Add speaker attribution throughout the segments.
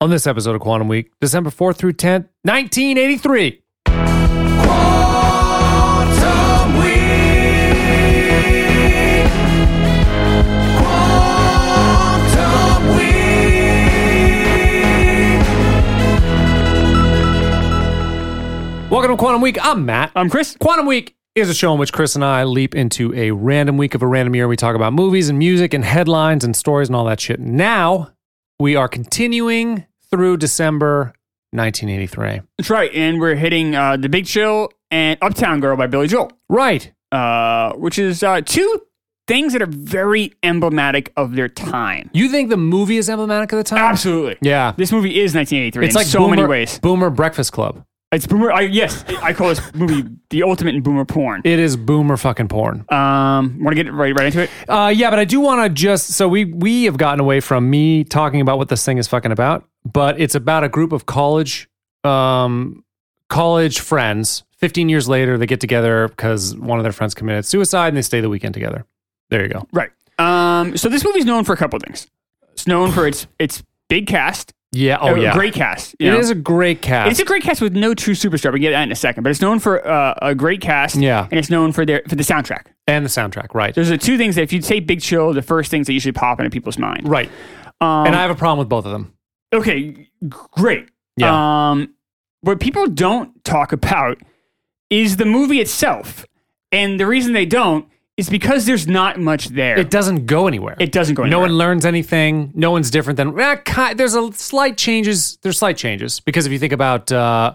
Speaker 1: on this episode of Quantum Week, December 4th through 10th, 1983.
Speaker 2: Quantum Week. Quantum Week.
Speaker 1: Welcome to Quantum Week. I'm Matt.
Speaker 3: I'm Chris.
Speaker 1: Quantum Week is a show in which Chris and I leap into a random week of a random year. We talk about movies and music and headlines and stories and all that shit. Now we are continuing through December 1983.
Speaker 3: That's right, and we're hitting uh, the Big Chill and Uptown Girl by Billy Joel,
Speaker 1: Right.
Speaker 3: uh, which is uh, two things that are very emblematic of their time.
Speaker 1: You think the movie is emblematic of the time?
Speaker 3: Absolutely.
Speaker 1: Yeah.
Speaker 3: This movie is 1983 in Ah, so
Speaker 1: Boomer,
Speaker 3: many ways.
Speaker 1: Boomer Breakfast Club.
Speaker 3: It's boomer. I, yes, I call this movie the ultimate in boomer porn.
Speaker 1: It is boomer fucking porn.
Speaker 3: Um, want to get right right into it?
Speaker 1: Uh, yeah, but I do want to just so we we have gotten away from me talking about what this thing is fucking about, but it's about a group of college um college friends. 15 years later, they get together because one of their friends committed suicide and they stay the weekend together. There you go.
Speaker 3: Right. Um, so this movie's known for a couple things. It's known for its its big cast.
Speaker 1: Yeah. Oh,
Speaker 3: a
Speaker 1: yeah.
Speaker 3: Great cast.
Speaker 1: It is a great cast.
Speaker 3: It's a great cast with no true superstar. We will get that in a second, but it's known for uh, a great cast.
Speaker 1: Yeah.
Speaker 3: and it's known for their for the soundtrack.
Speaker 1: and the soundtrack, right?
Speaker 3: Those are two things that if you say Big Chill, the first things that usually pop into people's mind.
Speaker 1: Right.
Speaker 3: Um,
Speaker 1: and I have a problem with both of them.
Speaker 3: okay, g- great.
Speaker 1: Yeah.
Speaker 3: Um, what people don't talk about is the movie itself, and the reason they don't is because there's not much there.
Speaker 1: It doesn't go anywhere.
Speaker 3: It doesn't go
Speaker 1: No
Speaker 3: anywhere.
Speaker 1: one learns anything. No one's different than. Eh, ki- there's a slight changes. There's slight changes because if you think about uh,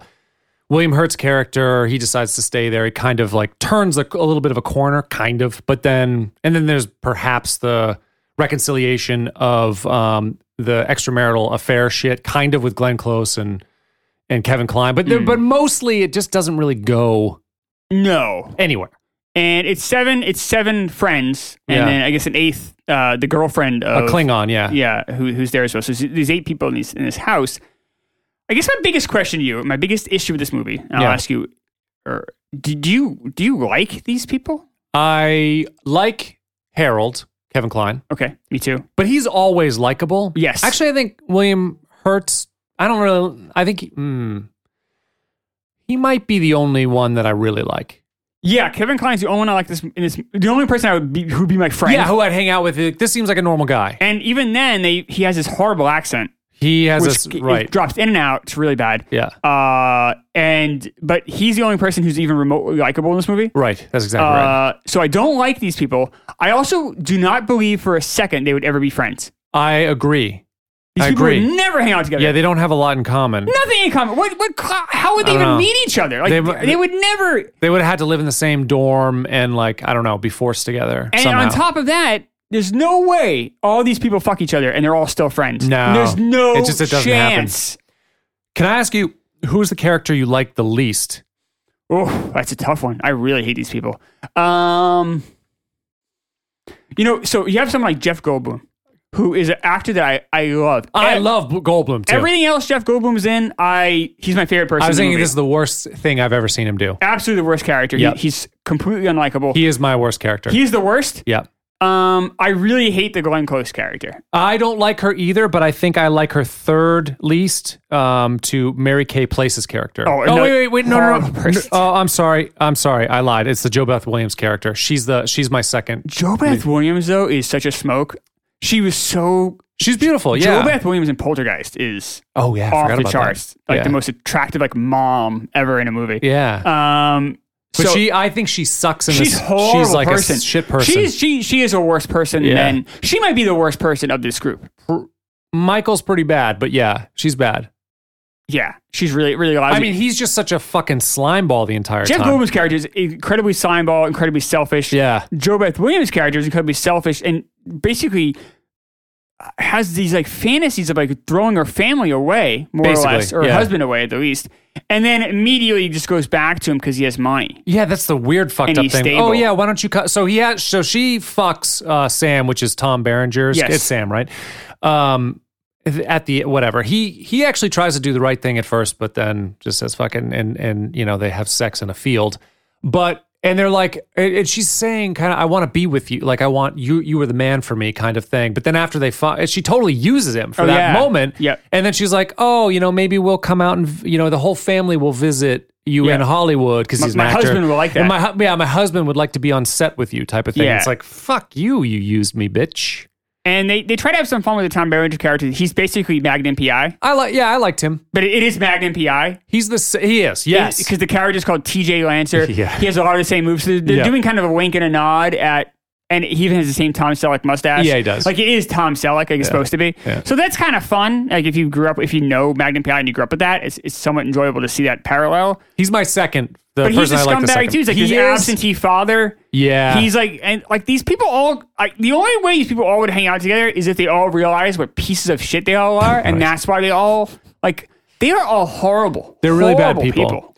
Speaker 1: William Hurt's character, he decides to stay there. He kind of like turns a, a little bit of a corner, kind of. But then, and then there's perhaps the reconciliation of um, the extramarital affair shit, kind of with Glenn Close and and Kevin Klein. But there, but mostly it just doesn't really go
Speaker 3: no,
Speaker 1: anywhere.
Speaker 3: and it's seven. It's seven friends, and
Speaker 1: Yeah.
Speaker 3: then I guess an eighth, uh, the girlfriend
Speaker 1: A
Speaker 3: of
Speaker 1: Klingon, yeah.
Speaker 3: yeah, who, who's there as well. So there's these eight people in, these, in this house. I guess my biggest question to you, my biggest issue with this movie, and I'll
Speaker 1: Yeah.
Speaker 3: ask you, or did you do you like these people?
Speaker 1: I like Harold, Kevin Klein.
Speaker 3: Okay, me too.
Speaker 1: but he's always likable.
Speaker 3: Yes.
Speaker 1: Actually, I think William Hurts. I don't really. I think mm, he might be the only one that I really like.
Speaker 3: Yeah, Kevin Klein's the only one I like this. In this, the only person I would be who'd be my friend.
Speaker 1: Yeah, who I'd hang out with. Like, This seems like a normal guy.
Speaker 3: and even then, they he has this horrible accent,
Speaker 1: He has
Speaker 3: which
Speaker 1: this
Speaker 3: it
Speaker 1: right.
Speaker 3: drops in and out. It's really bad.
Speaker 1: Yeah.
Speaker 3: Uh, and but he's the only person who's even remotely likable in this movie.
Speaker 1: Right. That's exactly right.
Speaker 3: Uh, so I don't like these people. I also do not believe for a second they would ever be friends.
Speaker 1: I agree.
Speaker 3: These
Speaker 1: I
Speaker 3: people
Speaker 1: agree.
Speaker 3: would never hang out together.
Speaker 1: yeah, they don't have a lot in common.
Speaker 3: nothing in common. What? What? cl- How would
Speaker 1: I
Speaker 3: they even
Speaker 1: don't know.
Speaker 3: meet each other? Like
Speaker 1: They
Speaker 3: they,
Speaker 1: w-
Speaker 3: would never.
Speaker 1: They would have had to live in the same dorm and like I don't know, be forced together
Speaker 3: And
Speaker 1: somehow.
Speaker 3: on top of that, there's no way all these people fuck each other and they're all still friends.
Speaker 1: No.
Speaker 3: there's no
Speaker 1: It just- it doesn't happen.
Speaker 3: chance.
Speaker 1: Can I ask you who's the character you like the least?
Speaker 3: Oh, that's a tough one. I really hate these people. Um, you know, so you have someone like Jeff Goldblum, who is an actor that I I love.
Speaker 1: I
Speaker 3: E-
Speaker 1: love Goldblum too.
Speaker 3: Everything else Jeff Goldblum's in, I he's my favorite person.
Speaker 1: I was
Speaker 3: in the
Speaker 1: thinking
Speaker 3: movie.
Speaker 1: this is the worst thing I've ever seen him do.
Speaker 3: absolutely the worst character.
Speaker 1: Yep.
Speaker 3: He, he's completely unlikable.
Speaker 1: He is my worst character.
Speaker 3: he's the worst.
Speaker 1: yeah.
Speaker 3: Um, I really hate the Glenn Close character.
Speaker 1: I don't like her either, but I think I like her third least um, to Mary Kay Place's character.
Speaker 3: Oh, no-
Speaker 1: wait, wait, wait, no, no, no,
Speaker 3: horrible person.
Speaker 1: Oh, I'm sorry, I'm sorry, I lied. It's the Joe Beth Williams character. She's the she's my second.
Speaker 3: Joe Beth Williams though is such a smoke. She was so
Speaker 1: She's beautiful. Yeah.
Speaker 3: Joe Beth Williams in Poltergeist is
Speaker 1: oh yeah. I forgot
Speaker 3: off the
Speaker 1: about that.
Speaker 3: charts. Like
Speaker 1: yeah.
Speaker 3: the most attractive like mom ever in a movie.
Speaker 1: Yeah.
Speaker 3: Um,
Speaker 1: but
Speaker 3: so
Speaker 1: she, I think she sucks in
Speaker 3: she's
Speaker 1: this.
Speaker 3: horrible
Speaker 1: She's like
Speaker 3: person.
Speaker 1: a shit person.
Speaker 3: She's she she is a worse person
Speaker 1: Yeah.
Speaker 3: than she might be the worst person of this group.
Speaker 1: Michael's pretty bad, but yeah, she's bad.
Speaker 3: Yeah, she's really really.
Speaker 1: I
Speaker 3: lousy.
Speaker 1: mean, he's just such a fucking slime ball the entire
Speaker 3: Jeff
Speaker 1: time.
Speaker 3: Goldblum's character is incredibly slimeball, incredibly selfish.
Speaker 1: yeah.
Speaker 3: Joe Beth Williams' character is incredibly selfish and basically has these like fantasies of like throwing her family away, more
Speaker 1: Basically,
Speaker 3: or less, or her
Speaker 1: yeah.
Speaker 3: husband away at the least. And then immediately just goes back to him because he has money.
Speaker 1: Yeah, that's the weird fucked
Speaker 3: And
Speaker 1: up
Speaker 3: he's
Speaker 1: thing.
Speaker 3: stable.
Speaker 1: Oh yeah, why don't you cut? So he has, so she fucks uh, Sam, which is Tom Berenger's.
Speaker 3: Yes.
Speaker 1: it's Sam, right? Um, at the whatever he he actually tries to do the right thing at first, but then just says fucking and and you know they have sex in a field. But and they're like, and and she's saying kind of, I want to be with you, like I want you, you were the man for me, kind of thing. But then after they fight, she totally uses him for
Speaker 3: Oh,
Speaker 1: that
Speaker 3: yeah.
Speaker 1: moment.
Speaker 3: Yep.
Speaker 1: And then she's like, oh, you know, maybe we'll come out and you know, the whole family will visit you
Speaker 3: Yeah.
Speaker 1: in Hollywood because he's an
Speaker 3: my
Speaker 1: actor.
Speaker 3: husband would like
Speaker 1: And
Speaker 3: that.
Speaker 1: my hu- yeah, my husband would like to be on set with you, type of thing.
Speaker 3: Yeah.
Speaker 1: It's like, fuck you, you used me, bitch.
Speaker 3: And they, they try to have some fun with the Tom Berenger character. He's basically Magnum PI,
Speaker 1: I like, yeah, I liked him.
Speaker 3: but it- it is Magnum PI.
Speaker 1: He's the s- he is yes.
Speaker 3: Because the character is called TJ Lancer.
Speaker 1: Yeah.
Speaker 3: He has a lot of the same moves. So they're
Speaker 1: Yeah.
Speaker 3: doing kind of a wink and a nod at, and he even has the same Tom Selleck mustache.
Speaker 1: Yeah, he does.
Speaker 3: Like it is Tom Selleck, like it's supposed to be.
Speaker 1: Yeah.
Speaker 3: So that's kind of fun. Like if you grew up, if you know Magnum PI and you grew up with that, it's, it's somewhat enjoyable to see that parallel.
Speaker 1: he's my second. The
Speaker 3: But he's a
Speaker 1: person I like the
Speaker 3: scumbag
Speaker 1: second.
Speaker 3: too. He's like
Speaker 1: He
Speaker 3: this
Speaker 1: is-
Speaker 3: absentee father.
Speaker 1: Yeah.
Speaker 3: He's like, and like these people all, like, the only way these people all would hang out together is if they all realize what pieces of shit they all are. And that's why they all, like, they are all horrible.
Speaker 1: They're really bad
Speaker 3: Horrible
Speaker 1: people.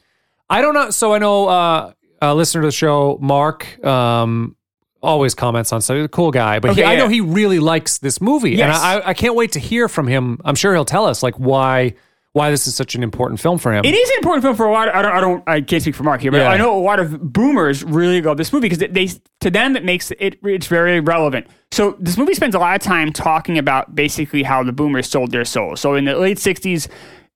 Speaker 1: I don't know. So I know uh, a listener to the show, Mark, um, always comments on stuff. He's a cool guy, but he,
Speaker 3: Okay,
Speaker 1: I
Speaker 3: yeah.
Speaker 1: know he really likes this movie, and
Speaker 3: Yes.
Speaker 1: I, I- I can't wait to hear from him. I'm sure he'll tell us like why why this is such an important film for him.
Speaker 3: It is an important film for a lot. Of, I don't. I don't. I can't speak for Mark here, but
Speaker 1: Yeah.
Speaker 3: I know a lot of boomers really love this movie because they, they to them it makes it it's very relevant. So this movie spends a lot of time talking about basically how the boomers sold their soul. So in the late '60s.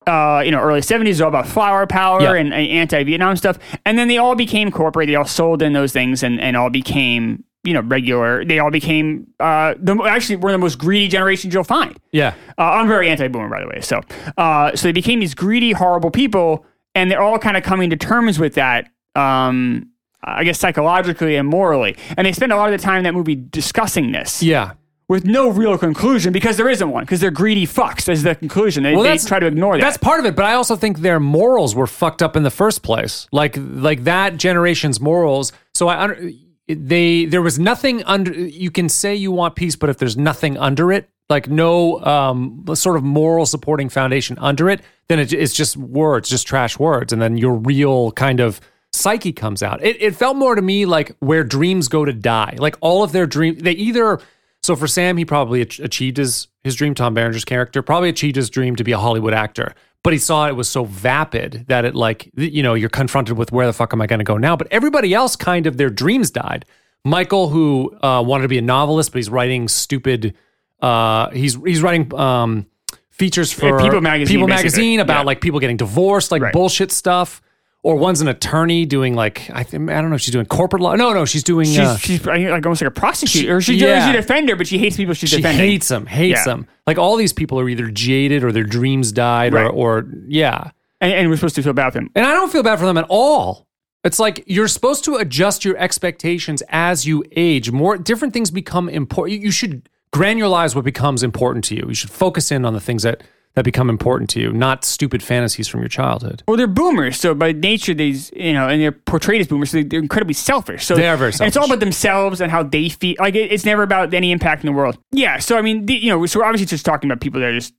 Speaker 3: Uh, you know, early 70s is all about flower power
Speaker 1: Yeah.
Speaker 3: and, and anti-Vietnam stuff. And then they all became corporate. They all sold in those things and, and all became, you know, regular. They all became uh, the, actually one of the most greedy generations you'll find.
Speaker 1: Yeah,
Speaker 3: Uh, I'm very anti-boomer, by the way. So, uh, so they became these greedy, horrible people, and they're all kind of coming to terms with that. Um, I guess psychologically and morally, and they spend a lot of the time in that movie discussing this
Speaker 1: yeah.
Speaker 3: with no real conclusion because there isn't one because they're greedy fucks. Is the conclusion they,
Speaker 1: Well,
Speaker 3: they
Speaker 1: that's-
Speaker 3: try to ignore that.
Speaker 1: That's part of it, but I also think their morals were fucked up in the first place. Like like that generation's morals. So I under- they there was nothing under you can say you want peace, but if there's nothing under it, like no um sort of moral supporting foundation under it, then it, it's just words, just trash words and then your real kind of psyche comes out. It it felt more to me like where dreams go to die. Like all of their dream they either so for Sam, he probably ach- achieved his his dream. Tom Berenger's character probably achieved his dream to be a Hollywood actor, but he saw it was so vapid that it like th- you know you're confronted with where the fuck am I going to go now? But everybody else kind of their dreams died. Michael, who uh, wanted to be a novelist, but he's writing stupid. Uh, he's he's writing um, features for
Speaker 3: People magazine,
Speaker 1: People
Speaker 3: basically.
Speaker 1: magazine about
Speaker 3: Yeah.
Speaker 1: like people getting divorced, like
Speaker 3: Right.
Speaker 1: bullshit stuff. Or one's an attorney doing like I, th- I don't know if she's doing corporate law. No, no, she's doing.
Speaker 3: she's,
Speaker 1: uh,
Speaker 3: she's I think, like almost like a prosecutor. or she's,
Speaker 1: yeah.
Speaker 3: she's a defender, but she hates people she's
Speaker 1: she
Speaker 3: defending.
Speaker 1: hates him hates
Speaker 3: Yeah.
Speaker 1: him like all these people are either jaded or their dreams died
Speaker 3: Right.
Speaker 1: or, or yeah
Speaker 3: and, and we're supposed to feel bad for them.
Speaker 1: and i don't feel bad for them at all it's like you're supposed to adjust your expectations as you age more different things become important you should granularize what becomes important to you you should focus in on the things that that become important to you not stupid fantasies from your childhood
Speaker 3: Well, they're boomers, so by nature, these you know, and they're portrayed as boomers, so they- they're incredibly selfish. So
Speaker 1: They are very
Speaker 3: And it's all
Speaker 1: selfish.
Speaker 3: about themselves and how they feel. Like it, it's never about any impact in the world. Yeah. So I mean, the, you know, so we're obviously just talking about people that are just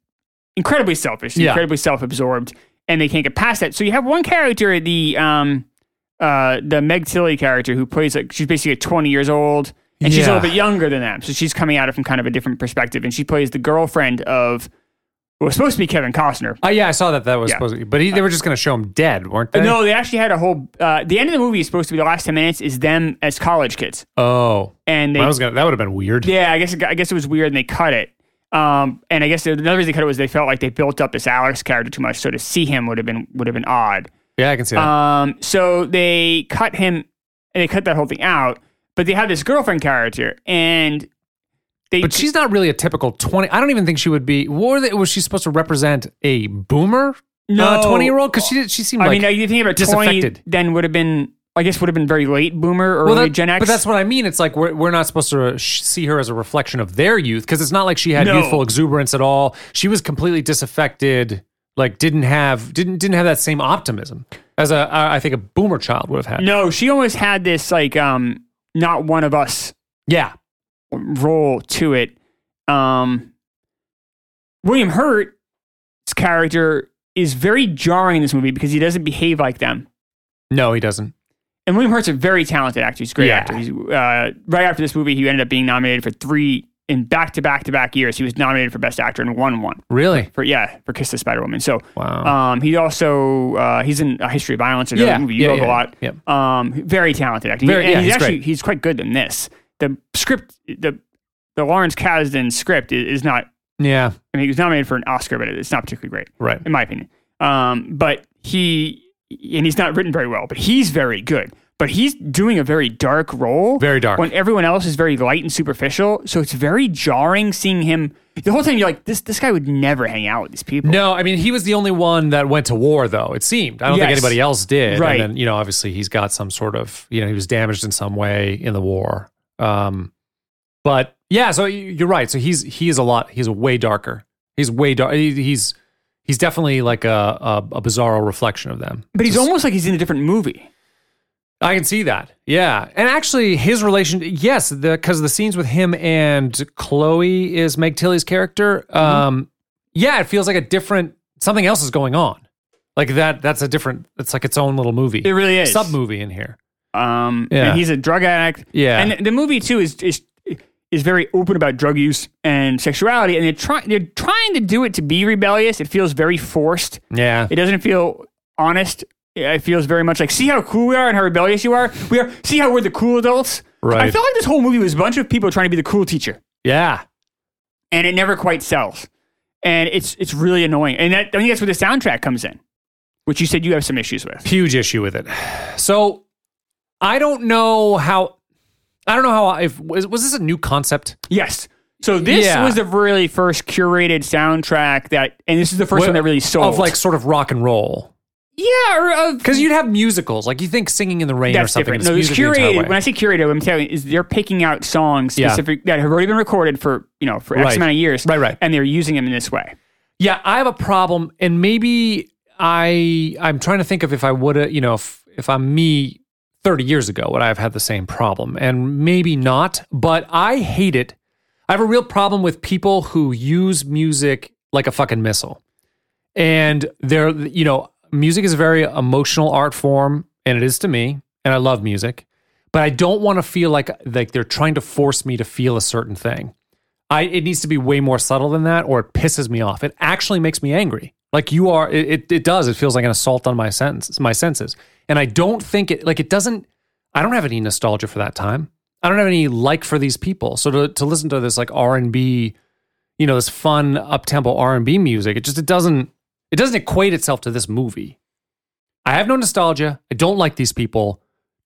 Speaker 3: incredibly selfish,
Speaker 1: Yeah.
Speaker 3: incredibly self-absorbed, and they can't get past that. So you have one character, the um, uh, the Meg Tilly character, who plays like she's basically twenty years old, and she's a
Speaker 1: Yeah.
Speaker 3: little bit younger than them, so she's coming at it from kind of a different perspective, and she plays the girlfriend of. Well, it's supposed to be Kevin Costner,
Speaker 1: oh yeah i saw that that was
Speaker 3: Yeah.
Speaker 1: supposed to be but he, they were just going to show him dead weren't they
Speaker 3: no, they actually had a whole. Uh, the end of the movie is supposed to be the last ten minutes is them as college kids,
Speaker 1: oh
Speaker 3: and they,
Speaker 1: I was gonna, that would have been weird
Speaker 3: yeah, I guess it got- I guess it was weird, and they cut it. Um, and I guess the another reason they cut it was they felt like they built up this Alex character too much, so to see him would have been would have been odd.
Speaker 1: yeah i can see that
Speaker 3: Um, so they cut him, and they cut that whole thing out. But they have this girlfriend character, and they
Speaker 1: But she's not really a typical 20. I don't even think she would be. What were they, was she supposed to represent a boomer?
Speaker 3: No.
Speaker 1: 20 year old? Because she, did- she seemed
Speaker 3: I
Speaker 1: like.
Speaker 3: mean, you think about twenty,
Speaker 1: disaffected. then
Speaker 3: then would have been I guess would have been very late boomer or
Speaker 1: well,
Speaker 3: early
Speaker 1: that-
Speaker 3: Gen X.
Speaker 1: But that's what I mean. It's like we're, we're not supposed to uh, sh- see her as a reflection of their youth because it's not like she had
Speaker 3: No.
Speaker 1: youthful exuberance at all. She was completely disaffected. Like didn't have didn't didn't have that same optimism as a uh, I I think a boomer child would have had.
Speaker 3: No, she almost had this like um not one of us
Speaker 1: Yeah,
Speaker 3: role to it. Um William Hurt's character is very jarring in this movie because he doesn't behave like them.
Speaker 1: no, he doesn't.
Speaker 3: And William Hurt's a very talented actor. He's a great
Speaker 1: Yeah.
Speaker 3: actor. He's, uh, right after this movie, he ended up being nominated for three in back to back to back years. He was nominated for Best Actor and won one
Speaker 1: Really?
Speaker 3: for yeah for Kiss the Spider Woman. So
Speaker 1: Wow.
Speaker 3: um, he also uh, he's in a History of Violence, another
Speaker 1: Yeah,
Speaker 3: movie you
Speaker 1: yeah,
Speaker 3: love
Speaker 1: yeah,
Speaker 3: a lot.
Speaker 1: yep.
Speaker 3: Um, very talented actor.
Speaker 1: Very-
Speaker 3: And
Speaker 1: yeah,
Speaker 3: he's,
Speaker 1: he's
Speaker 3: actually
Speaker 1: great.
Speaker 3: he's quite good in this. The script, the the Lawrence Kasdan script is, is not.
Speaker 1: Yeah.
Speaker 3: I mean, he was nominated for an Oscar, but it's not particularly great
Speaker 1: Right.
Speaker 3: in my opinion. Um, but he and he's not written very well, but he's very good. But he's doing a very dark role.
Speaker 1: Very dark.
Speaker 3: When everyone else is very light and superficial, so it's very jarring seeing him. The whole time you're like, this this guy would never hang out with these people.
Speaker 1: No, I mean he was the only one that went to war, though it seemed. I don't think
Speaker 3: Yes.
Speaker 1: anybody else did.
Speaker 3: Right.
Speaker 1: And then you know, obviously he's got some sort of you know he was damaged in some way in the war. Um, but yeah, so y- you're right. So he's he is a lot. He's way darker. He's way dark. he- He's he's definitely like a a, a bizarro reflection of them.
Speaker 3: but he's
Speaker 1: Just-
Speaker 3: almost like he's in a different movie.
Speaker 1: I can see that. Yeah, and actually his relation. Yes, the because the scenes with him and Chloe is Meg Tilly's character.
Speaker 3: Mm-hmm.
Speaker 1: Um, yeah, it feels like a different something else is going on. Like that. That's a different. It's like its own little movie.
Speaker 3: It really is
Speaker 1: sub movie in here.
Speaker 3: Um,
Speaker 1: Yeah.
Speaker 3: and he's a drug addict.
Speaker 1: Yeah.
Speaker 3: and the movie too is is is very open about drug use and sexuality, and they're trying they're trying to do it to be rebellious. It feels very forced.
Speaker 1: Yeah.
Speaker 3: It doesn't feel honest. It feels very much like, see how cool we are and how rebellious you are. We are. See how we're the cool adults.
Speaker 1: Right.
Speaker 3: I feel like this whole movie was a bunch of people trying to be the cool teacher,
Speaker 1: yeah.
Speaker 3: and it never quite sells. And it's it's really annoying. And that, I think that's where the soundtrack comes in, which you said you have some issues with.
Speaker 1: Huge issue with it. So I don't know how. I don't know how. If was, was this a new concept?
Speaker 3: Yes. So this
Speaker 1: Yeah.
Speaker 3: was the really first curated soundtrack that, and this is the first one that really sold.
Speaker 1: of like sort of rock and roll.
Speaker 3: yeah, or of
Speaker 1: Because you'd have musicals, like you think "Singing in the Rain" or
Speaker 3: That's
Speaker 1: something.
Speaker 3: different. No, it's
Speaker 1: it's music the entire
Speaker 3: curated.
Speaker 1: way.
Speaker 3: When I say curated, what I'm telling you is they're picking out songs
Speaker 1: Yeah.
Speaker 3: specific that have already been recorded for you know for X
Speaker 1: Right.
Speaker 3: amount of years,
Speaker 1: Right, right.
Speaker 3: And they're using them in this way.
Speaker 1: Yeah, I have a problem, and maybe I I'm trying to think of if I would have, you know, if if I'm me 30 years ago, would I have had the same problem? And maybe not, but I hate it. I have a real problem with people who use music like a fucking missile. And they're, you know, music is a very emotional art form, and it is to me, and I love music, but I don't want to feel like like they're trying to force me to feel a certain thing. I it needs to be way more subtle than that, or it pisses me off. It actually makes me angry. Like you are, it it, it does. It feels like an assault on my senses, my senses, and I don't think it. Like it doesn't. I don't have any nostalgia for that time. I don't have any like for these people. So to to listen to this like R and B, you know, this fun up tempo R and B music, it just it doesn't it doesn't equate itself to this movie. I have no nostalgia. I don't like these people.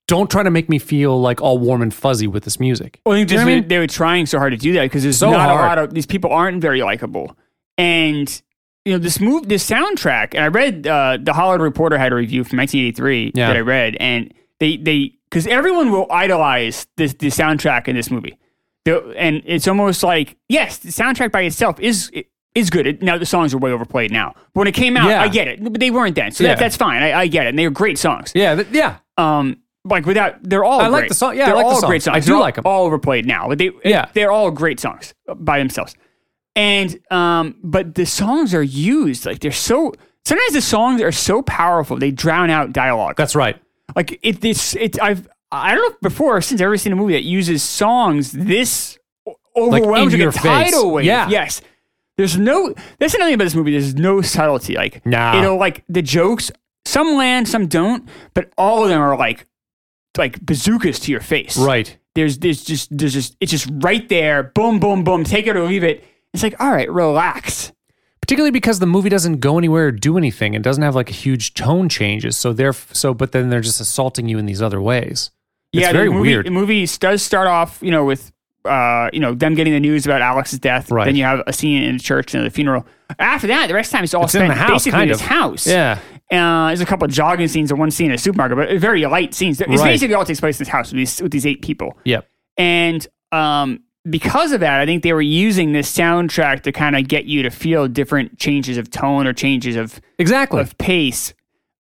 Speaker 1: Don't try to make me feel like all warm and fuzzy with this music.
Speaker 3: Well, I think
Speaker 1: You know
Speaker 3: just
Speaker 1: what I mean?
Speaker 3: they were trying so hard to do that because there's
Speaker 1: So
Speaker 3: not
Speaker 1: hard.
Speaker 3: a lot of these people aren't very likable, and you know this move, this soundtrack. And I read uh, the Hollywood Reporter had a review from 1983
Speaker 1: Yeah.
Speaker 3: that I read, and they they because everyone will idolize this the soundtrack in this movie, The- and it's almost like yes, the soundtrack by itself is. is good. It- now the songs are way overplayed now. But when it came out,
Speaker 1: Yeah.
Speaker 3: I get it. But they weren't then, so
Speaker 1: Yeah.
Speaker 3: that, that's fine. I, I get it. And they were great songs
Speaker 1: Yeah, th- yeah.
Speaker 3: um like without they're all
Speaker 1: I like
Speaker 3: great.
Speaker 1: the song- yeah, I
Speaker 3: they're
Speaker 1: like the
Speaker 3: all
Speaker 1: songs.
Speaker 3: great songs
Speaker 1: I do
Speaker 3: They're
Speaker 1: like 'em.
Speaker 3: all overplayed now but they
Speaker 1: Yeah.
Speaker 3: they're all great songs by themselves and um but the songs are used like they're so sometimes the songs are so powerful they drown out dialogue
Speaker 1: That's right.
Speaker 3: like it this it I've I don't know if before or since I've ever seen a movie that uses songs this o-
Speaker 1: in
Speaker 3: overwhelms like,
Speaker 1: your
Speaker 3: a tidal
Speaker 1: face.
Speaker 3: wave.
Speaker 1: Yeah.
Speaker 3: Yes. There's no that's another thing about this movie. There's no subtlety. Like
Speaker 1: Nah.
Speaker 3: it'll like the jokes, some land, some don't, but all of them are like like bazookas to your face.
Speaker 1: Right.
Speaker 3: There's there's just there's just it's just right there. Boom, boom, boom. Take it or leave it. It's like, all right, relax.
Speaker 1: particularly because the movie doesn't go anywhere or do anything and doesn't have like huge tone changes so they're so but then they're just assaulting you in these other ways it's
Speaker 3: the
Speaker 1: very
Speaker 3: movie,
Speaker 1: weird
Speaker 3: The movie does start off, you know, with uh, you know them getting the news about Alex's death.
Speaker 1: Right.
Speaker 3: Then you have a scene in the church and the funeral. After that, the rest of the time is all
Speaker 1: it's
Speaker 3: spent
Speaker 1: in the house
Speaker 3: basically
Speaker 1: kind
Speaker 3: in
Speaker 1: of
Speaker 3: his house.
Speaker 1: yeah
Speaker 3: Uh, there's a couple of jogging scenes and one scene in a supermarket, but very light scenes. It's
Speaker 1: Right.
Speaker 3: basically all takes place in his house with these, with these eight people.
Speaker 1: yep
Speaker 3: And um, because of that, I think they were using this soundtrack to kind of get you to feel different changes of tone or changes of
Speaker 1: exactly
Speaker 3: of pace.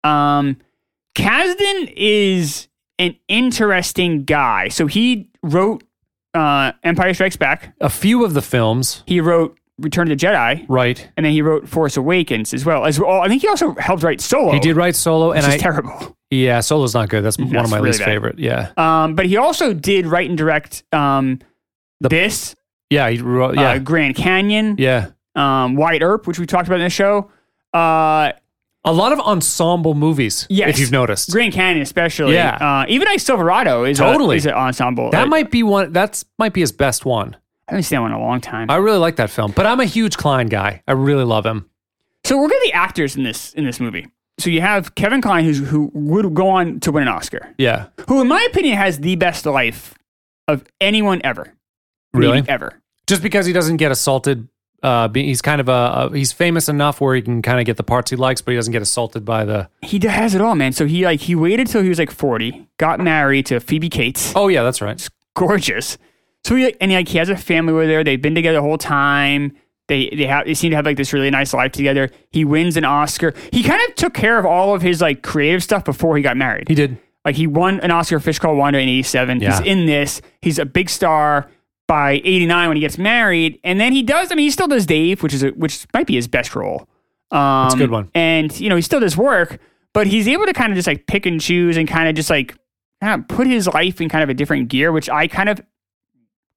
Speaker 3: Um, Kasdan is an interesting guy. So he wrote uh, Empire Strikes Back.
Speaker 1: a few of the films
Speaker 3: He wrote Return of the Jedi,
Speaker 1: right
Speaker 3: and then he wrote Force Awakens as well. As well, I think he also helped write Solo.
Speaker 1: he did write solo and
Speaker 3: which is
Speaker 1: i
Speaker 3: terrible.
Speaker 1: yeah solo's not good that's, one of
Speaker 3: That's
Speaker 1: my
Speaker 3: really
Speaker 1: least
Speaker 3: bad.
Speaker 1: favorite yeah
Speaker 3: Um, but he also did write and direct um, this
Speaker 1: Yeah, he, ro- yeah,
Speaker 3: uh, Grand Canyon,
Speaker 1: yeah.
Speaker 3: um, White Earp, which we talked about in the show. Uh,
Speaker 1: A lot of ensemble movies.
Speaker 3: Yes.
Speaker 1: if you've noticed,
Speaker 3: Grand Canyon, especially.
Speaker 1: Yeah.
Speaker 3: Uh, even Ice Silverado is
Speaker 1: Totally.
Speaker 3: a, is an ensemble.
Speaker 1: that
Speaker 3: I,
Speaker 1: might be one. That's might be his best one.
Speaker 3: I haven't seen that one in a long time.
Speaker 1: I really like that film, but I'm a huge Klein guy. I really love him.
Speaker 3: so we're gonna the actors in this in this movie. So you have Kevin Kline, who's, who would go on to win an Oscar,
Speaker 1: Yeah,
Speaker 3: who, in my opinion, has the best life of anyone ever.
Speaker 1: Really?
Speaker 3: Maybe ever.
Speaker 1: just because he doesn't get assaulted. Uh, be, he's kind of a, a he's famous enough where he can kind of get the parts he likes, but he doesn't get assaulted by the.
Speaker 3: He d- has it all, man. So he like he waited till he was like forty, got married to Phoebe Cates,
Speaker 1: Oh yeah, that's right.
Speaker 3: gorgeous. So he like, and like he has a family with her. They've been together the whole time. They they have they seem to have like this really nice life together. He wins an Oscar. He kind of took care of all of his like creative stuff before he got married.
Speaker 1: He did.
Speaker 3: Like he won an Oscar for Fish Called Wanda in '87.
Speaker 1: Yeah.
Speaker 3: He's in this. He's a big star by '89 when he gets married, and then he does. I mean, he still does Dave, which is a, which might be his best role. Um, That's
Speaker 1: a good one.
Speaker 3: And you know, he still does work, but he's able to kind of just like pick and choose and kind of just like kind of put his life in kind of a different gear, which I kind of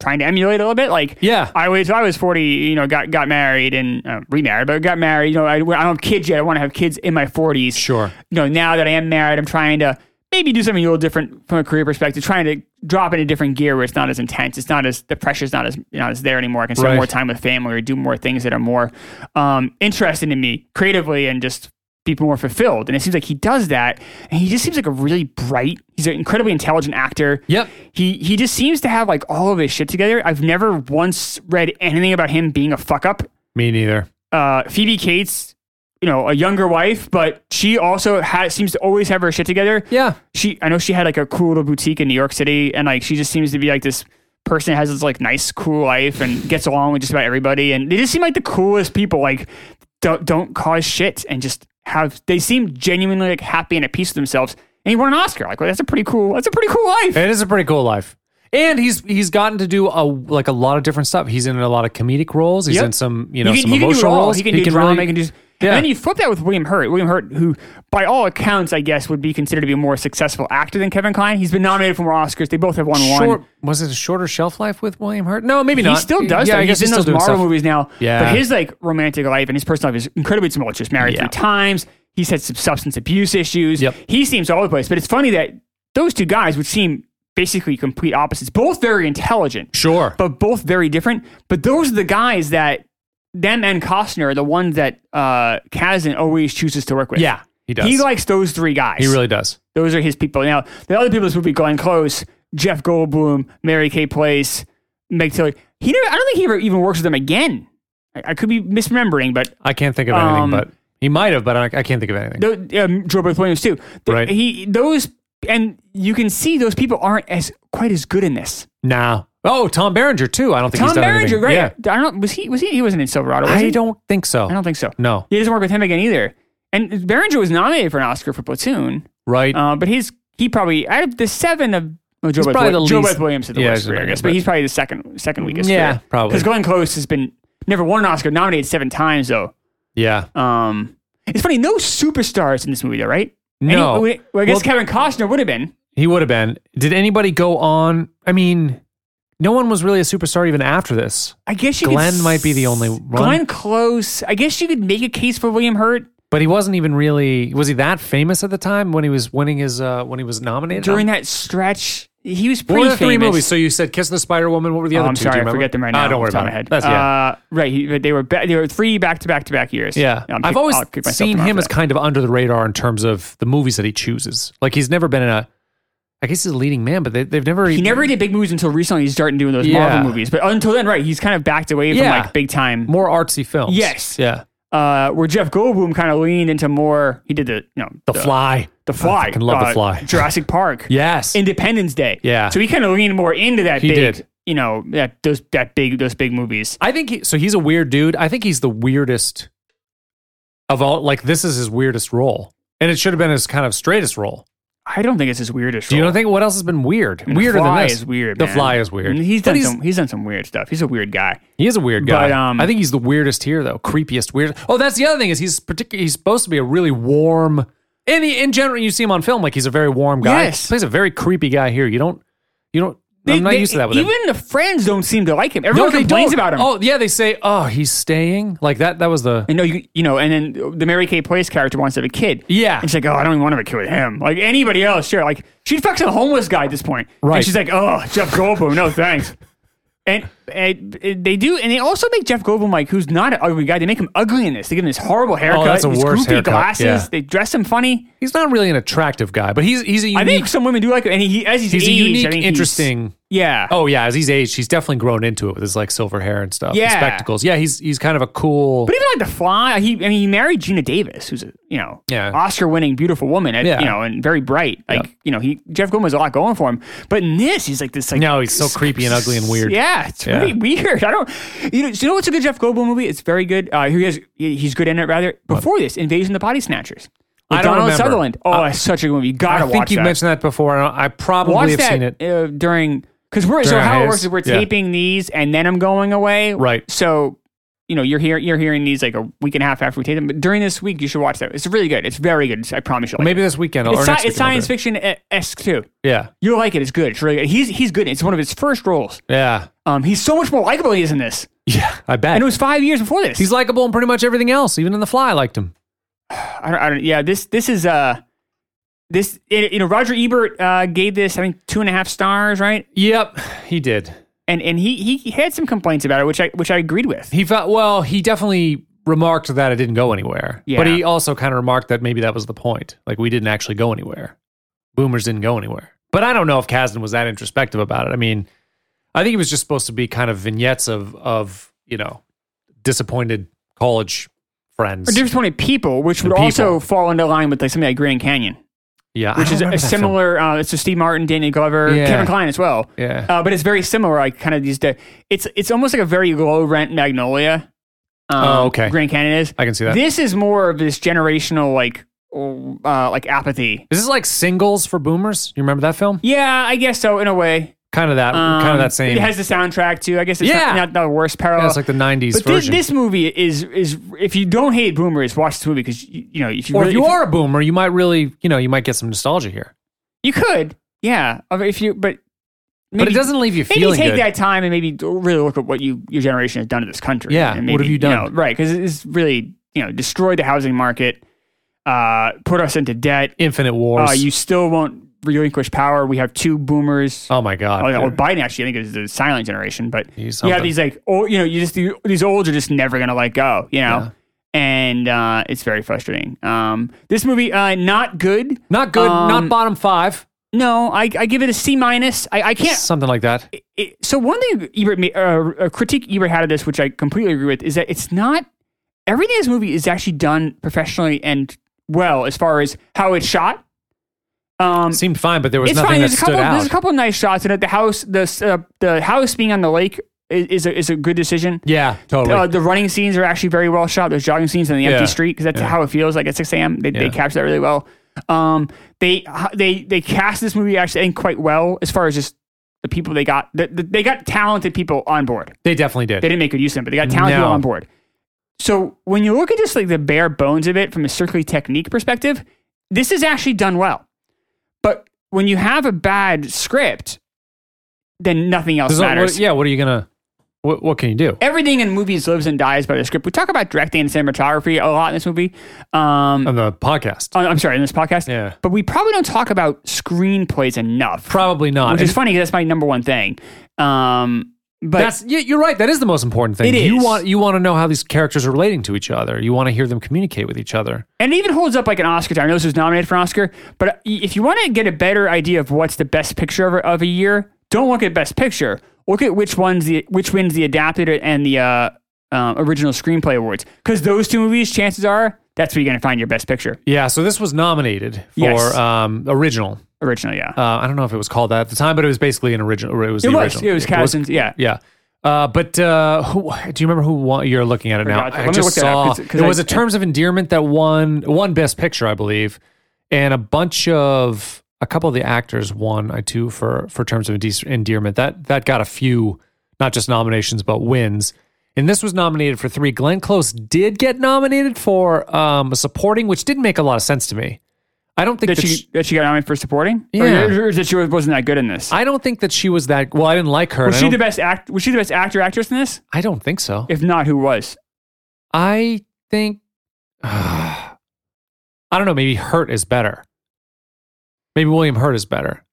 Speaker 3: trying to emulate a little bit. Like,
Speaker 1: Yeah.
Speaker 3: I was I was forty, you know, got got married and uh, remarried, but got married. You know, I, I don't have kids yet. I want to have kids in my forties
Speaker 1: Sure.
Speaker 3: you know, now that I am married, I'm trying to maybe do something a little different from a career perspective, trying to drop into different gear where it's not as intense. It's not as, the pressure's not as, you know, as there anymore. I can spend
Speaker 1: Right.
Speaker 3: more time with family or do more things that are more um, interesting to me creatively and just be more fulfilled. And it seems like he does that. And he just seems like a really bright, he's an incredibly intelligent actor.
Speaker 1: Yep.
Speaker 3: He, he just seems to have like all of his shit together. I've never once read anything about him being a fuck up
Speaker 1: Me neither.
Speaker 3: uh, Phoebe Cates, you know, a younger wife, but she also has seems to always have her shit together.
Speaker 1: Yeah.
Speaker 3: She, I know she had like a cool little boutique in New York City, and like she just seems to be like this person that has this like nice, cool life and gets along with just about everybody, and they just seem like the coolest people. Like, don't don't cause shit and just have they seem genuinely like happy and at peace with themselves. And he won an Oscar. Like, well, that's a pretty cool. That's a pretty cool life.
Speaker 1: It is a pretty cool life. And he's he's gotten to do a like a lot of different stuff. He's in a lot of comedic roles. He's
Speaker 3: Yep.
Speaker 1: in some you know some
Speaker 3: do it
Speaker 1: emotional
Speaker 3: all.
Speaker 1: roles.
Speaker 3: He can do drama.
Speaker 1: really-
Speaker 3: he can do.
Speaker 1: Yeah.
Speaker 3: And then you flip that with William Hurt. William Hurt, who by all accounts, I guess, would be considered to be a more successful actor than Kevin Kline. He's been nominated for more Oscars. They both have won
Speaker 1: short.
Speaker 3: one.
Speaker 1: Was it a shorter shelf life with William Hurt? No, maybe
Speaker 3: He
Speaker 1: not.
Speaker 3: still does.
Speaker 1: Yeah,
Speaker 3: though.
Speaker 1: I guess
Speaker 3: he's, in
Speaker 1: still
Speaker 3: those
Speaker 1: doing
Speaker 3: Marvel
Speaker 1: stuff.
Speaker 3: movies now.
Speaker 1: Yeah.
Speaker 3: But his like romantic life and his personal life is incredibly tumultuous. Married
Speaker 1: Yeah.
Speaker 3: three times. He's had some substance abuse issues.
Speaker 1: Yep.
Speaker 3: He seems all over the place. But it's funny that those two guys would seem basically complete opposites. Both very intelligent.
Speaker 1: Sure.
Speaker 3: but both very different. But those are the guys that them and Costner are the ones that uh, Kazan always chooses to work with.
Speaker 1: yeah, he does.
Speaker 3: he likes those three guys.
Speaker 1: he really does.
Speaker 3: those are his people. Now the other people in this movie: Glenn Close, Jeff Goldblum, Mary Kay Place, Meg Tilly. He never. I don't think he ever even works with them again. I, I could be misremembering, but
Speaker 1: I can't think of
Speaker 3: Um,
Speaker 1: anything, but he might have, but I, I can't think of anything.
Speaker 3: tho- um, Joe Beth Williams too. Th-
Speaker 1: Right.
Speaker 3: He those and you can see those people aren't as quite as good in this.
Speaker 1: Nah. Oh, Tom Berenger too. I don't think he's
Speaker 3: Tom
Speaker 1: done
Speaker 3: Berenger,
Speaker 1: anything.
Speaker 3: right?
Speaker 1: Yeah.
Speaker 3: I don't. Was he? Was he? He wasn't in Silverado. Was
Speaker 1: I
Speaker 3: he?
Speaker 1: don't think so.
Speaker 3: I don't think so.
Speaker 1: No.
Speaker 3: He doesn't work with him again either. And Berenger was nominated for an Oscar for Platoon,
Speaker 1: Right.
Speaker 3: uh, but he's he probably out of the seven of well, Joe,
Speaker 1: He's
Speaker 3: Beth,
Speaker 1: probably
Speaker 3: Wil-
Speaker 1: the
Speaker 3: Joe
Speaker 1: least-
Speaker 3: Beth Williams had the
Speaker 1: yeah,
Speaker 3: worst
Speaker 1: he's
Speaker 3: career, I
Speaker 1: not
Speaker 3: guess,
Speaker 1: good,
Speaker 3: but
Speaker 1: but-
Speaker 3: he's probably the second second weakest.
Speaker 1: Yeah, probably.
Speaker 3: because Glenn Close has been never won an Oscar, nominated seven times though.
Speaker 1: yeah.
Speaker 3: Um, it's funny, no superstars in this movie though, right?
Speaker 1: No.
Speaker 3: Any- well, I guess
Speaker 1: Well-
Speaker 3: Kevin Costner would have been.
Speaker 1: He would have been. Did anybody go on? I mean, no one was really a superstar even after this.
Speaker 3: I guess you
Speaker 1: Glenn
Speaker 3: could,
Speaker 1: might be the only one.
Speaker 3: Glenn Close. I guess you could make a case for William Hurt
Speaker 1: But he wasn't even really was he that famous at the time when he was winning his uh when he was nominated?
Speaker 3: during that stretch. He was
Speaker 1: what
Speaker 3: pretty
Speaker 1: were the three
Speaker 3: famous.
Speaker 1: movies? So you said Kiss the Spider Woman. What were the
Speaker 3: Oh,
Speaker 1: other
Speaker 3: I'm
Speaker 1: two? Do
Speaker 3: sorry,
Speaker 1: you
Speaker 3: I
Speaker 1: remember?
Speaker 3: forget them right now.
Speaker 1: Ah, don't worry
Speaker 3: off the
Speaker 1: about
Speaker 3: top of my head.
Speaker 1: it. That's yeah.
Speaker 3: Uh, right, he- but they were ba- they were three back to back to back years.
Speaker 1: yeah.
Speaker 3: I'm
Speaker 1: I've
Speaker 3: kick-
Speaker 1: always
Speaker 3: I'll kick myself
Speaker 1: seen
Speaker 3: tomorrow
Speaker 1: him
Speaker 3: for
Speaker 1: as
Speaker 3: that.
Speaker 1: kind of under the radar in terms of the movies that he chooses. Like he's never been in a I guess he's a leading man, but they, they've never
Speaker 3: He never did big movies until recently. He's starting doing those
Speaker 1: Yeah.
Speaker 3: Marvel movies, but until then, right, he's kind of backed away from
Speaker 1: Yeah.
Speaker 3: like big time.
Speaker 1: more artsy films.
Speaker 3: Yes.
Speaker 1: Yeah.
Speaker 3: Uh, where Jeff Goldblum kind of leaned into more. He did the you know
Speaker 1: The Fly.
Speaker 3: the fly.
Speaker 1: fucking love The
Speaker 3: uh,
Speaker 1: Fly.
Speaker 3: Jurassic Park.
Speaker 1: Yes.
Speaker 3: Independence Day.
Speaker 1: Yeah.
Speaker 3: So he kind of leaned more into that.
Speaker 1: He
Speaker 3: big,
Speaker 1: did.
Speaker 3: You know that those that big those big movies.
Speaker 1: I think he, so. He's a weird dude. I think he's the weirdest of all. Like this is his weirdest role, and it should have been his kind of straightest role.
Speaker 3: I don't think it's his weirdest.
Speaker 1: Do you
Speaker 3: role.
Speaker 1: don't think what else has been weird?
Speaker 3: And
Speaker 1: Weirder
Speaker 3: the fly
Speaker 1: than this.
Speaker 3: Is weird.
Speaker 1: The
Speaker 3: man.
Speaker 1: fly is weird.
Speaker 3: And He's
Speaker 1: But
Speaker 3: done
Speaker 1: he's-
Speaker 3: some. He's done some weird stuff. He's a weird guy.
Speaker 1: He is a weird guy.
Speaker 3: But, um,
Speaker 1: I think he's the weirdest here, though. Creepiest, weird. Oh, that's the other thing is he's particular. He's supposed to be a really warm. In the, in general, you see him on film like he's a very warm guy.
Speaker 3: Yes.
Speaker 1: He plays a very creepy guy here. You don't you don't I'm not used to that with him.
Speaker 3: even the friends don't seem to like him. Everyone
Speaker 1: they
Speaker 3: complains
Speaker 1: don't.
Speaker 3: about him.
Speaker 1: Oh yeah, they say, oh, he's staying. Like that. That was the.
Speaker 3: And no, you you know, and then the Mary Kay Place character wants to have a kid.
Speaker 1: Yeah.
Speaker 3: And she's like, oh, I don't even want to have a kid with him. Like anybody else, sure. Like she fucks a homeless guy at this point.
Speaker 1: Right.
Speaker 3: And she's like, oh, Jeff Goldblum, no thanks. And, and they do, and they also make Jeff Goldblum like who's not an ugly guy. They make him ugly in this. They give him this horrible haircut,
Speaker 1: Oh, that's a
Speaker 3: these
Speaker 1: worse
Speaker 3: goofy
Speaker 1: haircut,
Speaker 3: glasses.
Speaker 1: yeah.
Speaker 3: They dress him funny.
Speaker 1: He's not really an attractive guy, but he's he's a
Speaker 3: I
Speaker 1: unique.
Speaker 3: think some women do like him, and he, he as he's,
Speaker 1: he's a
Speaker 3: aged, I
Speaker 1: unique,
Speaker 3: think he's-
Speaker 1: interesting.
Speaker 3: Yeah.
Speaker 1: Oh yeah, as he's aged, he's definitely grown into it with his like silver hair and stuff. and
Speaker 3: Yeah.
Speaker 1: spectacles. Yeah, he's he's kind of a cool.
Speaker 3: But even like the fly, he I mean he married Gina Davis, who's a you know
Speaker 1: Yeah.
Speaker 3: Oscar winning beautiful woman, and,
Speaker 1: Yeah.
Speaker 3: you know, and very bright. Like
Speaker 1: Yeah.
Speaker 3: you know, he Jeff Goldblum has a lot going for him. But in this, he's like this like
Speaker 1: no, he's so creepy and ugly and weird.
Speaker 3: Yeah, it's
Speaker 1: Yeah.
Speaker 3: really weird. I don't you know you know what's a good Jeff Goldblum movie? It's very good. Uh, he has he's good in it rather. Before this, Invasion of the Body Snatchers. With
Speaker 1: I don't
Speaker 3: Donald
Speaker 1: remember.
Speaker 3: Sutherland. Oh,
Speaker 1: Uh,
Speaker 3: that's such a good movie. You
Speaker 1: I
Speaker 3: gotta watch
Speaker 1: think you've
Speaker 3: that.
Speaker 1: mentioned that before. and I I probably
Speaker 3: watch
Speaker 1: have
Speaker 3: that
Speaker 1: seen it.
Speaker 3: Uh, during because we're so
Speaker 1: During
Speaker 3: how it
Speaker 1: hiatus,
Speaker 3: works is we're
Speaker 1: yeah.
Speaker 3: taping these and then I'm going away.
Speaker 1: Right.
Speaker 3: So you know you're here you're hearing these like a week and a half after we tape them, but during this week you should watch that. It's really good. It's very good. It's- I promise you. Like
Speaker 1: Maybe this weekend
Speaker 3: it.
Speaker 1: or
Speaker 3: it's,
Speaker 1: next
Speaker 3: sci- it's
Speaker 1: weekend I'll do
Speaker 3: science
Speaker 1: it.
Speaker 3: fiction uh, esque too.
Speaker 1: Yeah,
Speaker 3: You'll like it. It's good. It's really good. He's he's good. It's one of his first roles.
Speaker 1: yeah,
Speaker 3: Um, he's so much more likable than he is in this,
Speaker 1: yeah. I bet.
Speaker 3: and it was five years before this.
Speaker 1: he's likable in pretty much everything else. Even in The Fly, I liked him.
Speaker 3: I don't, I don't, yeah, this this is uh this you know Roger Ebert uh, gave this I think two and a half stars, right?
Speaker 1: Yep, he did.
Speaker 3: And and he he had some complaints about it, which I which I agreed with.
Speaker 1: He felt well. He definitely remarked that it didn't go anywhere.
Speaker 3: Yeah.
Speaker 1: But he also kind of remarked that maybe that was the point. Like we didn't actually go anywhere. Boomers didn't go anywhere. But I don't know if Kasdan was that introspective about it. I mean, I think it was just supposed to be kind of vignettes of of you know disappointed college
Speaker 3: Or
Speaker 1: friends.
Speaker 3: difference between people, which would
Speaker 1: people.
Speaker 3: also fall into line with like something like Grand Canyon,
Speaker 1: yeah, I
Speaker 3: which
Speaker 1: don't
Speaker 3: is
Speaker 1: remember
Speaker 3: a
Speaker 1: that film.
Speaker 3: similar. Uh, it's just Steve Martin, Danny Glover,
Speaker 1: Yeah.
Speaker 3: Kevin Klein as well.
Speaker 1: Yeah.
Speaker 3: Uh, but it's very similar. Like kind of these. da- It's it's almost like a very low rent Magnolia. Um,
Speaker 1: Oh, okay.
Speaker 3: Grand Canyon is.
Speaker 1: I can see that.
Speaker 3: This is more of this generational like uh, like apathy.
Speaker 1: Is this like singles for boomers? You remember that film?
Speaker 3: Yeah, I guess so in a way.
Speaker 1: Kind of that,
Speaker 3: Um,
Speaker 1: kind of that same.
Speaker 3: It has the soundtrack too. I guess it's
Speaker 1: Yeah.
Speaker 3: not, not the worst parallel.
Speaker 1: yeah, it's like the '90s
Speaker 3: but this,
Speaker 1: version.
Speaker 3: this movie is is if you don't hate boomers, watch this movie because you, you know if you
Speaker 1: or
Speaker 3: really,
Speaker 1: if you are a boomer, you might really, you know, you might get some nostalgia here.
Speaker 3: You could, yeah. I mean, If you, but maybe,
Speaker 1: but it doesn't leave you
Speaker 3: Maybe
Speaker 1: feeling
Speaker 3: take
Speaker 1: good.
Speaker 3: that time and maybe really look at what you your generation has done to this country.
Speaker 1: Yeah,
Speaker 3: and
Speaker 1: what
Speaker 3: maybe,
Speaker 1: have you done?
Speaker 3: know, right, because it's really you know destroyed the housing market, uh, put us into debt.
Speaker 1: Infinite Wars.
Speaker 3: Uh, you still won't relinquish power. We have two boomers.
Speaker 1: oh my god.
Speaker 3: Oh, yeah, well, Biden actually, I think, is the silent generation, but
Speaker 1: He's
Speaker 3: you
Speaker 1: something.
Speaker 3: have these like, oh, you know, you just you- these olds are just never gonna let go, you know, and uh, it's very frustrating. Um, this movie, uh, not good,
Speaker 1: Not good.
Speaker 3: Um,
Speaker 1: not bottom five.
Speaker 3: no, I, I give it a C minus. I, I can't.
Speaker 1: Something like that.
Speaker 3: It, so one thing Ebert ma- uh, a critique Ebert had of this, which I completely agree with, is that it's not everything. in This movie is actually done professionally and well as far as how it's shot. Um,
Speaker 1: Seemed fine, but there was
Speaker 3: it's
Speaker 1: nothing
Speaker 3: fine.
Speaker 1: that
Speaker 3: There's a
Speaker 1: stood
Speaker 3: couple.
Speaker 1: out.
Speaker 3: There's a couple of nice shots, and at the house, the uh, the house being on the lake is is a, is a good decision.
Speaker 1: yeah, totally.
Speaker 3: Uh, the running scenes are actually very well shot. Those jogging scenes on the
Speaker 1: Yeah.
Speaker 3: empty street because that's
Speaker 1: Yeah.
Speaker 3: how it feels like at 6 a.m. They,
Speaker 1: Yeah.
Speaker 3: they capture that really well. Um, they they they cast this movie actually I think, quite well as far as just the people they got. The, the- they got talented people on board.
Speaker 1: they definitely did.
Speaker 3: They didn't make good use of them, but they got talented
Speaker 1: No.
Speaker 3: people on board. So when you look at just like the bare bones of it from a circular technique perspective, this is actually done well. But when you have a bad script, then nothing else
Speaker 1: There's a- what-
Speaker 3: matters
Speaker 1: yeah. What are you gonna? What, what can you do?
Speaker 3: everything in movies lives and dies by the script. We talk about directing and cinematography a lot in this movie. Um,
Speaker 1: On the podcast.
Speaker 3: on- I'm sorry, in this podcast.
Speaker 1: Yeah.
Speaker 3: But we probably don't talk about screenplays enough,
Speaker 1: Probably not.
Speaker 3: which is
Speaker 1: And
Speaker 3: funny 'cause that's my number one thing. Um, but
Speaker 1: That's yeah, you're right. That is the most important thing.
Speaker 3: It
Speaker 1: you
Speaker 3: is.
Speaker 1: want you want to know how these characters are relating to each other. You want to hear them communicate with each other.
Speaker 3: and it even holds up like an Oscar. I know this was nominated for an Oscar, but if you want to get a better idea of what's the best picture of a, of a year, don't look at best picture. Look at which ones the which wins the adapted and the uh, um, original screenplay awards, because those two movies, chances are that's where you're going to find your best picture
Speaker 1: Yeah. So this was nominated for
Speaker 3: Yes.
Speaker 1: um, original.
Speaker 3: originally. Yeah.
Speaker 1: Uh, I don't know if it was called that at the time, but it was basically an original. It was
Speaker 3: It
Speaker 1: the
Speaker 3: was.
Speaker 1: original.
Speaker 3: It was Cousins. Yeah.
Speaker 1: Yeah. Uh, but uh, who, do you remember who won? You're looking at it now.
Speaker 3: Forgot.
Speaker 1: I
Speaker 3: Let me
Speaker 1: just
Speaker 3: look that
Speaker 1: saw
Speaker 3: up, 'cause- 'cause
Speaker 1: it
Speaker 3: I-
Speaker 1: was a Terms of Endearment that won won Best Picture, I believe, and a bunch of a couple of the actors won I too for for Terms of Ende- Endearment. That that got a few not just nominations but wins. And this was nominated for three. Glenn Close did get nominated for um, a supporting, which didn't make a lot of sense to me. I don't think
Speaker 3: that
Speaker 1: that
Speaker 3: she
Speaker 1: she-
Speaker 3: that she got nominated for supporting? Or-
Speaker 1: Yeah.
Speaker 3: Or, or that she wasn't that good in this?
Speaker 1: I don't think that she was that. Well, I didn't like her. and
Speaker 3: was
Speaker 1: I
Speaker 3: she
Speaker 1: don't,
Speaker 3: the best act? Was she the best actor actress in this?
Speaker 1: I don't think so.
Speaker 3: If not, who was?
Speaker 1: I think I don't know. Maybe Hurt is better. Maybe William Hurt is better.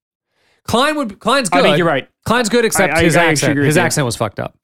Speaker 1: Klein would Klein's good.
Speaker 3: I think you're right.
Speaker 1: Klein's good, except
Speaker 3: I- I-
Speaker 1: his
Speaker 3: I actually
Speaker 1: accent.
Speaker 3: agree with
Speaker 1: His
Speaker 3: you.
Speaker 1: accent was fucked up.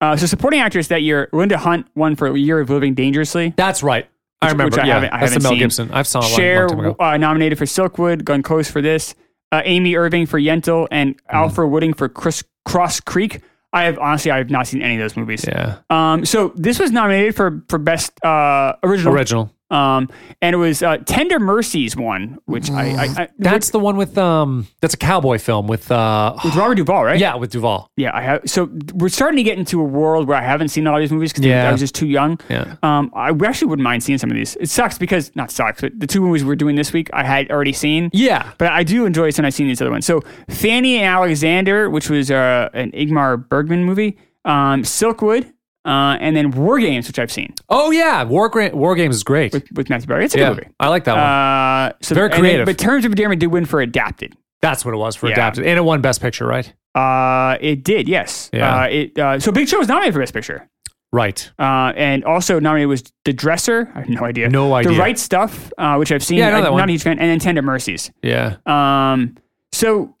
Speaker 3: Uh, so supporting actress that year, Linda Hunt won for Year of Living Dangerously.
Speaker 1: That's right. I
Speaker 3: Which-
Speaker 1: remember.
Speaker 3: which I
Speaker 1: yeah,
Speaker 3: haven't- I
Speaker 1: that's the
Speaker 3: haven't
Speaker 1: Mel
Speaker 3: seen.
Speaker 1: Gibson. I've saw a long,
Speaker 3: Cher
Speaker 1: Oh, long time ago.
Speaker 3: uh, nominated for Silkwood, Glenn Close for this, uh, Amy Irving for Yentl, and
Speaker 1: Hmm.
Speaker 3: Alfred Wooding for Chris, Cross Creek. I have honestly, I have not seen any of those movies.
Speaker 1: Yeah,
Speaker 3: Um, so this was nominated for for best uh, original,
Speaker 1: original.
Speaker 3: um, and it was uh, Tender Mercies one, which I, I, I
Speaker 1: That's the one with um. That's a cowboy film with uh.
Speaker 3: with Robert Duvall, right?
Speaker 1: Yeah, with Duvall.
Speaker 3: yeah. I have. So we're starting to get into a world where I haven't seen all these movies because
Speaker 1: Yeah.
Speaker 3: I was just too young.
Speaker 1: Yeah.
Speaker 3: Um, I actually wouldn't mind seeing some of these. It sucks because not sucks, but the two movies we're doing this week I had already seen.
Speaker 1: Yeah.
Speaker 3: But I do enjoy it when I've seen these other ones. So Fanny and Alexander, which was uh, an Igmar Bergman movie, um, Silkwood, uh, and then War Games, which I've seen
Speaker 1: Oh yeah, War Gra- War Games is great.
Speaker 3: with Matthew Berry. It's a
Speaker 1: yeah,
Speaker 3: good movie.
Speaker 1: I like that one.
Speaker 3: Uh, so
Speaker 1: Very
Speaker 3: and then-
Speaker 1: creative.
Speaker 3: but Terms of Endearment did win for Adapted.
Speaker 1: That's what it was for
Speaker 3: yeah.
Speaker 1: adapted, and it won Best Picture, right?
Speaker 3: Uh, it did, yes.
Speaker 1: Yeah.
Speaker 3: Uh, it, uh, so Big Show was nominated for Best Picture.
Speaker 1: Right.
Speaker 3: Uh, and also nominated was The Dresser. I have no idea.
Speaker 1: No idea.
Speaker 3: The Right Stuff, uh, which I've seen.
Speaker 1: Yeah, I know
Speaker 3: I'm
Speaker 1: that
Speaker 3: not
Speaker 1: one.
Speaker 3: a huge fan. And then Tender Mercies.
Speaker 1: Yeah.
Speaker 3: Um, so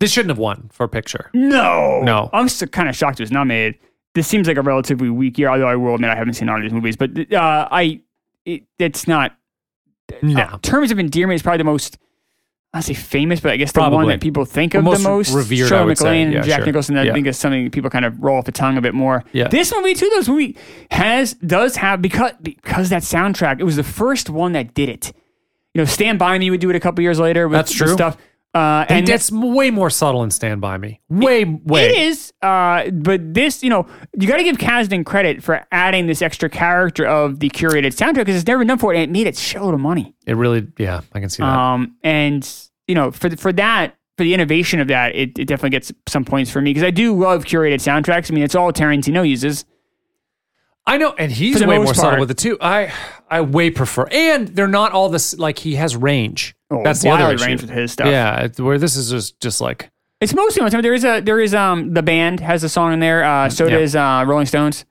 Speaker 1: This shouldn't have won for picture.
Speaker 3: No.
Speaker 1: No.
Speaker 3: I'm still kind of shocked it was nominated. This seems like a relatively weak year, although I will admit I haven't seen all of these movies. But uh, I, it, it's not.
Speaker 1: No.
Speaker 3: uh, Terms of Endearment is probably the most, I say famous, but I guess the one
Speaker 1: Probably.
Speaker 3: that people think
Speaker 1: The
Speaker 3: of
Speaker 1: most
Speaker 3: the most.
Speaker 1: revered,
Speaker 3: Shirley
Speaker 1: I would say.
Speaker 3: MacLaine,
Speaker 1: Yeah,
Speaker 3: Jack
Speaker 1: sure.
Speaker 3: Nicholson. I
Speaker 1: Yeah.
Speaker 3: think is something people kind of roll off the tongue a bit more.
Speaker 1: Yeah.
Speaker 3: This movie too, though, this movie has does have because because that soundtrack. It was the first one that did it. You know, Stand by Me would do it a couple years later with
Speaker 1: That's
Speaker 3: with
Speaker 1: true.
Speaker 3: stuff. Uh,
Speaker 1: and that's way more subtle in Stand By Me. Way, way.
Speaker 3: it is, uh, but this, you know, you got to give Kasdan credit for adding this extra character of the curated soundtrack because it's never been done for, and it made it show of money.
Speaker 1: It really, yeah, I can see that.
Speaker 3: Um, and you know, for for that, for the innovation of that, it, it definitely gets some points for me because I do love curated soundtracks. I mean, it's all Tarantino uses.
Speaker 1: I know, and he's
Speaker 3: the
Speaker 1: way
Speaker 3: most
Speaker 1: more subtle
Speaker 3: part.
Speaker 1: with it too. I, I way prefer, and they're not all this. Like he has range.
Speaker 3: Oh,
Speaker 1: that's the other
Speaker 3: wild
Speaker 1: issue.
Speaker 3: range with his stuff.
Speaker 1: Yeah, it- where this is just, just like
Speaker 3: It's mostly on time. There is a there is um the band has a song in there. Uh, so
Speaker 1: Yeah.
Speaker 3: does uh, Rolling Stones.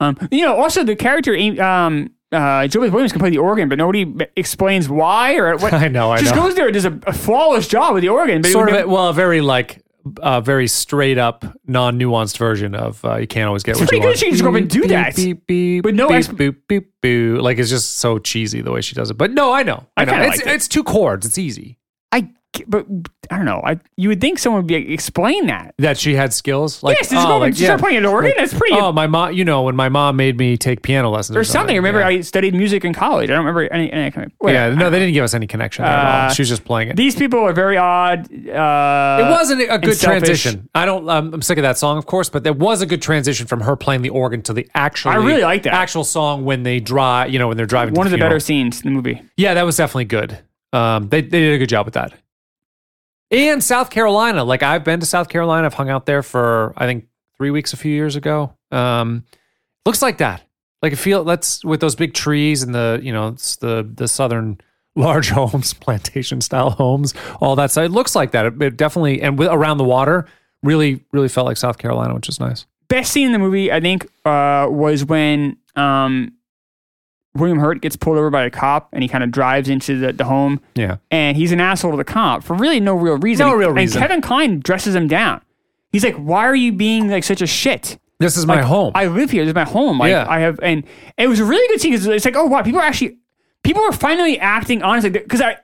Speaker 3: Um, you know, also the character um uh Joey Williams can play the organ, but nobody b- explains why or what.
Speaker 1: I know, I
Speaker 3: just
Speaker 1: know.
Speaker 3: goes there and does a, a flawless job with the organ. But it
Speaker 1: sort
Speaker 3: would
Speaker 1: of
Speaker 3: never-
Speaker 1: a, well, a very like a very straight up, non nuanced version of uh, you can't always get what
Speaker 3: pretty
Speaker 1: you
Speaker 3: good
Speaker 1: want.
Speaker 3: she can just go up and do
Speaker 1: Beep,
Speaker 3: that.
Speaker 1: beep, beep,
Speaker 3: With no
Speaker 1: beep,
Speaker 3: expl-
Speaker 1: boop, boop, boop. Like it's just so cheesy the way she does it. But no, I know, I, know.
Speaker 3: kinda
Speaker 1: It's
Speaker 3: liked it.
Speaker 1: it's two chords. It's easy.
Speaker 3: I g- but I don't know. I you would think someone would be explain that.
Speaker 1: That she had skills. Oh, Like
Speaker 3: Yes, just go up and start playing an organ. That's pretty.
Speaker 1: Oh, my mom. You know, when my mom made me take piano lessons
Speaker 3: or something. Remember,
Speaker 1: yeah.
Speaker 3: I studied music in college. I don't remember any. any kind of- whatever.
Speaker 1: yeah, no, they didn't give us any connection at all. She was just playing it.
Speaker 3: These people are very odd. Uh,
Speaker 1: it wasn't a
Speaker 3: and
Speaker 1: good
Speaker 3: selfish.
Speaker 1: transition. I don't. Um, I'm sick of that song, of course, but there was a good transition from her playing the organ to the actual.
Speaker 3: I really like that.
Speaker 1: actual song when they drive. You know, when they're driving. to
Speaker 3: One of the
Speaker 1: funeral.
Speaker 3: better scenes in the movie.
Speaker 1: Yeah, that was definitely good. Um, they they did a good job with that. And South Carolina, like I've been to South Carolina, I've hung out there for I think three weeks a few years ago. Um, looks like that. Like it feel that's with those big trees and the you know it's the the southern large homes, plantation style homes, all that. So it looks like that. It, it definitely and with, around the water, really really felt like South Carolina, which is nice.
Speaker 3: best scene in the movie, I think, uh, was when um, William Hurt gets pulled over by a cop and he kind of drives into the, the home
Speaker 1: Yeah,
Speaker 3: and he's an asshole to the cop for really no real reason.
Speaker 1: No real
Speaker 3: And
Speaker 1: reason.
Speaker 3: Kevin Klein dresses him down. He's like, "Why are you being like such a shit?
Speaker 1: this is my home.
Speaker 3: I live here. This is my home. Like,
Speaker 1: Yeah.
Speaker 3: I have." And it was a really good scene because it's like, "Oh wow, people are actually, people are finally acting honestly." Because I.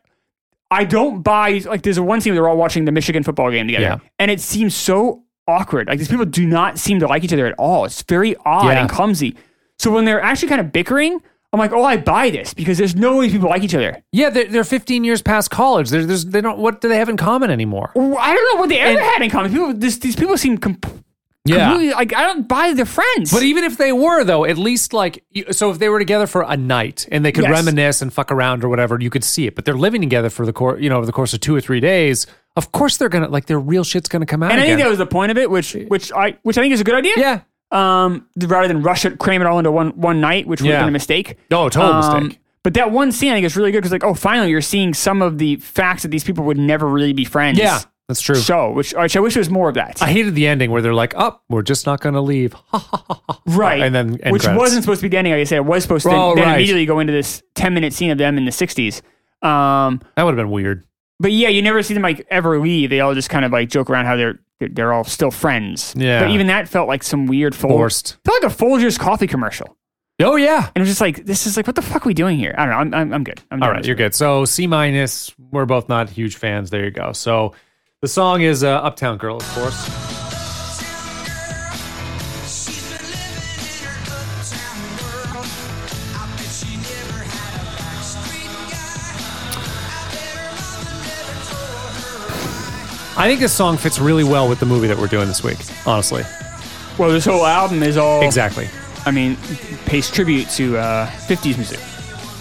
Speaker 3: I don't buy like there's one scene where they're all watching the Michigan football game together,
Speaker 1: Yeah.
Speaker 3: and it seems so awkward. Like these people do not seem to like each other at all. It's very odd
Speaker 1: Yeah.
Speaker 3: and clumsy. So when they're actually kind of bickering, I'm like, oh, I buy this because there's no way these people like each other.
Speaker 1: yeah, they're, they're 15 years past college. They're, there's they don't what do they have in common anymore?
Speaker 3: I don't know what they ever had in common. People, this, these people seem com- completely like I don't buy their friends.
Speaker 1: But even if they were, though, at least like, you- so if they were together for a night and they could
Speaker 3: Yes.
Speaker 1: reminisce and fuck around or whatever, you could see it. But they're living together for the course, you know, over the course of two or three days. Of course, they're gonna like their real shit's gonna come out.
Speaker 3: and I think
Speaker 1: again.
Speaker 3: that was the point of it, which which I which I think is a good idea.
Speaker 1: yeah,
Speaker 3: Um, rather than rush it, cram it all into one one night, which would
Speaker 1: Yeah.
Speaker 3: have been a mistake.
Speaker 1: No, total
Speaker 3: Um,
Speaker 1: mistake.
Speaker 3: But But that one scene I think is really good because like, oh, finally you're seeing some of the facts that these people would never really be friends.
Speaker 1: Yeah, that's true.
Speaker 3: So, which, which I wish there was more of that.
Speaker 1: I hated the ending where they're like, "Up, we're just not going to leave."
Speaker 3: right.
Speaker 1: and then end
Speaker 3: which
Speaker 1: credits.
Speaker 3: wasn't supposed to be the ending. Like I said, it was supposed to
Speaker 1: Oh,
Speaker 3: then
Speaker 1: right.
Speaker 3: immediately go into this 10 minute scene of them in the 60s. Um,
Speaker 1: that would have been weird.
Speaker 3: but yeah, you never see them like ever leave. They all just kind of like joke around how they're they're, they're all still friends.
Speaker 1: Yeah.
Speaker 3: But even that felt like some weird Fol-
Speaker 1: Forced.
Speaker 3: Felt like a Folgers coffee commercial.
Speaker 1: Oh yeah.
Speaker 3: And it was just like, this is like, what the fuck are we doing here? I don't know. I'm, I'm, I'm good. I'm
Speaker 1: All
Speaker 3: done
Speaker 1: right,
Speaker 3: with
Speaker 1: you're
Speaker 3: it.
Speaker 1: good. So C minus. We're both not huge fans. There you go. So the song is uh, "Uptown Girl," of course. I think this song fits really well with the movie that we're doing this week. Honestly,
Speaker 3: Well, this whole album is all,
Speaker 1: exactly.
Speaker 3: I mean, pays tribute to uh, 50s music.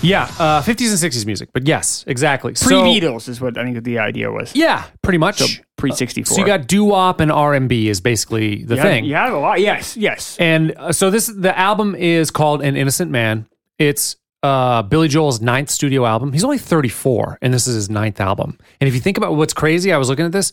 Speaker 1: Yeah, uh, 50s and 60s music. But yes, exactly.
Speaker 3: Pre
Speaker 1: So-
Speaker 3: Beatles is what I think the idea was.
Speaker 1: Yeah, pretty much.
Speaker 3: Pre 64.
Speaker 1: So you got doo wop and R and B is basically the thing.
Speaker 3: You have a lot. Yes, yes.
Speaker 1: And uh, so this the album is called An Innocent Man. It's uh, Billy Joel's ninth studio album. He's only 34, and this is his ninth album. And if you think about what's crazy, I was looking at this.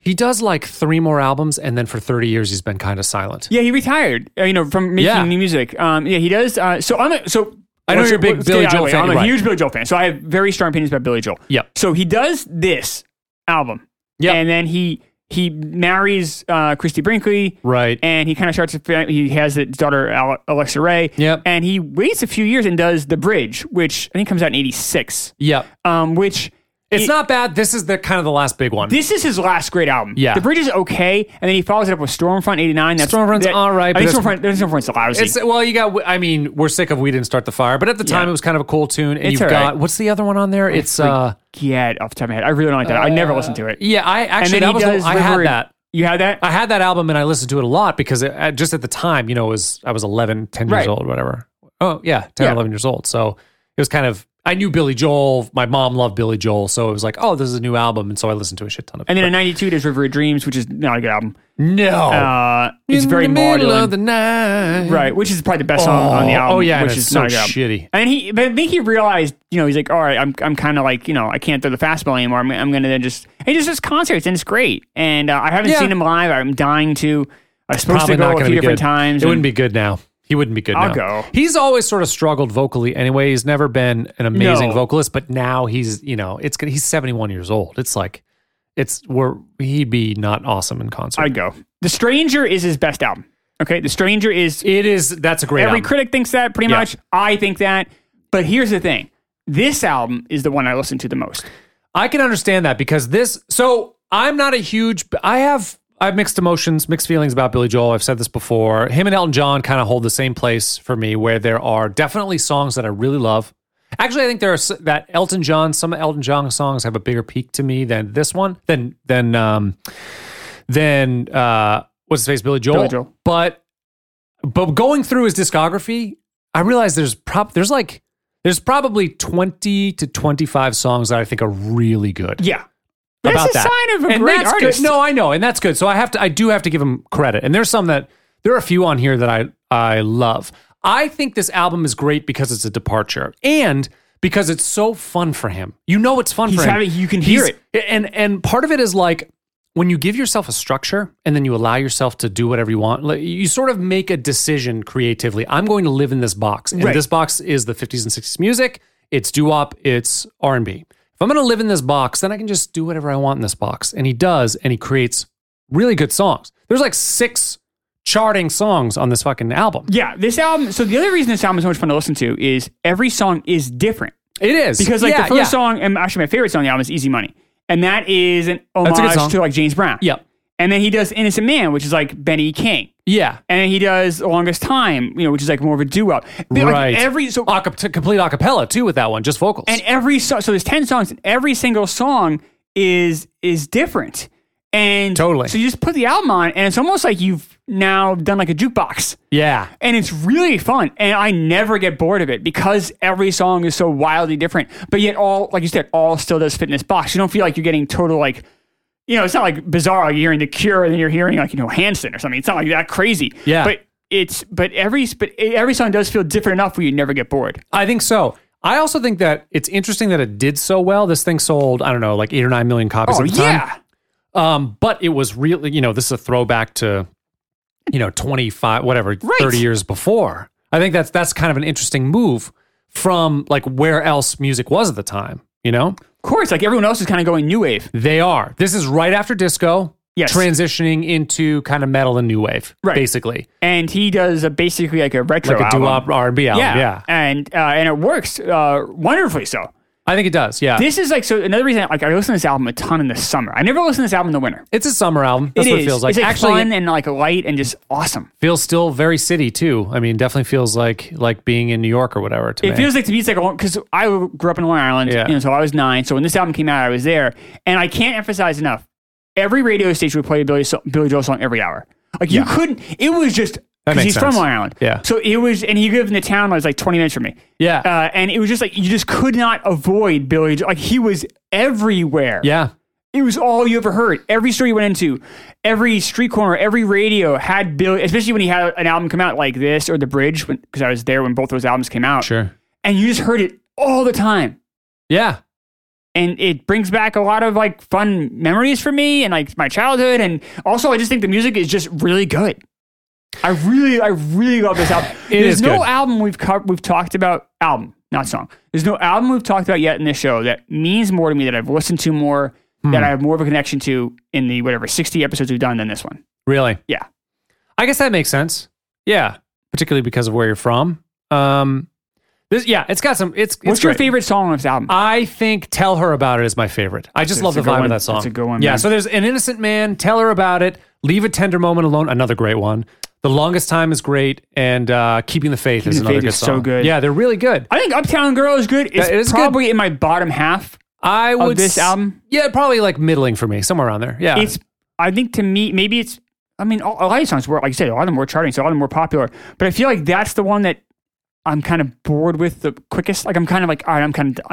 Speaker 1: He does like three more albums, and then for 30 years he's been kind of silent.
Speaker 3: Yeah, he retired. uh, You know, from making
Speaker 1: Yeah.
Speaker 3: new music. Um, yeah, he does. Uh, so I'm a, so.
Speaker 1: I know
Speaker 3: let's-
Speaker 1: you're a big
Speaker 3: let's
Speaker 1: Billy
Speaker 3: get it out
Speaker 1: Joel
Speaker 3: of the way.
Speaker 1: fan,
Speaker 3: I'm a
Speaker 1: right.
Speaker 3: huge Billy Joel fan, so I have very strong opinions about Billy Joel.
Speaker 1: Yep.
Speaker 3: So he does this album.
Speaker 1: Yep.
Speaker 3: And then he he marries uh, Christy Brinkley.
Speaker 1: Right.
Speaker 3: And he kind of starts. A, fa- he has his daughter Ale- Alexa Ray.
Speaker 1: Yep.
Speaker 3: And he waits a few years and does the bridge, which I think comes out in '86.
Speaker 1: yep.
Speaker 3: Um, which
Speaker 1: It's
Speaker 3: it-
Speaker 1: not bad. This is the kind of the last big one.
Speaker 3: this is his last great album.
Speaker 1: Yeah.
Speaker 3: The Bridge is okay, and then he follows it up with Stormfront '89. That's
Speaker 1: Stormfront's
Speaker 3: that-
Speaker 1: all right,
Speaker 3: I think
Speaker 1: but
Speaker 3: Stormfront, Stormfront's lousy.
Speaker 1: it's well, you got. I mean, we're sick of we didn't start the fire, but at the time
Speaker 3: Yeah.
Speaker 1: it was kind of a cool tune. And
Speaker 3: It's
Speaker 1: you've
Speaker 3: all
Speaker 1: got
Speaker 3: right.
Speaker 1: what's the other one on there? It's uh,
Speaker 3: yeah, off the top of my head, I really don't like that. I never listened to it.
Speaker 1: yeah. I
Speaker 3: and
Speaker 1: actually
Speaker 3: then
Speaker 1: that
Speaker 3: he
Speaker 1: was the-
Speaker 3: does
Speaker 1: I had
Speaker 3: River-
Speaker 1: that.
Speaker 3: You had that.
Speaker 1: I had that album and I listened to it a lot because it, at, just at the time, you know, it was I was 11, 10 years
Speaker 3: Right.
Speaker 1: old, whatever. Oh, yeah, 10
Speaker 3: Yeah.
Speaker 1: 11 years old. So it was kind of I knew Billy Joel, my mom loved Billy Joel, so it was like, "Oh, this is a new album." And so I listened to a shit ton of
Speaker 3: and
Speaker 1: it.
Speaker 3: then in '92, there's River of Dreams, which is not a good album.
Speaker 1: But no.
Speaker 3: Uh, it's
Speaker 1: In
Speaker 3: very
Speaker 1: the middle
Speaker 3: maudlin.
Speaker 1: of the night.
Speaker 3: Right, which is probably the best song on the
Speaker 1: Oh,
Speaker 3: album.
Speaker 1: oh, yeah, and
Speaker 3: which
Speaker 1: it's
Speaker 3: is
Speaker 1: so
Speaker 3: not a good album.
Speaker 1: shitty.
Speaker 3: And he, but I think he realized, you know, he's like, all right, I'm, I'm kind of like, you know, I can't throw the fastball anymore. I'm, I'm gonna then just, he just does concerts and it's great. And uh, I haven't
Speaker 1: Yeah.
Speaker 3: seen him live. I'm dying to. I was supposed
Speaker 1: Probably
Speaker 3: to go
Speaker 1: not
Speaker 3: a
Speaker 1: going to
Speaker 3: few
Speaker 1: be
Speaker 3: different
Speaker 1: good.
Speaker 3: times.
Speaker 1: It
Speaker 3: and-
Speaker 1: wouldn't be good now. He wouldn't be good
Speaker 3: I'll
Speaker 1: now.
Speaker 3: go.
Speaker 1: He's always sort of struggled vocally anyway. He's never been an amazing
Speaker 3: No.
Speaker 1: vocalist, but now he's, you know, it's gonna- he's 71 years old. It's like it's where he'd be not awesome in concert.
Speaker 3: I'd go. The Stranger is his best album. Okay, The Stranger is
Speaker 1: It is. That's a great.
Speaker 3: every
Speaker 1: album.
Speaker 3: critic thinks that pretty
Speaker 1: Yeah.
Speaker 3: much. I think that. But here's the thing: this album is the one I listen to the most.
Speaker 1: I can understand that because this. So I'm not a huge. I have. I have mixed emotions, mixed feelings about Billy Joel. I've said this before. Him and Elton John kind of hold the same place for me, where there are definitely songs that I really love. Actually, I think there are s- that Elton John. Some Elton John songs have a bigger peak to me than this one. Than than um, than uh, what's his face, Billy Joel.
Speaker 3: Billy Joel.
Speaker 1: But but going through his discography, I realize there's prop there's like there's probably 20 to 25 songs that I think are really good.
Speaker 3: Yeah, that's
Speaker 1: about
Speaker 3: a
Speaker 1: that.
Speaker 3: sign of a
Speaker 1: and
Speaker 3: great
Speaker 1: that's
Speaker 3: artist.
Speaker 1: Good. No, I know, and that's good. So I have to I do have to give him credit. And there's some that there are a few on here that I I love. I think this album is great because it's a departure and because it's so fun for him. You know it's fun
Speaker 3: He's
Speaker 1: for him.
Speaker 3: having- you can hear
Speaker 1: it. And and part of it is like when you give yourself a structure and then you allow yourself to do whatever you want, like, you sort of make a decision creatively. I'm going to live in this box, and
Speaker 3: Right.
Speaker 1: this box is the 50s and 60s music. It's doo-wop, it's R&B. If I'm going to live in this box, then I can just do whatever I want in this box. And he does, and he creates really good songs. There's like six charting songs on this fucking album.
Speaker 3: Yeah, this album. So the other reason this album is so much fun to listen to is every song is different
Speaker 1: It is
Speaker 3: because like
Speaker 1: Yeah,
Speaker 3: the first
Speaker 1: yeah.
Speaker 3: song and actually my favorite song on the album is Easy Money, and that is an
Speaker 1: a good
Speaker 3: homage
Speaker 1: song.
Speaker 3: to like James Brown.
Speaker 1: Yep.
Speaker 3: And then he does Innocent Man, which is like Benny King.
Speaker 1: Yeah,
Speaker 3: And then he does Longest Time, you know, which is like more of a duo. Like
Speaker 1: right. Uh,
Speaker 3: every so
Speaker 1: Acap- t- complete acapella too with that one, just vocals.
Speaker 3: and every song so there's 10 songs and every single song is is different and
Speaker 1: Totally.
Speaker 3: so you just put the album on and it's almost like you've now done like a jukebox
Speaker 1: yeah,
Speaker 3: and it's really fun and i never get bored of it because every song is so wildly different but yet all like you said all still does fit in this box you don't feel like you're getting total like you know it's not like bizarre like you're hearing the cure and then you're hearing like you know hanson or something it's not like that crazy
Speaker 1: Yeah.
Speaker 3: but it's but every but every song does feel different enough where you never get bored
Speaker 1: I think so. I also think that it's interesting that it did so well. This thing sold, I don't know, like eight or nine million copies
Speaker 3: Oh
Speaker 1: at the time.
Speaker 3: yeah,
Speaker 1: Um, but it was really, you know, this is a throwback to, you know, 25, whatever, 30 years before. I think that's that's kind of an interesting move from like where else music was at the time, you know?
Speaker 3: of course. Like everyone else is kind of going new wave.
Speaker 1: They are. This is right after disco,
Speaker 3: Yes.
Speaker 1: transitioning into kind of metal and new wave,
Speaker 3: Right.
Speaker 1: basically.
Speaker 3: and he does a, basically like a retro
Speaker 1: Like a
Speaker 3: album.
Speaker 1: doo-wop R&B album.
Speaker 3: yeah.
Speaker 1: Yeah.
Speaker 3: and uh, and it works uh, wonderfully. So
Speaker 1: I think it does. Yeah.
Speaker 3: this is like so another reason like I listen to this album a ton in the summer. I never listen to this album in the winter.
Speaker 1: it's a summer album. That's
Speaker 3: It
Speaker 1: what
Speaker 3: is.
Speaker 1: it feels like.
Speaker 3: It's like
Speaker 1: Actually,
Speaker 3: fun and like light and just awesome.
Speaker 1: feels still very city too. I mean, definitely feels like like being in New York or whatever to
Speaker 3: It
Speaker 1: me.
Speaker 3: feels like to me it's like because I grew up in Long Island,
Speaker 1: Yeah.
Speaker 3: you know, so I was nine. So when this album came out, I was there, and I can't emphasize enough. Every radio station would play a Billy, so- Billy Joel song every hour. Like you couldn't. It was just
Speaker 1: That
Speaker 3: because
Speaker 1: makes
Speaker 3: he's from
Speaker 1: sense.
Speaker 3: Long Island.
Speaker 1: Yeah.
Speaker 3: So it was, and he lived in the town that was like twenty minutes from me.
Speaker 1: yeah.
Speaker 3: uh, and it was just like you just could not avoid Billy. Joel. Like he was everywhere.
Speaker 1: yeah.
Speaker 3: it was all you ever heard. Every store you went into, every street corner, every radio had Billy. Especially when he had an album come out like this or The Bridge, because I was there when both those albums came out,
Speaker 1: Sure.
Speaker 3: and you just heard it all the time.
Speaker 1: Yeah.
Speaker 3: And it brings back a lot of like fun memories for me and like my childhood. And also, I just think the music is just really good. I really, I really love this album.
Speaker 1: It
Speaker 3: There's
Speaker 1: is
Speaker 3: no
Speaker 1: good.
Speaker 3: album we've co- we've talked about album, not song. There's no album we've talked about yet in this show that means more to me that I've listened to more
Speaker 1: Hmm.
Speaker 3: that I have more of a connection to in the whatever 60 episodes we've done than this one.
Speaker 1: Really.
Speaker 3: Yeah.
Speaker 1: I guess that makes sense. Yeah. Particularly because of where you're from. Um this yeah, it's got some it's, it's
Speaker 3: What's your
Speaker 1: great.
Speaker 3: favorite song on this album?
Speaker 1: I think Tell Her About It is my favorite. I just
Speaker 3: That's
Speaker 1: love
Speaker 3: a
Speaker 1: the
Speaker 3: good
Speaker 1: vibe
Speaker 3: one.
Speaker 1: of that song.
Speaker 3: That's a good one,
Speaker 1: Yeah,
Speaker 3: man.
Speaker 1: so there's An Innocent Man, Tell Her About It, Leave a Tender Moment Alone, another great one. The Longest Time is great, and uh, Keeping the Faith is
Speaker 3: the
Speaker 1: another
Speaker 3: Faith
Speaker 1: good
Speaker 3: is so
Speaker 1: song.
Speaker 3: good.
Speaker 1: Yeah, they're really good.
Speaker 3: I think Uptown Girl is good. It's
Speaker 1: That is good.
Speaker 3: probably in my bottom half.
Speaker 1: I would
Speaker 3: this
Speaker 1: s-
Speaker 3: album?
Speaker 1: Yeah, probably like middling for me, somewhere around there. Yeah,
Speaker 3: it's I think to me maybe it's I mean a a lot of songs were like you said a lot of them were charting so a lot of them were popular but I feel like that's the one that I'm kind of bored with the quickest like I'm kind of like all right I'm kind of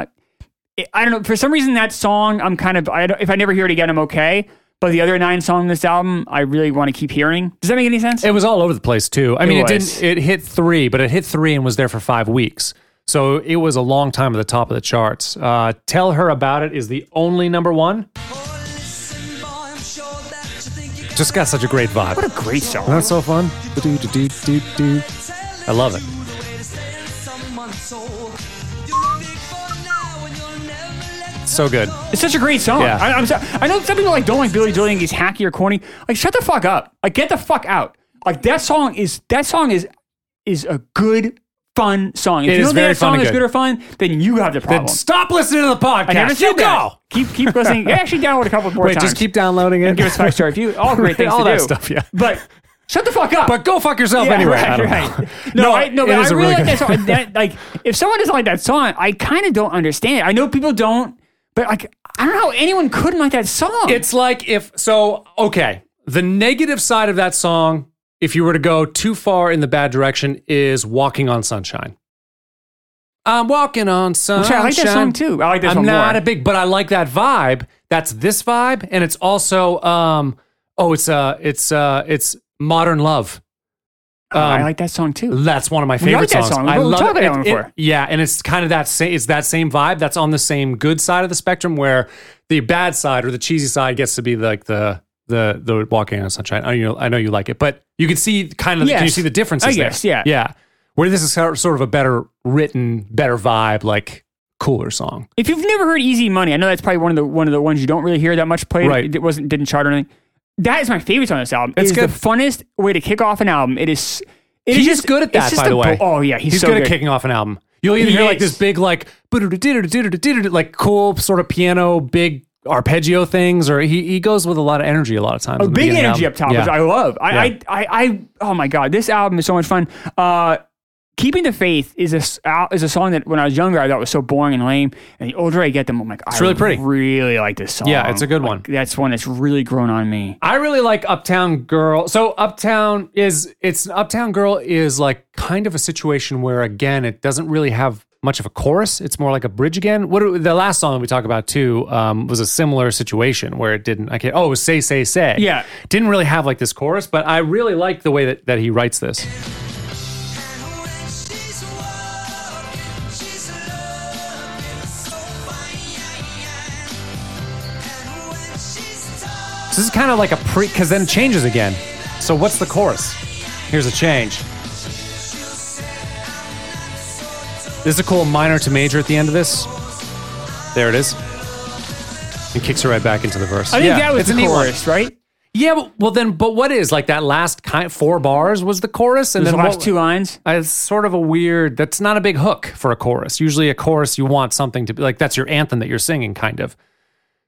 Speaker 3: I, I don't know for some reason that song I'm kind of I don't, if I never hear it again I'm okay but the other nine songs on this album I really want to keep hearing does that make any sense
Speaker 1: it was all over the place too. I mean, it,
Speaker 3: was.
Speaker 1: didn't. It hit three, but it hit three and was there for five weeks. So it was a long time at the top of the charts. Uh, Tell Her About It is the only number one. Just got such a great vibe.
Speaker 3: what a great song
Speaker 1: That's so fun. I love it. So good.
Speaker 3: it's such a great song
Speaker 1: Yeah.
Speaker 3: I, I'm so, I know some people like don't like Billy Joel and he's hacky or corny like shut the fuck up like get the fuck out like that song is that song is is a good fun song. If
Speaker 1: It
Speaker 3: you
Speaker 1: is
Speaker 3: don't think
Speaker 1: very
Speaker 3: that
Speaker 1: fun
Speaker 3: song
Speaker 1: and
Speaker 3: is
Speaker 1: good.
Speaker 3: good or fun, then you have the problem.
Speaker 1: Stop listening to the
Speaker 3: I never
Speaker 1: podcast.
Speaker 3: said
Speaker 1: You
Speaker 3: that.
Speaker 1: go.
Speaker 3: Keep keep listening. Yeah, Actually, download a couple more
Speaker 1: Wait,
Speaker 3: times.
Speaker 1: just keep downloading it.
Speaker 3: give us a five star review. All great things
Speaker 1: All
Speaker 3: to
Speaker 1: that
Speaker 3: do.
Speaker 1: stuff, yeah.
Speaker 3: But shut the fuck up.
Speaker 1: But go fuck yourself
Speaker 3: Yeah,
Speaker 1: anyway.
Speaker 3: right,
Speaker 1: I don't
Speaker 3: right.
Speaker 1: know.
Speaker 3: No, I, no,
Speaker 1: it
Speaker 3: but I
Speaker 1: is a
Speaker 3: really like
Speaker 1: good-
Speaker 3: that song. That, like, if someone doesn't like that song, I kind of don't understand. I know people don't, but like, I don't know how anyone couldn't like that song.
Speaker 1: It's like if so. Okay, the negative side of that song, if you were to go too far in the bad direction, is "Walking on Sunshine." I'm walking on sunshine.
Speaker 3: I like that song too. I like this
Speaker 1: I'm
Speaker 3: one
Speaker 1: not
Speaker 3: more.
Speaker 1: a big, but I like that vibe. That's this vibe, and it's also um oh, it's uh, it's uh, it's modern love.
Speaker 3: Oh, I
Speaker 1: um,
Speaker 3: like that song too.
Speaker 1: That's one of my
Speaker 3: We like
Speaker 1: favorite
Speaker 3: that
Speaker 1: songs.
Speaker 3: song. We
Speaker 1: I
Speaker 3: were
Speaker 1: love
Speaker 3: talking
Speaker 1: it.
Speaker 3: about that
Speaker 1: It-
Speaker 3: one before.
Speaker 1: yeah, and it's kind of that same. It's that same vibe. That's on the same good side of the spectrum, where the bad side or the cheesy side gets to be like the the the walking on sunshine. I know I know you like it, but you can see kind of can you
Speaker 3: Yes.
Speaker 1: see the differences?
Speaker 3: I
Speaker 1: there?
Speaker 3: guess, yeah.
Speaker 1: yeah. Where this is sort sort of a better written, better vibe, like cooler song.
Speaker 3: If you've never heard "Easy Money," I know that's probably one of the one of the ones you don't really hear that much played.
Speaker 1: Right.
Speaker 3: It wasn't didn't chart or anything. That is my favorite song on this album.
Speaker 1: It's
Speaker 3: it is
Speaker 1: good.
Speaker 3: the funnest way to kick off an album. It is. It is
Speaker 1: He's
Speaker 3: just
Speaker 1: good at
Speaker 3: it's
Speaker 1: that,
Speaker 3: just
Speaker 1: by
Speaker 3: a
Speaker 1: the way.
Speaker 3: bo- oh yeah, he's, so
Speaker 1: good,
Speaker 3: good.
Speaker 1: at kicking off an album. You'll either
Speaker 3: He
Speaker 1: hear like this
Speaker 3: is.
Speaker 1: big, like like cool sort of piano, big arpeggio things, or he, he goes with a lot of energy a lot of times.
Speaker 3: a Oh, big energy up top, which I love. I,
Speaker 1: Yeah.
Speaker 3: I, I, I, oh my god, this album is so much fun. Uh, Keeping the Faith is a s- al- is a song that when I was younger I thought was so boring and lame. And the older I get, them I'm like, I
Speaker 1: really pretty.
Speaker 3: Really like this song.
Speaker 1: Yeah, it's a good
Speaker 3: Like,
Speaker 1: one.
Speaker 3: That's one that's really grown on me.
Speaker 1: I really like Uptown Girl. So Uptown is it's Uptown Girl is like kind of a situation where again it doesn't really have much of a chorus. It's more like a bridge again. What do- the last song that we talked about too um, was a similar situation where it didn't. I can't. Oh, it was say say say.
Speaker 3: Yeah.
Speaker 1: didn't really have like this chorus, but I really like the way that that he writes this.
Speaker 4: She's a
Speaker 1: So this is kind of like a pre, because then it changes again. So what's the chorus? Here's a change. This is a cool minor to major at the end of this. There it is. And kicks her right back into the verse.
Speaker 3: I think
Speaker 1: yeah,
Speaker 3: that was
Speaker 1: it's a
Speaker 3: the
Speaker 1: neat one.
Speaker 3: chorus, right?
Speaker 1: Yeah, but, well then, but what is like that last kind four bars was the chorus, and
Speaker 3: Those
Speaker 1: then
Speaker 3: last
Speaker 1: what,
Speaker 3: two lines.
Speaker 1: uh, It's sort of a weird. That's not a big hook for a chorus. Usually, a chorus you want something to be like that's your anthem that you're singing, kind of.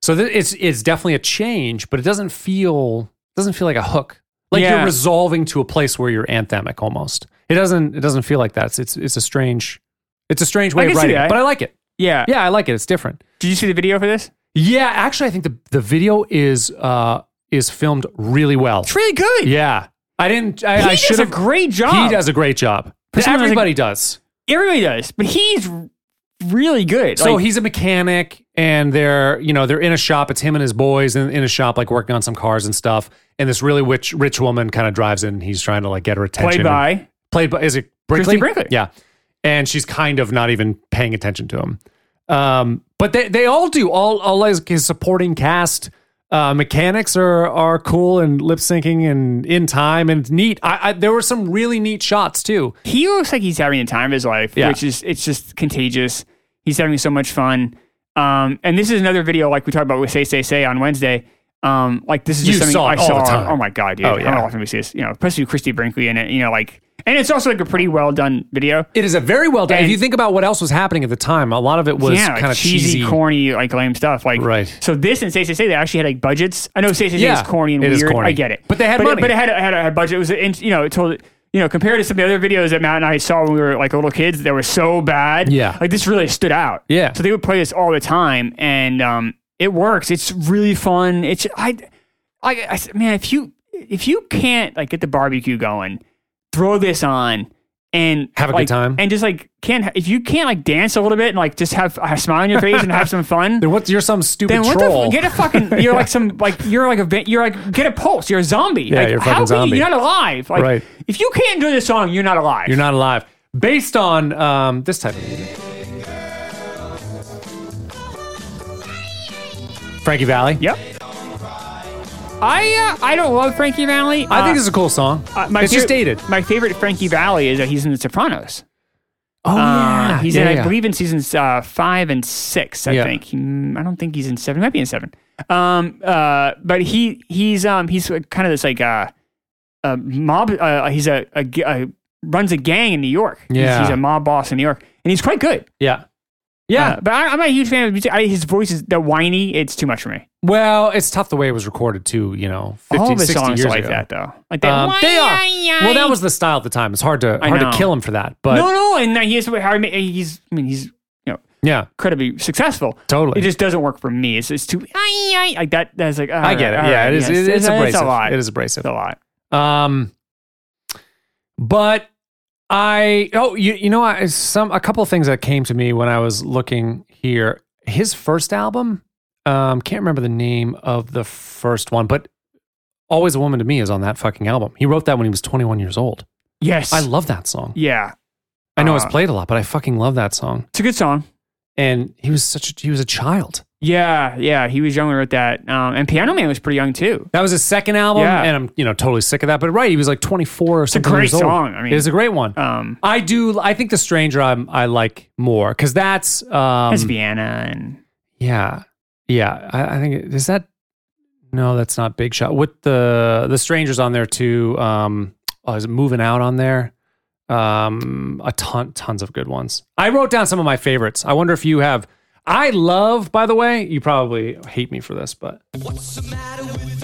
Speaker 1: So th- it's it's definitely a change, but it doesn't feel doesn't feel like a hook. Like
Speaker 3: Yeah.
Speaker 1: you're resolving to a place where you're anthemic almost. It doesn't it doesn't feel like that. It's it's, it's a strange it's a strange way
Speaker 3: can
Speaker 1: of
Speaker 3: see
Speaker 1: writing,
Speaker 3: that.
Speaker 1: but I like it.
Speaker 3: Yeah.
Speaker 1: Yeah, I like it. It's different.
Speaker 3: Did you see the video for this?
Speaker 1: Yeah, actually, I think the the video is uh is filmed really well.
Speaker 3: It's really good.
Speaker 1: Yeah, I didn't. I,
Speaker 3: He
Speaker 1: I should
Speaker 3: does a
Speaker 1: have.
Speaker 3: great job.
Speaker 1: He does a great job.
Speaker 3: For someone who's like-
Speaker 1: Everybody does.
Speaker 3: Everybody does, but he's really good.
Speaker 1: So
Speaker 3: Like,
Speaker 1: he's a mechanic, and they're you know they're in a shop. It's him and his boys in, in a shop, like working on some cars and stuff. And this really rich rich woman kind of drives in. And he's trying to like get her attention.
Speaker 3: played by
Speaker 1: played by is it
Speaker 3: Christie
Speaker 1: Brinkley?
Speaker 3: Brinkley.
Speaker 1: Yeah, and she's kind of not even paying attention to him. Um, but they they all do. All all his, his supporting cast uh, mechanics are are cool and lip syncing and in time and neat. I, I there were some really neat shots too.
Speaker 3: he looks like he's having the time of his life,
Speaker 1: Yeah.
Speaker 3: which is it's just contagious. He's having so much fun. Um, and this is another video like we talked about with Say Say Say on Wednesday. Um, like this is just
Speaker 1: You
Speaker 3: something
Speaker 1: saw
Speaker 3: I
Speaker 1: it all
Speaker 3: saw.
Speaker 1: the time.
Speaker 3: Oh my god, dude!
Speaker 1: Oh,
Speaker 3: How
Speaker 1: yeah.
Speaker 3: often we see this? You know, especially with Christy Brinkley in it. You know, like, and it's also like a pretty well done video.
Speaker 1: It is a very well done.
Speaker 3: And-
Speaker 1: if you think about what else was happening at the time, a lot of it was
Speaker 3: yeah,
Speaker 1: kind
Speaker 3: like
Speaker 1: of cheesy.
Speaker 3: corny, like lame stuff. Like
Speaker 1: Right.
Speaker 3: So this and Say Say Say they actually had like budgets. I know Say Say Say
Speaker 1: Yeah,
Speaker 3: is corny and
Speaker 1: it
Speaker 3: weird.
Speaker 1: is corny.
Speaker 3: I get it,
Speaker 1: But they had
Speaker 3: but,
Speaker 1: money.
Speaker 3: But it had it had a, had a budget. It was in, you know it told you know compared to some of the other videos that Matt and I saw when we were like little kids that were so bad.
Speaker 1: Yeah.
Speaker 3: like this really stood out.
Speaker 1: Yeah.
Speaker 3: So they would play this all the time, and um, it works. It's really fun. It's I, I, I s- man, if you if you can't like get the barbecue going, throw this on. And
Speaker 1: Have a good
Speaker 3: like,
Speaker 1: time.
Speaker 3: and just like can't if you can't like dance a little bit and like just have a smile on your face and have some fun.
Speaker 1: Then what? You're some stupid
Speaker 3: Then what the
Speaker 1: troll.
Speaker 3: f- get a fucking you're like some like you're like a va- you're like get a pulse you're a zombie yeah like,
Speaker 1: you're a
Speaker 3: how
Speaker 1: fucking
Speaker 3: can
Speaker 1: zombie.
Speaker 3: you, are not alive like
Speaker 1: Right.
Speaker 3: if you can't do this song you're not alive
Speaker 1: you're not alive. Based on um, this type of music, Frankie Valley.
Speaker 3: yep I uh, I don't love Frankie Valley
Speaker 1: I think this is a cool song. it's just dated.
Speaker 3: Uh, my favorite Frankie Valley is that he's in The Sopranos
Speaker 1: Oh
Speaker 3: Uh, he's in, I believe, in seasons uh, five and six. I
Speaker 1: Yeah.
Speaker 3: think. Mm, I don't think he's in seven. He might be in seven. Um, uh, but he he's um he's kind of this like uh, a mob. Uh, he's a, a, g- a- runs a gang in New York. He's-
Speaker 1: Yeah.
Speaker 3: he's, a mob boss in New York, and he's quite good.
Speaker 1: Yeah. Yeah.
Speaker 3: Uh, but I, I'm not a huge fan of music. I, his voice is the whiny. It's too much for me.
Speaker 1: well, it's tough the way it was recorded too. You know, 50,
Speaker 3: All of his
Speaker 1: 60
Speaker 3: songs
Speaker 1: years
Speaker 3: are like
Speaker 1: ago.
Speaker 3: that though. Like that.
Speaker 1: Um, they are. Well, that was the style at the time. It's hard to hard
Speaker 3: know.
Speaker 1: to kill him for that. But
Speaker 3: no, no, and he is how he ma- he's. I mean, he's you know
Speaker 1: yeah,
Speaker 3: incredibly successful.
Speaker 1: Totally.
Speaker 3: It just doesn't work for me. It's, it's too "Ay, ay," like that. That's like
Speaker 1: I get it. Yeah, it is. It's,
Speaker 3: it's,
Speaker 1: abrasive.
Speaker 3: a lot.
Speaker 1: It is abrasive.
Speaker 3: It's a lot.
Speaker 1: Um, but I oh you you know I some a couple of things that came to me when I was looking here. His first album, um, can't remember the name of the first one, but "Always a Woman to Me" is on that fucking album. He wrote that when he was 21 years old.
Speaker 3: Yes.
Speaker 1: I love that song.
Speaker 3: yeah.
Speaker 1: I know it's
Speaker 3: Uh,
Speaker 1: played a lot, but I fucking love that song.
Speaker 3: It's a good song.
Speaker 1: And he was such a, he was a child.
Speaker 3: Yeah. Yeah. He was young when he wrote that. Um, and Piano Man was pretty young too.
Speaker 1: That was his second album,
Speaker 3: Yeah.
Speaker 1: and I'm you know totally sick of that. But right, he was like 24 or
Speaker 3: It's a
Speaker 1: something.
Speaker 3: great
Speaker 1: years old.
Speaker 3: song. I mean,
Speaker 1: it is a great one.
Speaker 3: um,
Speaker 1: I do. I think the stranger I'm, I like more because that's um,
Speaker 3: it's Vienna and
Speaker 1: yeah, yeah. I, I think it- is that no, that's not Big Shot. With the the strangers on there too. Um, oh, is it moving out on there? Um, a ton, tons of good ones. I wrote down some of my favorites. I wonder if you have. I love, by the way, you probably hate me for this, but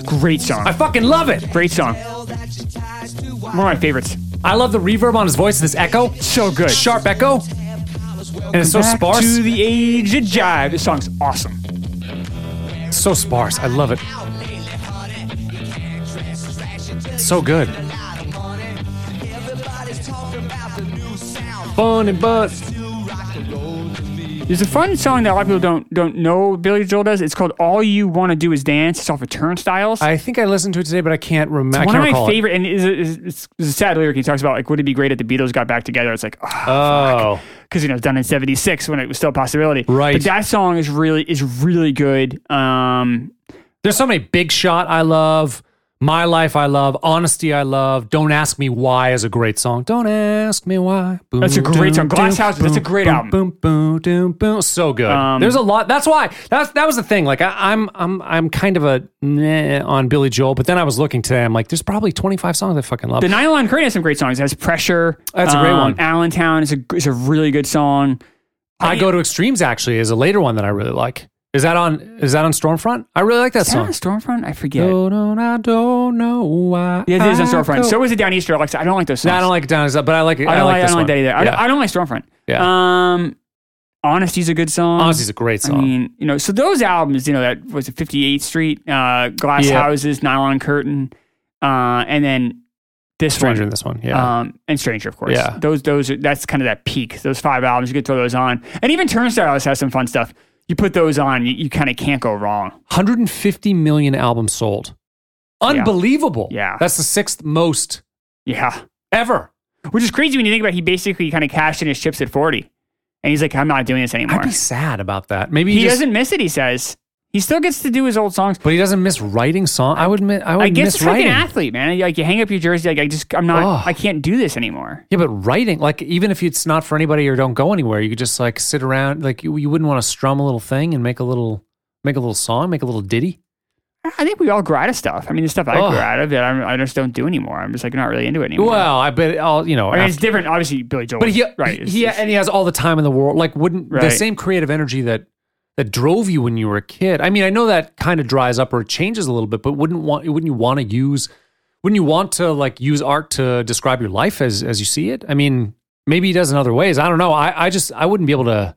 Speaker 3: great song.
Speaker 1: I fucking love it.
Speaker 3: great song. One of my favorites.
Speaker 1: I love the reverb on his voice, this echo,
Speaker 3: So good.
Speaker 1: sharp echo, and it's so
Speaker 3: Back
Speaker 1: sparse.
Speaker 3: To the age of jive. This song's awesome.
Speaker 1: So sparse. I love it. So good. Fun and but
Speaker 3: There's a fun song that a lot of people don't don't know Billy Joel does. It's called All You Want to Do Is Dance. It's off of Turnstiles.
Speaker 1: I think I listened to it today, but I can't remember. I
Speaker 3: one
Speaker 1: can't
Speaker 3: of my
Speaker 1: recall it.
Speaker 3: favorite, and is, is, is, is a sad lyric. He talks about like, would it be great if the Beatles got back together? It's like, because
Speaker 1: Oh,
Speaker 3: you know, it's done in '76 when it was still a possibility.
Speaker 1: Right.
Speaker 3: But that song is really is really good. Um,
Speaker 1: There's so many Big Shot I love, My Life I love, Honesty I love, Don't Ask Me Why is a great song. Don't ask me why. Boom,
Speaker 3: That's a great song.
Speaker 1: doom,
Speaker 3: Glass
Speaker 1: doom,
Speaker 3: House, that's a great
Speaker 1: boom,
Speaker 3: album.
Speaker 1: Boom boom boom boom. So good.
Speaker 3: Um,
Speaker 1: There's a lot. That's why. That's that was the thing. Like I, I'm I'm I'm kind of a meh on Billy Joel, but then I was looking today. I'm like, there's probably 25 songs I fucking love.
Speaker 3: The Nylon Crane has some great songs. It has Pressure. um,
Speaker 1: That's a great one.
Speaker 3: Allentown is a, is a really good song.
Speaker 1: I go to extremes actually is a later one that I really like. Is that on? Is that on Stormfront? I really like that
Speaker 3: Is that on
Speaker 1: song.
Speaker 3: Stormfront? I forget.
Speaker 1: Oh, no, I don't know why.
Speaker 3: Yeah, it is on
Speaker 1: I
Speaker 3: Stormfront.
Speaker 1: go-
Speaker 3: So is it Down Easter. Alexa. I don't like those songs.
Speaker 1: No, I don't like Down East, but I like.
Speaker 3: I don't like,
Speaker 1: like,
Speaker 3: I
Speaker 1: this
Speaker 3: don't like
Speaker 1: one.
Speaker 3: that either. I,
Speaker 1: Yeah.
Speaker 3: don't, I don't like Stormfront.
Speaker 1: Yeah.
Speaker 3: Um, Honesty's a good song.
Speaker 1: Honesty's a great
Speaker 3: I
Speaker 1: song.
Speaker 3: mean, you know, so those albums, you know, that was it 58th Street, uh, Glass
Speaker 1: Yeah.
Speaker 3: Houses, Nylon Curtain, uh, and then this
Speaker 1: Stranger
Speaker 3: one.
Speaker 1: than this one. Yeah.
Speaker 3: Um, and Stranger, of course.
Speaker 1: Yeah.
Speaker 3: Those, those, are, that's kind of that peak. Those five albums, you could throw those on. And even Turnstiles has some fun stuff. You put those on, you, you kind of can't go wrong.
Speaker 1: 150 million albums sold. Unbelievable.
Speaker 3: Yeah.
Speaker 1: That's the sixth most
Speaker 3: Yeah.
Speaker 1: ever.
Speaker 3: Which is crazy when you think about it. He basically kind of cashed in his chips at 40. And he's like, I'm not doing this anymore.
Speaker 1: I'd be sad about that. Maybe
Speaker 3: he
Speaker 1: he, just-
Speaker 3: doesn't miss it, he says. He still gets to do his old songs.
Speaker 1: But he doesn't miss writing song. I would. mi- I would
Speaker 3: I guess
Speaker 1: miss
Speaker 3: it's like an
Speaker 1: writing.
Speaker 3: athlete, man. Like you hang up your jersey, like I just, I'm not,
Speaker 1: Ugh.
Speaker 3: I can't do this anymore.
Speaker 1: Yeah, but writing, like even if it's not for anybody or don't go anywhere, you could just like sit around, like you, you wouldn't want to strum a little thing and make a little make a little song, make a little ditty.
Speaker 3: I think we all grew out of stuff. I mean, the stuff I
Speaker 1: Ugh.
Speaker 3: grew out of that I'm, I just don't do anymore. I'm just like not really into it anymore.
Speaker 1: Well, I bet all you know.
Speaker 3: I mean, it's
Speaker 1: after-
Speaker 3: different. Obviously, Billy Joel,
Speaker 1: but he,
Speaker 3: right? it's-
Speaker 1: he,
Speaker 3: it's-
Speaker 1: and he has all the time in the world. Like, wouldn't the
Speaker 3: Right.
Speaker 1: same creative energy that that drove you when you were a kid? I mean, I know that kind of dries up or it changes a little bit, but wouldn't want wouldn't you want to use wouldn't you want to like use art to describe your life as as you see it? I mean, maybe he does in other ways. I don't know. I I just I wouldn't be able to.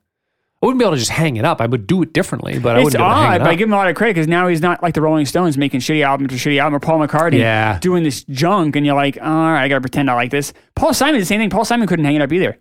Speaker 1: I wouldn't be able to just hang it up. I would do it differently, but I
Speaker 3: it's
Speaker 1: wouldn't be able to hang
Speaker 3: odd,
Speaker 1: it
Speaker 3: but I
Speaker 1: up.
Speaker 3: give him a lot of credit because now he's not like the Rolling Stones making shitty album after shitty album, or Paul McCartney
Speaker 1: Yeah.
Speaker 3: doing this junk, and you're like, all right, I gotta pretend I like this. Paul Simon, the same thing. Paul Simon couldn't hang it up either,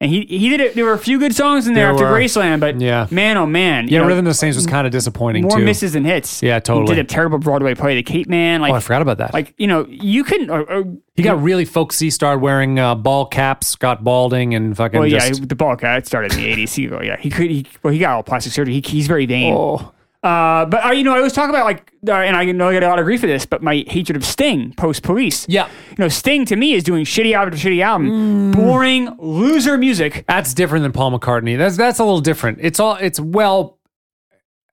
Speaker 3: and he he did it. There were a few good songs in there,
Speaker 1: There
Speaker 3: after
Speaker 1: were.
Speaker 3: Graceland, but
Speaker 1: Yeah.
Speaker 3: man, oh man, you
Speaker 1: yeah,
Speaker 3: know,
Speaker 1: Rhythm of the Saints was kind of disappointing
Speaker 3: more
Speaker 1: too.
Speaker 3: misses than hits.
Speaker 1: Yeah,
Speaker 3: He
Speaker 1: totally.
Speaker 3: did a terrible Broadway play, The Cape Man. Like,
Speaker 1: oh, I forgot about that.
Speaker 3: like you know, you couldn't. Or, or,
Speaker 1: he got really folksy, started wearing uh, ball caps, got balding, and fucking
Speaker 3: well, yeah,
Speaker 1: just-
Speaker 3: the ball got started in the eighties. He, yeah, he could. He, well, he got all plastic surgery. He, he's very vain.
Speaker 1: oh.
Speaker 3: Uh, but I, you know, I always talk about like, uh, and I know I get a lot of grief for this, but my hatred of Sting post Police.
Speaker 1: Yeah. Mm.
Speaker 3: you know, Sting to me is doing shitty album after shitty album, boring loser music.
Speaker 1: That's different than Paul McCartney. That's that's a little different. It's all it's well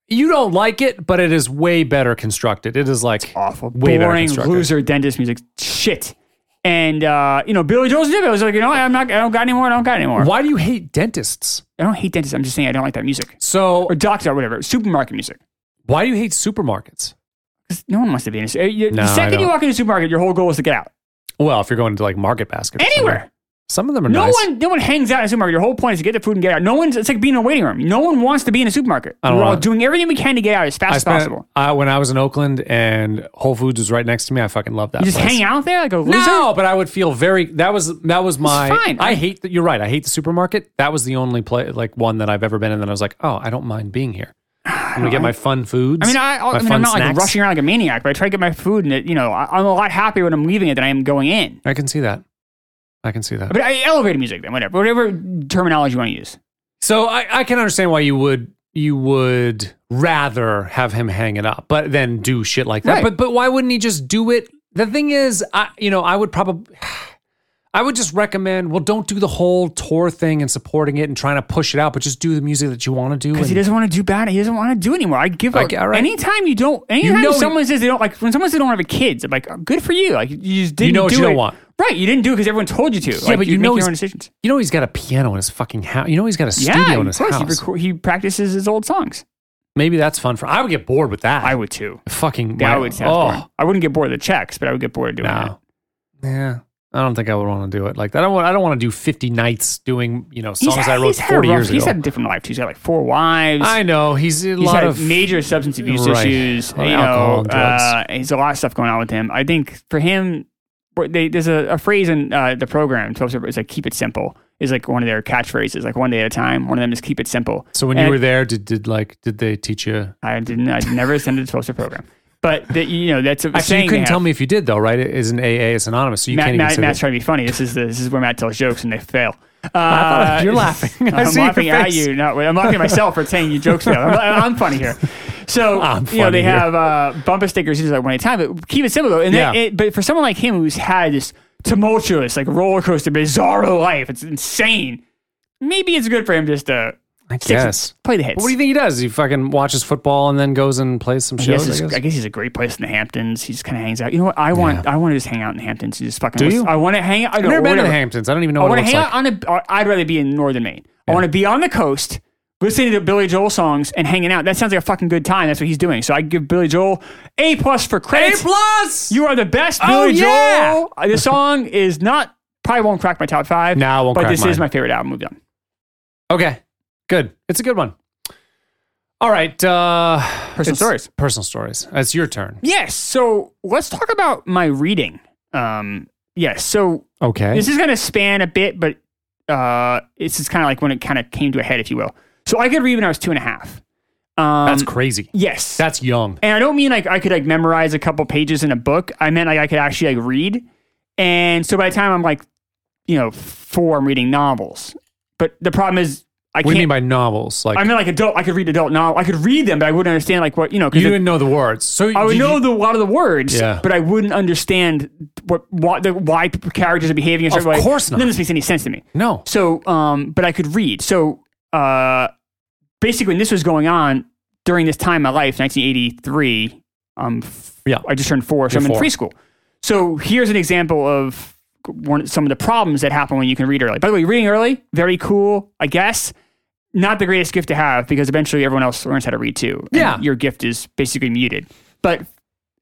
Speaker 1: you don't like it, but it is way better constructed. It is like
Speaker 3: Awful,
Speaker 1: Way better
Speaker 3: boring
Speaker 1: constructed.
Speaker 3: loser dentist music. Shit. And uh, you know, Billy Joel's did it. I was like, you know, I'm not. I don't got anymore. I don't got anymore.
Speaker 1: Why do you hate dentists?
Speaker 3: I don't hate dentists. I'm just saying I don't like that music.
Speaker 1: So
Speaker 3: or doctor or whatever, supermarket music.
Speaker 1: why do you hate supermarkets?
Speaker 3: 'Cause No one wants to be in a. eh, You,
Speaker 1: No, I
Speaker 3: the second you
Speaker 1: don't.
Speaker 3: walk into a supermarket, your whole goal is to get out.
Speaker 1: Well, if you're going to like Market Basket, or something.
Speaker 3: Anywhere.
Speaker 1: some of them are
Speaker 3: No
Speaker 1: nice.
Speaker 3: one, no one hangs out in a supermarket. Your whole point is to get the food and get out. No one's. It's like being in a waiting room. No one wants to be in a supermarket.
Speaker 1: don't
Speaker 3: We're all
Speaker 1: want-
Speaker 3: doing everything we can to get out as fast
Speaker 1: I
Speaker 3: as
Speaker 1: spent
Speaker 3: possible.
Speaker 1: I, when I was in Oakland and Whole Foods was right next to me. I fucking love that.
Speaker 3: You just
Speaker 1: place.
Speaker 3: hang out there like a loser.
Speaker 1: No, but I would feel very. That was that was my.
Speaker 3: fine.
Speaker 1: I hate that. You're right. I hate the supermarket. That was the only play like one that I've ever been in. That I was like, oh, I don't mind being here. I'm gonna get my fun foods.
Speaker 3: I mean, I, I
Speaker 1: my
Speaker 3: mean,
Speaker 1: fun
Speaker 3: I'm not like
Speaker 1: snacks.
Speaker 3: rushing around like a maniac, but I try to get my food, and it, you know, I, I'm a lot happier when I'm leaving it than I am going in.
Speaker 1: I can see that. I can see that.
Speaker 3: But I, elevator music, then whatever, whatever terminology you want to use.
Speaker 1: So I, I can understand why you would you would rather have him hang it up, but then do shit like that.
Speaker 3: Right.
Speaker 1: But but why wouldn't he just do it? The thing is, I you know I would probably. I would just recommend, well, don't do the whole tour thing and supporting it and trying to push it out, but just do the music that you want to do.
Speaker 3: Because he
Speaker 1: and-
Speaker 3: doesn't want to do bad. He doesn't want to do anymore. I give
Speaker 1: I
Speaker 3: up.
Speaker 1: g- all right.
Speaker 3: Anytime you don't, anytime
Speaker 1: know he-
Speaker 3: someone says they don't like, when someone says they don't have a kids, I'm like, oh, good for you. Like you just didn't
Speaker 1: know what
Speaker 3: do
Speaker 1: you
Speaker 3: it.
Speaker 1: don't want.
Speaker 3: Right. You didn't do it because everyone told you to. Yeah,
Speaker 1: but you know
Speaker 3: make
Speaker 1: he's-
Speaker 3: your own decisions.
Speaker 1: You know he's got a piano in his fucking house. You know he's got a studio
Speaker 3: yeah,
Speaker 1: in
Speaker 3: of
Speaker 1: his
Speaker 3: course.
Speaker 1: house.
Speaker 3: He, reco- he practices his old songs.
Speaker 1: Maybe that's fun for. I would get bored with that.
Speaker 3: I would too.
Speaker 1: fucking.
Speaker 3: Yeah, I
Speaker 1: my-
Speaker 3: would. sound boring.
Speaker 1: Oh
Speaker 3: I wouldn't get bored of the checks, but I would get bored of doing it.
Speaker 1: no. Yeah, I don't think I would want to do it like that. I don't. Want, I don't want to do fifty nights doing you know songs I wrote
Speaker 3: he's had a
Speaker 1: forty
Speaker 3: rough-
Speaker 1: years
Speaker 3: He's
Speaker 1: ago.
Speaker 3: had a different life. too. He's got like four wives.
Speaker 1: I know he's a
Speaker 3: He's
Speaker 1: lot
Speaker 3: had
Speaker 1: of
Speaker 3: major substance abuse
Speaker 1: Right.
Speaker 3: issues.
Speaker 1: Well,
Speaker 3: you
Speaker 1: alcohol
Speaker 3: know,
Speaker 1: and drugs.
Speaker 3: uh, he's a lot of stuff going on with him. I think for him, where they, there's a, a phrase in uh, the program. 12 Step, It's like keep it simple. Is like one of their catchphrases. Like one day at a time. One of them is keep it simple.
Speaker 1: So when
Speaker 3: And
Speaker 1: you were there, did did like did they teach you?
Speaker 3: I didn't. I never attended the 12 Step program. But that you know that's a
Speaker 1: Actually,
Speaker 3: saying.
Speaker 1: you couldn't tell me if you did though, right? It is an AA, it's anonymous, so you
Speaker 3: Matt,
Speaker 1: can't
Speaker 3: Matt,
Speaker 1: even
Speaker 3: Matt's
Speaker 1: say
Speaker 3: trying to be funny. This is the, this is where Matt tells jokes and they fail. Uh,
Speaker 1: you're laughing. I
Speaker 3: I'm
Speaker 1: see your
Speaker 3: laughing at
Speaker 1: face.
Speaker 3: you. Not, I'm laughing at myself for saying you jokes fail. I'm, I'm funny here. So
Speaker 1: I'm
Speaker 3: you know
Speaker 1: funny
Speaker 3: they
Speaker 1: here.
Speaker 3: have uh, bumper stickers used like one at a time, but keep it simple though. And then
Speaker 1: Yeah.
Speaker 3: it, but for someone like him who's had this tumultuous, like roller coaster, bizarro life, it's insane. Maybe it's good for him just to
Speaker 1: I
Speaker 3: stick-
Speaker 1: guess.
Speaker 3: play the hits.
Speaker 1: What do you think he does? He fucking watches football and then goes and plays some
Speaker 3: I guess,
Speaker 1: shows.
Speaker 3: it's-
Speaker 1: I
Speaker 3: I
Speaker 1: guess.
Speaker 3: guess he's a great place in the Hamptons. He just kind of hangs out. You know what? I want. I want to just hang out in the Hamptons. You just fucking.
Speaker 1: Do
Speaker 3: listen-
Speaker 1: you?
Speaker 3: I want to hang out. I
Speaker 1: I've
Speaker 3: don't
Speaker 1: never
Speaker 3: know,
Speaker 1: been to the
Speaker 3: whatever.
Speaker 1: Hamptons. I don't even know
Speaker 3: I
Speaker 1: what
Speaker 3: want
Speaker 1: it
Speaker 3: to
Speaker 1: looks
Speaker 3: hang
Speaker 1: like.
Speaker 3: out on a. I'd rather be in northern Maine. I want to be on the coast, listening to Billy Joel songs and hanging out. That sounds like a fucking good time. That's what he's doing. So I give Billy Joel a plus for
Speaker 1: A
Speaker 3: credits.
Speaker 1: plus.
Speaker 3: You are the best,
Speaker 1: Oh,
Speaker 3: Billy
Speaker 1: yeah!
Speaker 3: Joel. Uh, This song is not probably won't crack my top five.
Speaker 1: No, it won't
Speaker 3: but
Speaker 1: crack
Speaker 3: this is
Speaker 1: mine.
Speaker 3: my favorite album we've done.
Speaker 1: okay. Good. It's a good one. All right. Uh,
Speaker 3: Personal
Speaker 1: it's-
Speaker 3: stories.
Speaker 1: Personal stories. It's your turn.
Speaker 3: Yes. So let's talk about my reading. Um. Yes. So
Speaker 1: Okay.
Speaker 3: This is going to span a bit, but uh, this is kind of like when it kind of came to a head, if you will. So I could read when I was two and a half. Um,
Speaker 1: That's crazy.
Speaker 3: yes.
Speaker 1: That's young.
Speaker 3: and I don't mean like I could like memorize a couple pages in a book. I meant like I could actually like read. And so by the time I'm like, you know, four, I'm reading novels. But the problem is I
Speaker 1: What do
Speaker 3: can't.
Speaker 1: you mean by novels? Like
Speaker 3: I mean, like adult. I could read adult novels. I could read them, but I wouldn't understand like what you know. 'cause
Speaker 1: you
Speaker 3: the-
Speaker 1: didn't know the words, so
Speaker 3: I would
Speaker 1: did
Speaker 3: know
Speaker 1: You,
Speaker 3: the, a lot of the words,
Speaker 1: Yeah.
Speaker 3: but I wouldn't understand what, what the, why p- characters are behaving. in a
Speaker 1: Of
Speaker 3: certain way.
Speaker 1: course not.
Speaker 3: None of this makes any sense to me.
Speaker 1: no.
Speaker 3: So, um, but I could read. So, uh, basically, when this was going on during this time in my life, 1983, um, f-
Speaker 1: Yeah.
Speaker 3: I just turned four, so
Speaker 1: You're
Speaker 3: I'm
Speaker 1: four.
Speaker 3: in preschool. So here's an example of one, some of the problems that happen when you can read early. By the way, reading early, very cool, I guess. Not the greatest gift to have because eventually everyone else learns how to read too. and
Speaker 1: Yeah.
Speaker 3: your gift is basically muted. But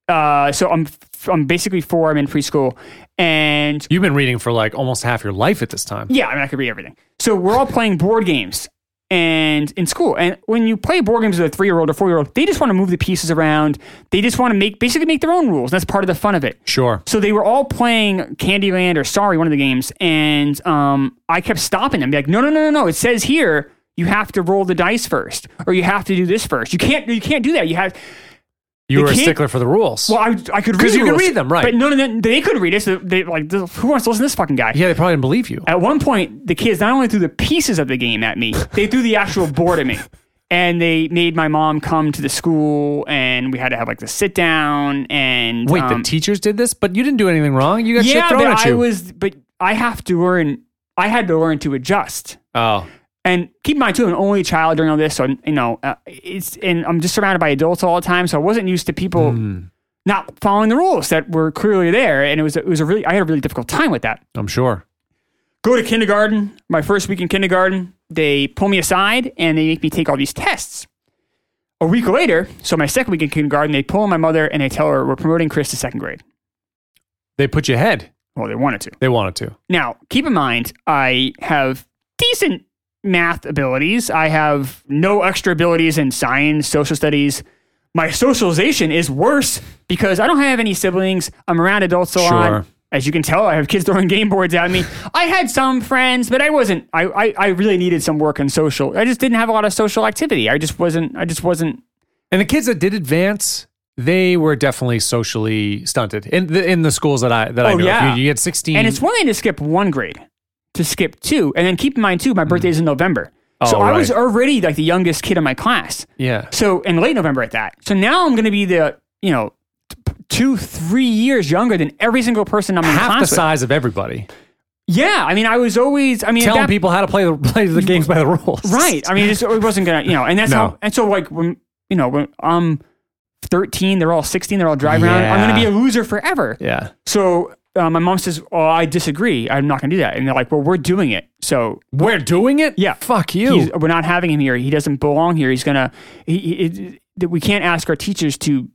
Speaker 3: uh, so I'm I'm basically four. I'm in preschool, and
Speaker 1: You've been reading for like almost half your life at this time.
Speaker 3: yeah, I mean, I could read everything. So we're all playing board games and in school. And when you play board games with a three year old or four year old, they just want to move the pieces around. They just want to make basically make their own rules. That's part of the fun of it.
Speaker 1: Sure.
Speaker 3: So they were all playing Candyland or Sorry, one of the games, and um, I kept stopping them, be like, no, no, no, no, no. It says here you have to roll the dice first, or you have to do this first. You can't, you can't do that. You have.
Speaker 1: You were a
Speaker 3: can't-
Speaker 1: stickler for the rules.
Speaker 3: Well, I, I could read
Speaker 1: 'Cause you could
Speaker 3: the rules,
Speaker 1: read them, right.
Speaker 3: But no, no, no, they could read it. So they like, who wants to listen to this fucking guy?
Speaker 1: yeah, they probably didn't believe you.
Speaker 3: at one point, the kids not only threw the pieces of the game at me, they threw the actual board at me. And they made my mom come to the school, and we had to have like the sit down. And
Speaker 1: Wait,
Speaker 3: um,
Speaker 1: the teachers did this, but you didn't do anything wrong. You got shit
Speaker 3: yeah,
Speaker 1: thrown
Speaker 3: but
Speaker 1: at you.
Speaker 3: I was, but I have to learn. I had to learn to adjust.
Speaker 1: oh,
Speaker 3: And keep in mind too, I'm an only child during all this, so you know, uh, it's and I'm just surrounded by adults all the time, so I wasn't used to people
Speaker 1: Hmm.
Speaker 3: not following the rules that were clearly there. And it was it was a really I had a really difficult time with that.
Speaker 1: I'm sure.
Speaker 3: go to kindergarten. My first week in kindergarten, they pull me aside and they make me take all these tests. A week later, so my second week in kindergarten, they pull my mother and they tell her we're promoting Chris to second grade.
Speaker 1: They put you ahead.
Speaker 3: Well, they wanted to.
Speaker 1: They wanted to.
Speaker 3: Now, keep in mind, I have decent math abilities. I have no extra abilities in science, social studies. My socialization is worse because I don't have any siblings. I'm around adults a
Speaker 1: Sure.
Speaker 3: lot. As you can tell, I have kids throwing game boards at me. I had some friends, but I wasn't. I, I, I really needed some work in social. I just didn't have a lot of social activity. I just wasn't. I just wasn't.
Speaker 1: And the kids that did advance, they were definitely socially stunted in the in the schools that I that I
Speaker 3: Oh,
Speaker 1: knew. of.
Speaker 3: yeah.
Speaker 1: You, you had 16.
Speaker 3: And it's one thing to skip one grade, to skip two, and then keep in mind too, my birthday is in November, so
Speaker 1: Oh,
Speaker 3: I was
Speaker 1: right.
Speaker 3: already like the youngest kid in my class.
Speaker 1: yeah.
Speaker 3: So in late November at that. So now I'm going to be the you know t- two three years younger than every single person I'm in
Speaker 1: Half the
Speaker 3: class with.
Speaker 1: size of everybody,
Speaker 3: Yeah, I mean I was always I mean at
Speaker 1: telling
Speaker 3: that,
Speaker 1: people how to play the play the games by the rules.
Speaker 3: right. I mean it, just, it wasn't gonna you know and that's
Speaker 1: No.
Speaker 3: how and so like when you know when I'm 13, they're all 16, they're all driving around. I'm going to be
Speaker 1: Yeah.
Speaker 3: a loser forever.
Speaker 1: Yeah.
Speaker 3: So. Uh, my mom says, "Oh, I disagree. I'm not going to do that." And they're like, "Well, we're doing it, so
Speaker 1: We're doing it.
Speaker 3: Yeah.
Speaker 1: Fuck
Speaker 3: he's,
Speaker 1: you.
Speaker 3: we're not having him here. He doesn't belong here. He's gonna. He, he, it- that we can't ask our teachers to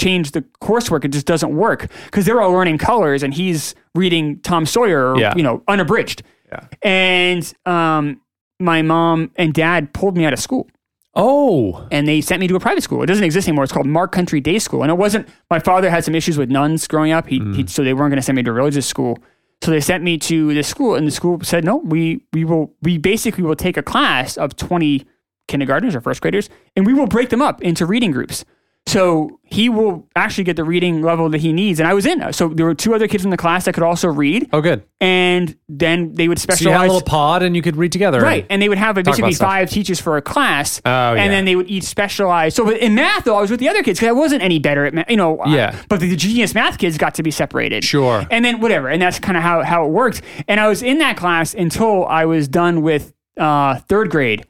Speaker 3: change the coursework. It just doesn't work because they're all learning colors and he's reading Tom Sawyer, or,
Speaker 1: Yeah.
Speaker 3: you know, unabridged.
Speaker 1: Yeah.
Speaker 3: And um, my mom and dad pulled me out of school
Speaker 1: Oh.
Speaker 3: and they sent me to a private school. It doesn't exist anymore. It's called Mark Country Day School. And it wasn't, my father had some issues with nuns growing up. He,
Speaker 1: Mm.
Speaker 3: he so they weren't going to send me to a religious school. So they sent me to this school and the school said, no, we, we will, we basically will take a class of 20 kindergartners or first graders and we will break them up into reading groups. So he will actually get the reading level that he needs. And I was in. So there were two other kids in the class that could also read.
Speaker 1: Oh, good.
Speaker 3: And then they would
Speaker 1: So you had a
Speaker 3: specialize.
Speaker 1: little pod and you could read together.
Speaker 3: Right, and they would have like,
Speaker 1: Talk about
Speaker 3: basically
Speaker 1: stuff.
Speaker 3: five teachers for a class,
Speaker 1: Oh,
Speaker 3: and
Speaker 1: yeah.
Speaker 3: then they would each specialize. So but in math, though, I was with the other kids because I wasn't any better at math, you know. uh,
Speaker 1: Yeah.
Speaker 3: But the genius math kids got to be separated.
Speaker 1: Sure.
Speaker 3: And then whatever, and that's kind of how how it worked. And I was in that class until I was done with uh, third grade,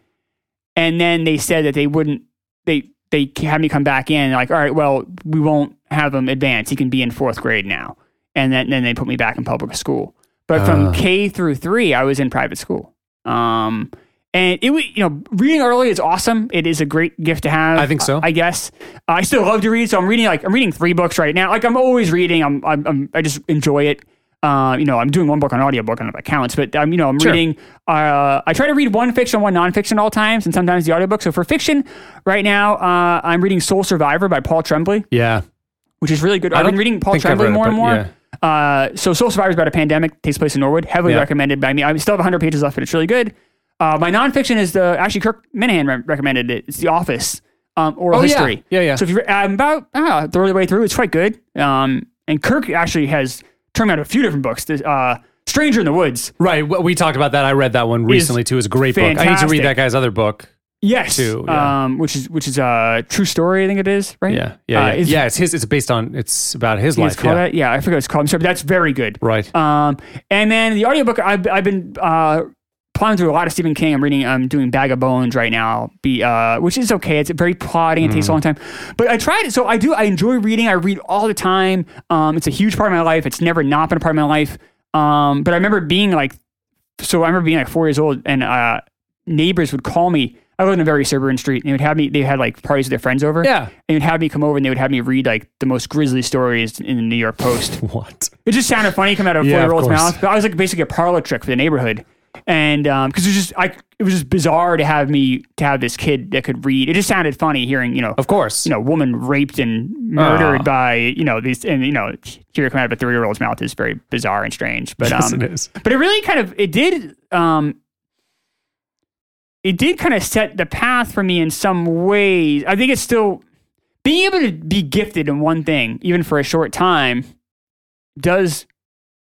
Speaker 3: and then they said that they wouldn't they they had me come back in like all right well we won't have him advance he can be in fourth grade now and then, then they put me back in public school but
Speaker 1: Uh.
Speaker 3: from k through three i was in private school um and it was you know reading early is awesome it is a great gift to have
Speaker 1: I think so.
Speaker 3: i guess i still love to read so i'm reading like i'm reading three books right now like i'm always reading i'm, I'm, I'm i just enjoy it uh, you know, I'm doing one book on audiobook, I don't know if that counts, but um, you know, I'm
Speaker 1: Sure.
Speaker 3: reading. Uh, I try to read one fiction, one nonfiction all times, and sometimes the audiobook. So for fiction, right now, uh, I'm reading Soul Survivor by Paul Tremblay,
Speaker 1: Yeah.
Speaker 3: which is really good.
Speaker 1: I
Speaker 3: I've been
Speaker 1: don't
Speaker 3: reading Paul
Speaker 1: think I've
Speaker 3: Tremblay
Speaker 1: read it,
Speaker 3: more and
Speaker 1: but
Speaker 3: more. Uh, so Soul Survivor is about a pandemic, takes place in Norwood, heavily
Speaker 1: Yeah.
Speaker 3: recommended by me. I still have 100 pages left, but it's really good. Uh, my nonfiction is the actually Kirk Minahan re- recommended it. It's The Office, um, oral
Speaker 1: Oh, yeah.
Speaker 3: history.
Speaker 1: Yeah, yeah.
Speaker 3: So if you re- I'm about ah, third of the way through, it's quite good. Um, and Kirk actually has turned out a few different books. This, uh, Stranger in the Woods.
Speaker 1: Right. w- We talked about that. I read that one recently too. It's a great book. I need to
Speaker 3: fantastic.
Speaker 1: read that guy's other book.
Speaker 3: Yes.
Speaker 1: Two, yeah.
Speaker 3: Um, which is which is a true story, I think it is, right?
Speaker 1: Yeah. Yeah.
Speaker 3: Uh,
Speaker 1: yeah.
Speaker 3: it's-
Speaker 1: yeah. It's his. It's based on. It's about his
Speaker 3: it's
Speaker 1: life.
Speaker 3: called
Speaker 1: yeah.
Speaker 3: that? yeah, I forget what it's called. I'm sorry, but that's very good.
Speaker 1: Right.
Speaker 3: Um, and then the audiobook, I've, I've been uh, plowing through a lot of Stephen King. I'm reading, I'm doing Bag of Bones right now, be, uh, which is okay. It's very plodding. It takes a long time. But I tried it. So I do, I enjoy reading. I read all the time. Um, it's a huge part of my life. It's never not been a part of my life. Um, but I remember being like, so I remember being like four years old and uh, neighbors would call me. I lived in a very suburban street and they would have me, they had like parties with their friends over.
Speaker 1: Yeah.
Speaker 3: And they would have me come over and they would have me read like the most grisly stories in the New York Post.
Speaker 1: What?
Speaker 3: It just sounded funny coming out of a
Speaker 1: Yeah, of
Speaker 3: four-year-old's
Speaker 1: course.
Speaker 3: mouth. But I was like basically a parlor trick for the neighborhood, and because it was just I, it was just bizarre to have me to have this kid that could read. It just sounded funny hearing you know,
Speaker 1: Of course.
Speaker 3: you know, woman raped and murdered
Speaker 1: Ah.
Speaker 3: by you know these, and you know, hear it come out of a three-year-old's mouth is very bizarre and strange. But
Speaker 1: Yes,
Speaker 3: um,
Speaker 1: it is.
Speaker 3: but it really kind of it did um it did kind of set the path for me in some ways. I think it's still being able to be gifted in one thing, even for a short time, does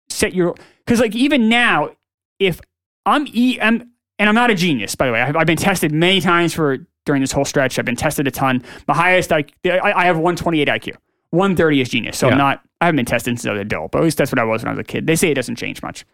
Speaker 3: set your because like even now, if I'm e I'm and I'm not a genius by the way. I've, I've been tested many times for during this whole stretch. I've been tested a ton. The highest I I I have 128 IQ. 130 is genius. So
Speaker 1: Yeah.
Speaker 3: I'm not. I haven't been tested since I was an adult, but at least that's what I was when I was a kid. They say it doesn't change much.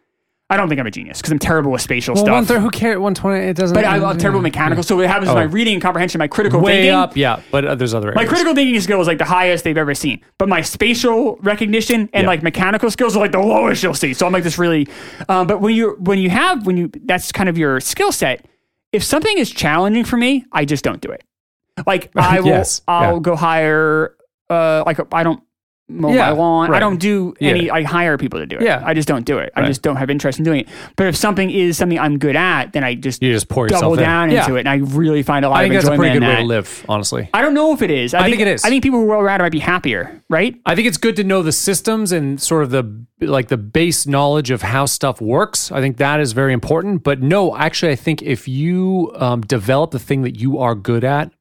Speaker 3: I don't think I'm a genius because I'm terrible with spatial
Speaker 1: Well,
Speaker 3: stuff.
Speaker 1: one third. Who cares? One twenty. It doesn't.
Speaker 3: But I'm a terrible mechanical. So what happens is my
Speaker 1: Mm-hmm. Oh.
Speaker 3: reading comprehension, my critical
Speaker 1: Way
Speaker 3: thinking,
Speaker 1: up. Yeah. But uh, there's other.
Speaker 3: my
Speaker 1: areas.
Speaker 3: critical thinking skill is like the highest they've ever seen. But my spatial recognition and
Speaker 1: Yeah.
Speaker 3: like mechanical skills are like the lowest you'll see. So I'm like this really. Um, but when you when you have when you that's kind of your skill set. If something is challenging for me, I just don't do it. Like I will,
Speaker 1: Yes, yeah.
Speaker 3: I'll go hire. Uh, like I don't mow
Speaker 1: Yeah,
Speaker 3: my lawn. I
Speaker 1: right.
Speaker 3: don't do
Speaker 1: Yeah.
Speaker 3: any. I hire people to do it.
Speaker 1: Yeah.
Speaker 3: I just don't do it. I
Speaker 1: Right.
Speaker 3: just don't have interest in doing it. But if something is something I'm good at, then I just
Speaker 1: You just pour
Speaker 3: double
Speaker 1: yourself in.
Speaker 3: down
Speaker 1: Yeah.
Speaker 3: into it, and I really find a lot
Speaker 1: I
Speaker 3: of
Speaker 1: think that's a
Speaker 3: enjoyment
Speaker 1: pretty
Speaker 3: in
Speaker 1: good way
Speaker 3: that.
Speaker 1: to live. Honestly.
Speaker 3: I don't know if it is. I,
Speaker 1: think it is.
Speaker 3: I think people who are well rounded might be happier, right?
Speaker 1: I think it's good to know the systems and sort of the like the base knowledge of how stuff works. I think that is very important. But no, actually, I think if you um, develop the thing that you are good at,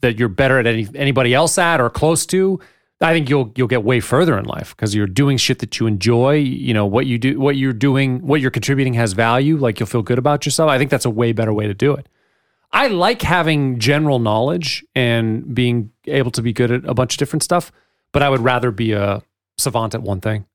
Speaker 1: that you're better at any, anybody else at or close to, I think you'll you'll get way further in life because you're doing shit that you enjoy. You know what you do, what you're doing, what you're contributing has value. Like you'll feel good about yourself. I think that's a way better way to do it. I like having general knowledge and being able to be good at a bunch of different stuff, but I would rather be a savant at one thing.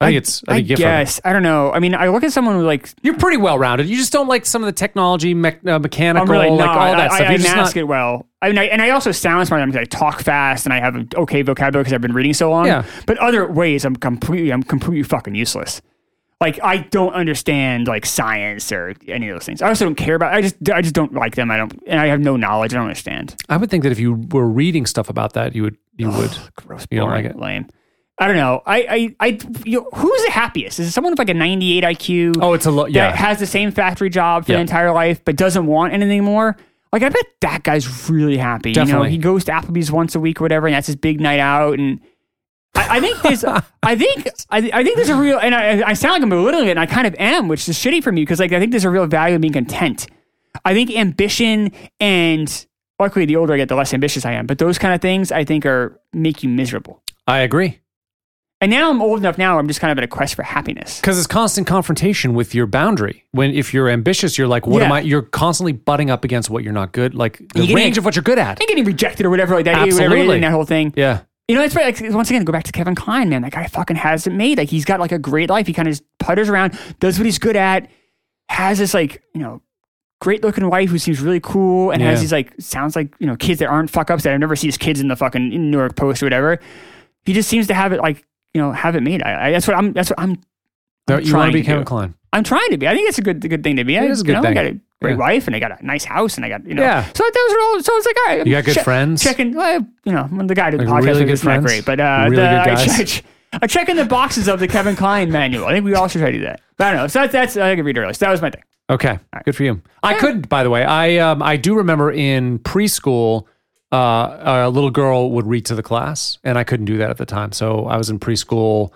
Speaker 1: I think it's. I, think you have fun.
Speaker 3: guess. I don't know. I mean, I look at someone who like
Speaker 1: you're pretty well rounded. You just don't like some of the technology, mech uh, mechanical,
Speaker 3: I'm really
Speaker 1: like
Speaker 3: not.
Speaker 1: all that
Speaker 3: I,
Speaker 1: stuff.
Speaker 3: I, I
Speaker 1: You're just
Speaker 3: mask
Speaker 1: not-
Speaker 3: it well. I mean, I, and I also sound smart because I talk fast and I have an okay vocabulary because I've been reading so long.
Speaker 1: Yeah.
Speaker 3: But other ways, I'm completely, I'm completely fucking useless. Like I don't understand like science or any of those things. I also don't care about. I just, I just don't like them. I don't, and I have no knowledge. I don't understand.
Speaker 1: I would think that if you were reading stuff about that, you would. You would.
Speaker 3: Gross.
Speaker 1: You don't
Speaker 3: boring,
Speaker 1: like it?
Speaker 3: Lame. I don't know. I, I, I you know, who's the happiest? Is it someone with like a 98 IQ?
Speaker 1: Oh, it's a lo- yeah.
Speaker 3: that has the same factory job for
Speaker 1: Yeah.
Speaker 3: the entire life but doesn't want anything more. Like I bet that guy's really happy. You know,
Speaker 1: Definitely.
Speaker 3: he goes to Applebee's once a week or whatever, and that's his big night out. And I, I think there's, I think, I, I think there's a real, and I, I sound like I'm belittling it, and I kind of am, which is shitty for me because like I think there's a real value in being content. I think ambition and luckily, the older I get, the less ambitious I am. But those kind of things, I think, are make you miserable.
Speaker 1: I agree.
Speaker 3: And now I'm old enough. Now I'm just kind of at a quest for happiness.
Speaker 1: Because it's constant confrontation with your boundary. When if you're ambitious, you're like, what
Speaker 3: Yeah.
Speaker 1: am I? You're constantly butting up against what you're not good, like the
Speaker 3: You get-
Speaker 1: range of what you're good at.
Speaker 3: and getting rejected or whatever like that. Whatever,
Speaker 1: Absolutely.
Speaker 3: and that whole thing.
Speaker 1: Yeah.
Speaker 3: You know, it's right. Like, once again, go back to Kevin Klein, man. That guy fucking has it made. Like he's got like a great life. He kind of just putters around, does what he's good at, has this like you know great looking wife who seems really cool, and
Speaker 1: Yeah.
Speaker 3: has these like sounds like you know kids that aren't fuck ups that I never see his kids in the fucking New York Post or whatever. He just seems to have it like you know have it made. I, I, that's what I'm. That's what I'm.
Speaker 1: No,
Speaker 3: I'm
Speaker 1: you want
Speaker 3: trying
Speaker 1: to be
Speaker 3: to do.
Speaker 1: Kevin Klein.
Speaker 3: I'm trying to be. I think it's a good good thing to be. I,
Speaker 1: It is a
Speaker 3: you
Speaker 1: good
Speaker 3: know, I
Speaker 1: thing.
Speaker 3: got a great
Speaker 1: Yeah.
Speaker 3: wife and I got a nice house and I got you know.
Speaker 1: Yeah.
Speaker 3: So those are all. So it's like all right.
Speaker 1: You
Speaker 3: I'm
Speaker 1: got good
Speaker 3: check-
Speaker 1: friends?
Speaker 3: Checking. Well, you know, when the guy did the
Speaker 1: Like
Speaker 3: podcast,
Speaker 1: really
Speaker 3: really
Speaker 1: good
Speaker 3: it's not
Speaker 1: friends?
Speaker 3: great, but uh,
Speaker 1: Really
Speaker 3: the,
Speaker 1: good
Speaker 3: I
Speaker 1: guys?
Speaker 3: check- I check in the boxes of the Kevin Klein manual. I think we all should try to do that. But I don't know. So that's, that's I can read early. So that was my thing.
Speaker 1: Okay, good for you. I could, by the way. I um, I do remember in preschool, uh, a little girl would read to the class, and I couldn't do that at the time. So I was in preschool,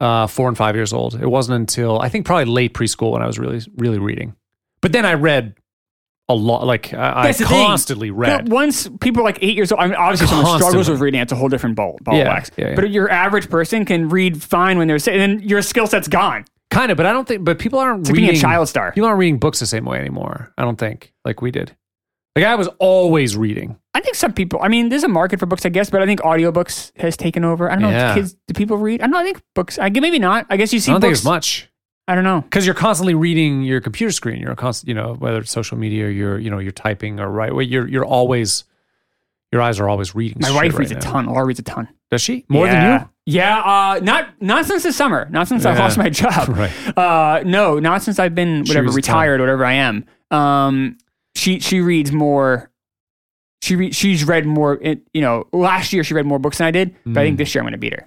Speaker 1: uh, four and five years old. It wasn't until I think probably late preschool when I was really really reading. But then I read a lot. Like I, I
Speaker 3: That's the thing.
Speaker 1: constantly
Speaker 3: But
Speaker 1: read.
Speaker 3: once people are like eight years old, I mean, obviously someone
Speaker 1: Constantly.
Speaker 3: struggles with reading. It's a whole different ball, ball
Speaker 1: Yeah,
Speaker 3: of wax.
Speaker 1: yeah, yeah.
Speaker 3: But your average person can read fine when they're sitting, and then your skill set's gone.
Speaker 1: Kind of, but I don't think. But people aren't
Speaker 3: like being
Speaker 1: reading
Speaker 3: a child star.
Speaker 1: People aren't reading books the same way anymore. I don't think like we did. Like I was always reading.
Speaker 3: I think some people, I mean, there's a market for books, I guess, but I think audiobooks has taken over. I don't know
Speaker 1: Yeah.
Speaker 3: if kids, do people read? I don't know. I think books, I, gu- maybe not. I guess you see
Speaker 1: I don't think
Speaker 3: books.
Speaker 1: as much.
Speaker 3: I don't know.
Speaker 1: because you're constantly reading your computer screen. You're constant, you know, whether it's social media or you're, you know, you're typing or right. Well, you're you're always your eyes are always reading.
Speaker 3: My
Speaker 1: shit
Speaker 3: wife
Speaker 1: right
Speaker 3: reads
Speaker 1: now.
Speaker 3: a ton. Laura reads a ton.
Speaker 1: Does she more
Speaker 3: yeah.
Speaker 1: than you?
Speaker 3: Yeah. Uh, not, not since this summer. Not since I
Speaker 1: Yeah.
Speaker 3: lost my job.
Speaker 1: Right.
Speaker 3: Uh, no, not since I've been,
Speaker 1: She
Speaker 3: whatever,
Speaker 1: reads a ton.
Speaker 3: retired, whatever I am. Um, she, she reads more. She re- she's read more. It, you know, last year she read more books than I did, but I
Speaker 1: Hmm.
Speaker 3: think this year I'm going to beat her.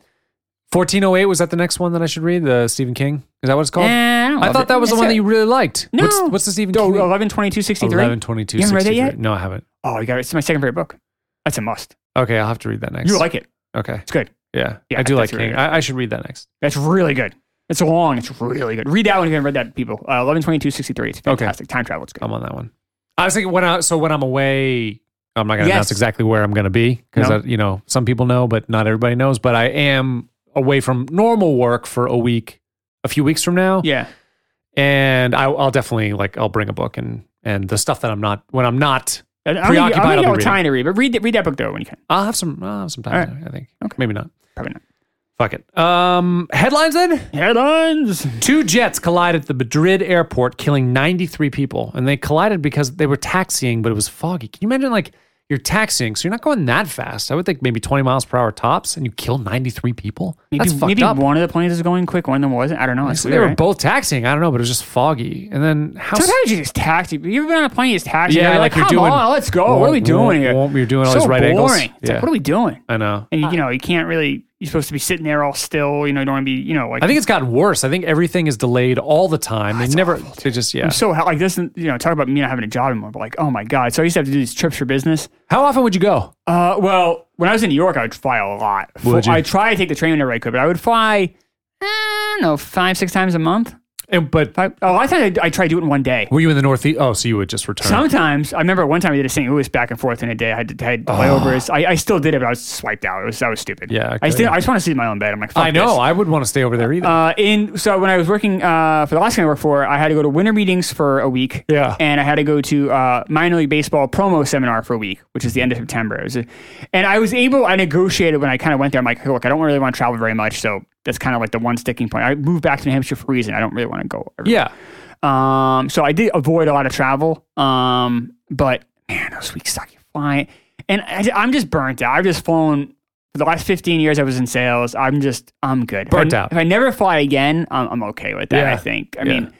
Speaker 1: Fourteen oh eight was that the next one that I should read? The Stephen King is that what it's called?
Speaker 3: Eh, don't
Speaker 1: I
Speaker 3: love
Speaker 1: thought
Speaker 3: it.
Speaker 1: that was the
Speaker 3: It's
Speaker 1: one
Speaker 3: a-
Speaker 1: that you really liked.
Speaker 3: No.
Speaker 1: What's, what's the Stephen
Speaker 3: Oh,
Speaker 1: King?
Speaker 3: 11, 22, 63.
Speaker 1: 11, 22,
Speaker 3: You haven't read that yet?
Speaker 1: 63. No, I haven't.
Speaker 3: Oh, you got it. It's my second favorite book. That's a must.
Speaker 1: Okay, I'll have to read that next.
Speaker 3: You like it.
Speaker 1: Okay,
Speaker 3: It's good.
Speaker 1: yeah,
Speaker 3: Yeah,
Speaker 1: I do like
Speaker 3: that's really
Speaker 1: King.
Speaker 3: good.
Speaker 1: I, I should read that next.
Speaker 3: That's really good. It's long. It's really good. Read that one if you haven't read that, people. Uh, 11, 22, 63. It's
Speaker 1: Okay. Um,
Speaker 3: fantastic. Time travel. It's good.
Speaker 1: I'm on that one. I was thinking when I so when I'm away, I'm not gonna
Speaker 3: Yes.
Speaker 1: announce exactly where I'm gonna be because
Speaker 3: No.
Speaker 1: you know some people know, but not everybody knows. But I am away from normal work for a week, a few weeks from now,
Speaker 3: yeah.
Speaker 1: and I, I'll definitely like I'll bring a book and and the stuff that I'm not when I'm not,
Speaker 3: And I'm
Speaker 1: Preoccupied,
Speaker 3: gonna-
Speaker 1: I'll
Speaker 3: I'm gonna
Speaker 1: be
Speaker 3: get all
Speaker 1: reading.
Speaker 3: time to read, but read, that- read that book though when you can.
Speaker 1: I'll have some I'll have some time.
Speaker 3: All right.
Speaker 1: there, I think
Speaker 3: Okay.
Speaker 1: maybe not.
Speaker 3: Probably not.
Speaker 1: Fuck it. Um, headlines then.
Speaker 3: Headlines.
Speaker 1: Two jets collided at the Madrid airport, killing 93 people. And they collided because they were taxiing, but it was foggy. Can you imagine, like, you're taxiing, so you're not going that fast. I would think maybe 20 miles per hour tops, and you kill 93 people?
Speaker 3: Maybe,
Speaker 1: That's fucked
Speaker 3: maybe
Speaker 1: up.
Speaker 3: one of the planes is going quick, one of them wasn't. I don't know. It's
Speaker 1: So
Speaker 3: weird,
Speaker 1: they were
Speaker 3: right?
Speaker 1: both taxiing. I don't know, but it was just foggy. And then how.
Speaker 3: Sometimes you just taxi. You've been on a plane, you just taxi.
Speaker 1: Yeah,
Speaker 3: You're
Speaker 1: like you're
Speaker 3: come
Speaker 1: doing-
Speaker 3: On, let's go. What are we
Speaker 1: Womp,
Speaker 3: doing
Speaker 1: womp,
Speaker 3: here?
Speaker 1: womp. You're doing all
Speaker 3: so
Speaker 1: these right
Speaker 3: boring.
Speaker 1: angles.
Speaker 3: It's
Speaker 1: Yeah.
Speaker 3: like, what are we doing?
Speaker 1: I know.
Speaker 3: And you, you know, you can't really. You're supposed to be sitting there all still. You know, you don't want to be. You know, like
Speaker 1: I think it's gotten worse. I think everything is delayed all the time. They never. They just, yeah.
Speaker 3: I'm so hel- like this. You know, talk about me not having a job anymore. But like, oh my god! So I used to have to do these trips for business.
Speaker 1: How often would you go?
Speaker 3: Uh, well, when I was in New York, I would fly a lot.
Speaker 1: Would you?
Speaker 3: I try to take the train whenever I could, but I would fly. eh, I don't know, five six times a month.
Speaker 1: And, but
Speaker 3: Five, a lot of times I, I try to do it in one day.
Speaker 1: were you in the Northeast? Oh, so you would just return.
Speaker 3: Sometimes I remember one time I did a St. Louis back and forth in a day. I had, I had layovers. I, I still did it, but I was swiped out. It was that was stupid.
Speaker 1: Ah. Yeah,
Speaker 3: I,
Speaker 1: okay.
Speaker 3: still I just want to sleep in my own bed. I'm like, Fuck
Speaker 1: I know.
Speaker 3: this.
Speaker 1: I would want to stay over there either.
Speaker 3: Uh, in so when I was working uh, for the last thing I worked for, I had to go to winter meetings for a week.
Speaker 1: Yeah.
Speaker 3: and I had to go to uh, minor league baseball promo seminar for a week, which is the end of September. It was a- and I was able. I negotiated when I kind of went there. I'm like, look, I don't really want to travel very much, so that's kind of like the one sticking point. I moved back to New Hampshire for a reason. I don't really want to go. every-
Speaker 1: yeah.
Speaker 3: Um, so I did avoid a lot of travel. Um, but man, those weeks suck. You fly, and I, I'm just burnt out. I've just flown for the last 15 years. I was in sales. I'm just I'm good. If I-
Speaker 1: Burnt out.
Speaker 3: If I never fly again, I'm, I'm okay with that.
Speaker 1: Yeah.
Speaker 3: I think. I
Speaker 1: Yeah.
Speaker 3: mean,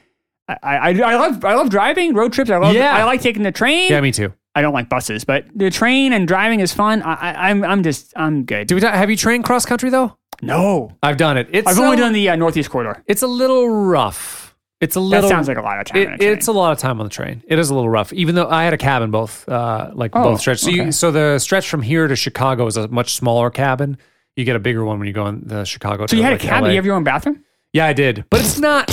Speaker 3: I, I I love I love driving road trips. I love
Speaker 1: Yeah.
Speaker 3: I like taking the train.
Speaker 1: Yeah, me too.
Speaker 3: I don't like buses, but the train and driving is fun. I, I I'm I'm just I'm good.
Speaker 1: Do we talk, have you trained cross country though?
Speaker 3: no,
Speaker 1: I've done it. It's
Speaker 3: I've
Speaker 1: a-
Speaker 3: only done the uh, Northeast Corridor.
Speaker 1: It's a little rough. It's a
Speaker 3: That
Speaker 1: little.
Speaker 3: sounds like a lot of time. on a
Speaker 1: It,
Speaker 3: train.
Speaker 1: it's a lot of time on the train. It is a little rough, even though I had a cabin both, uh, like
Speaker 3: Oh,
Speaker 1: both stretches. So,
Speaker 3: okay.
Speaker 1: you, so the stretch from here to Chicago is a much smaller cabin. You get a bigger one when you go in the Chicago.
Speaker 3: so you had a cabin.
Speaker 1: LA.
Speaker 3: You have your own bathroom.
Speaker 1: yeah, I did, but it's not.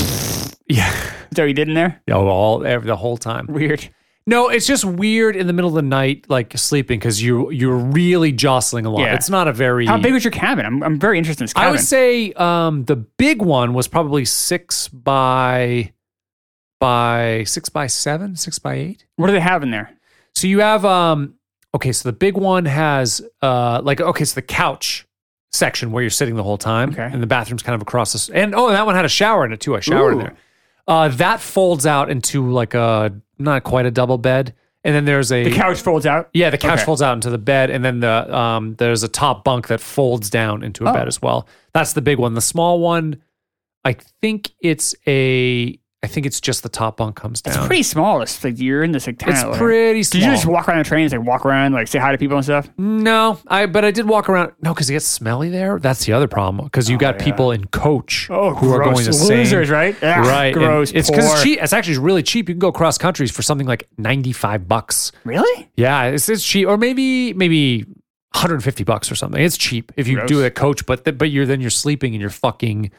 Speaker 1: Yeah,
Speaker 3: Is that what you did in there?
Speaker 1: yeah, well, all every, the whole time.
Speaker 3: Weird.
Speaker 1: No, it's just weird in the middle of the night, like sleeping, because you you're really jostling a lot.
Speaker 3: Yeah.
Speaker 1: It's not a very
Speaker 3: How big was your cabin? I'm, I'm very interested in this cabin.
Speaker 1: I would say um, the big one was probably six by by six by seven, six by eight.
Speaker 3: what do they have in there?
Speaker 1: So you have um okay, so the big one has uh like okay, so the couch section where you're sitting the whole time.
Speaker 3: Okay.
Speaker 1: And the bathroom's kind of across this and oh and that one had a shower in it too. I showered in
Speaker 3: Ooh.
Speaker 1: there. Uh that folds out into like a not quite a double bed. And then there's a
Speaker 3: The couch folds out.
Speaker 1: yeah, the couch
Speaker 3: Okay.
Speaker 1: folds out into the bed, and then the um, there's a top bunk that folds down into
Speaker 3: Oh.
Speaker 1: a bed as well. That's the big one. The small one, I think it's a, I think it's just the top bunk comes down.
Speaker 3: It's pretty small. It's like you're in this like tiny.
Speaker 1: It's
Speaker 3: little-
Speaker 1: pretty small.
Speaker 3: Did you just walk around the trains, like walk around, like say hi to people and stuff?
Speaker 1: No, I but I did walk around. No, because it gets smelly there. That's the other problem. Because you
Speaker 3: Oh,
Speaker 1: got people in coach who are going to
Speaker 3: losers, right? Ugh,
Speaker 1: Right, and
Speaker 3: gross.
Speaker 1: It's because it's
Speaker 3: poor.
Speaker 1: cheap. It's actually really cheap. You can go cross countries for something like ninety five bucks.
Speaker 3: Really?
Speaker 1: Yeah, it's, it's cheap, or maybe maybe 150 bucks or something. It's cheap if you do it at coach, but th- but you're then you're sleeping in your fucking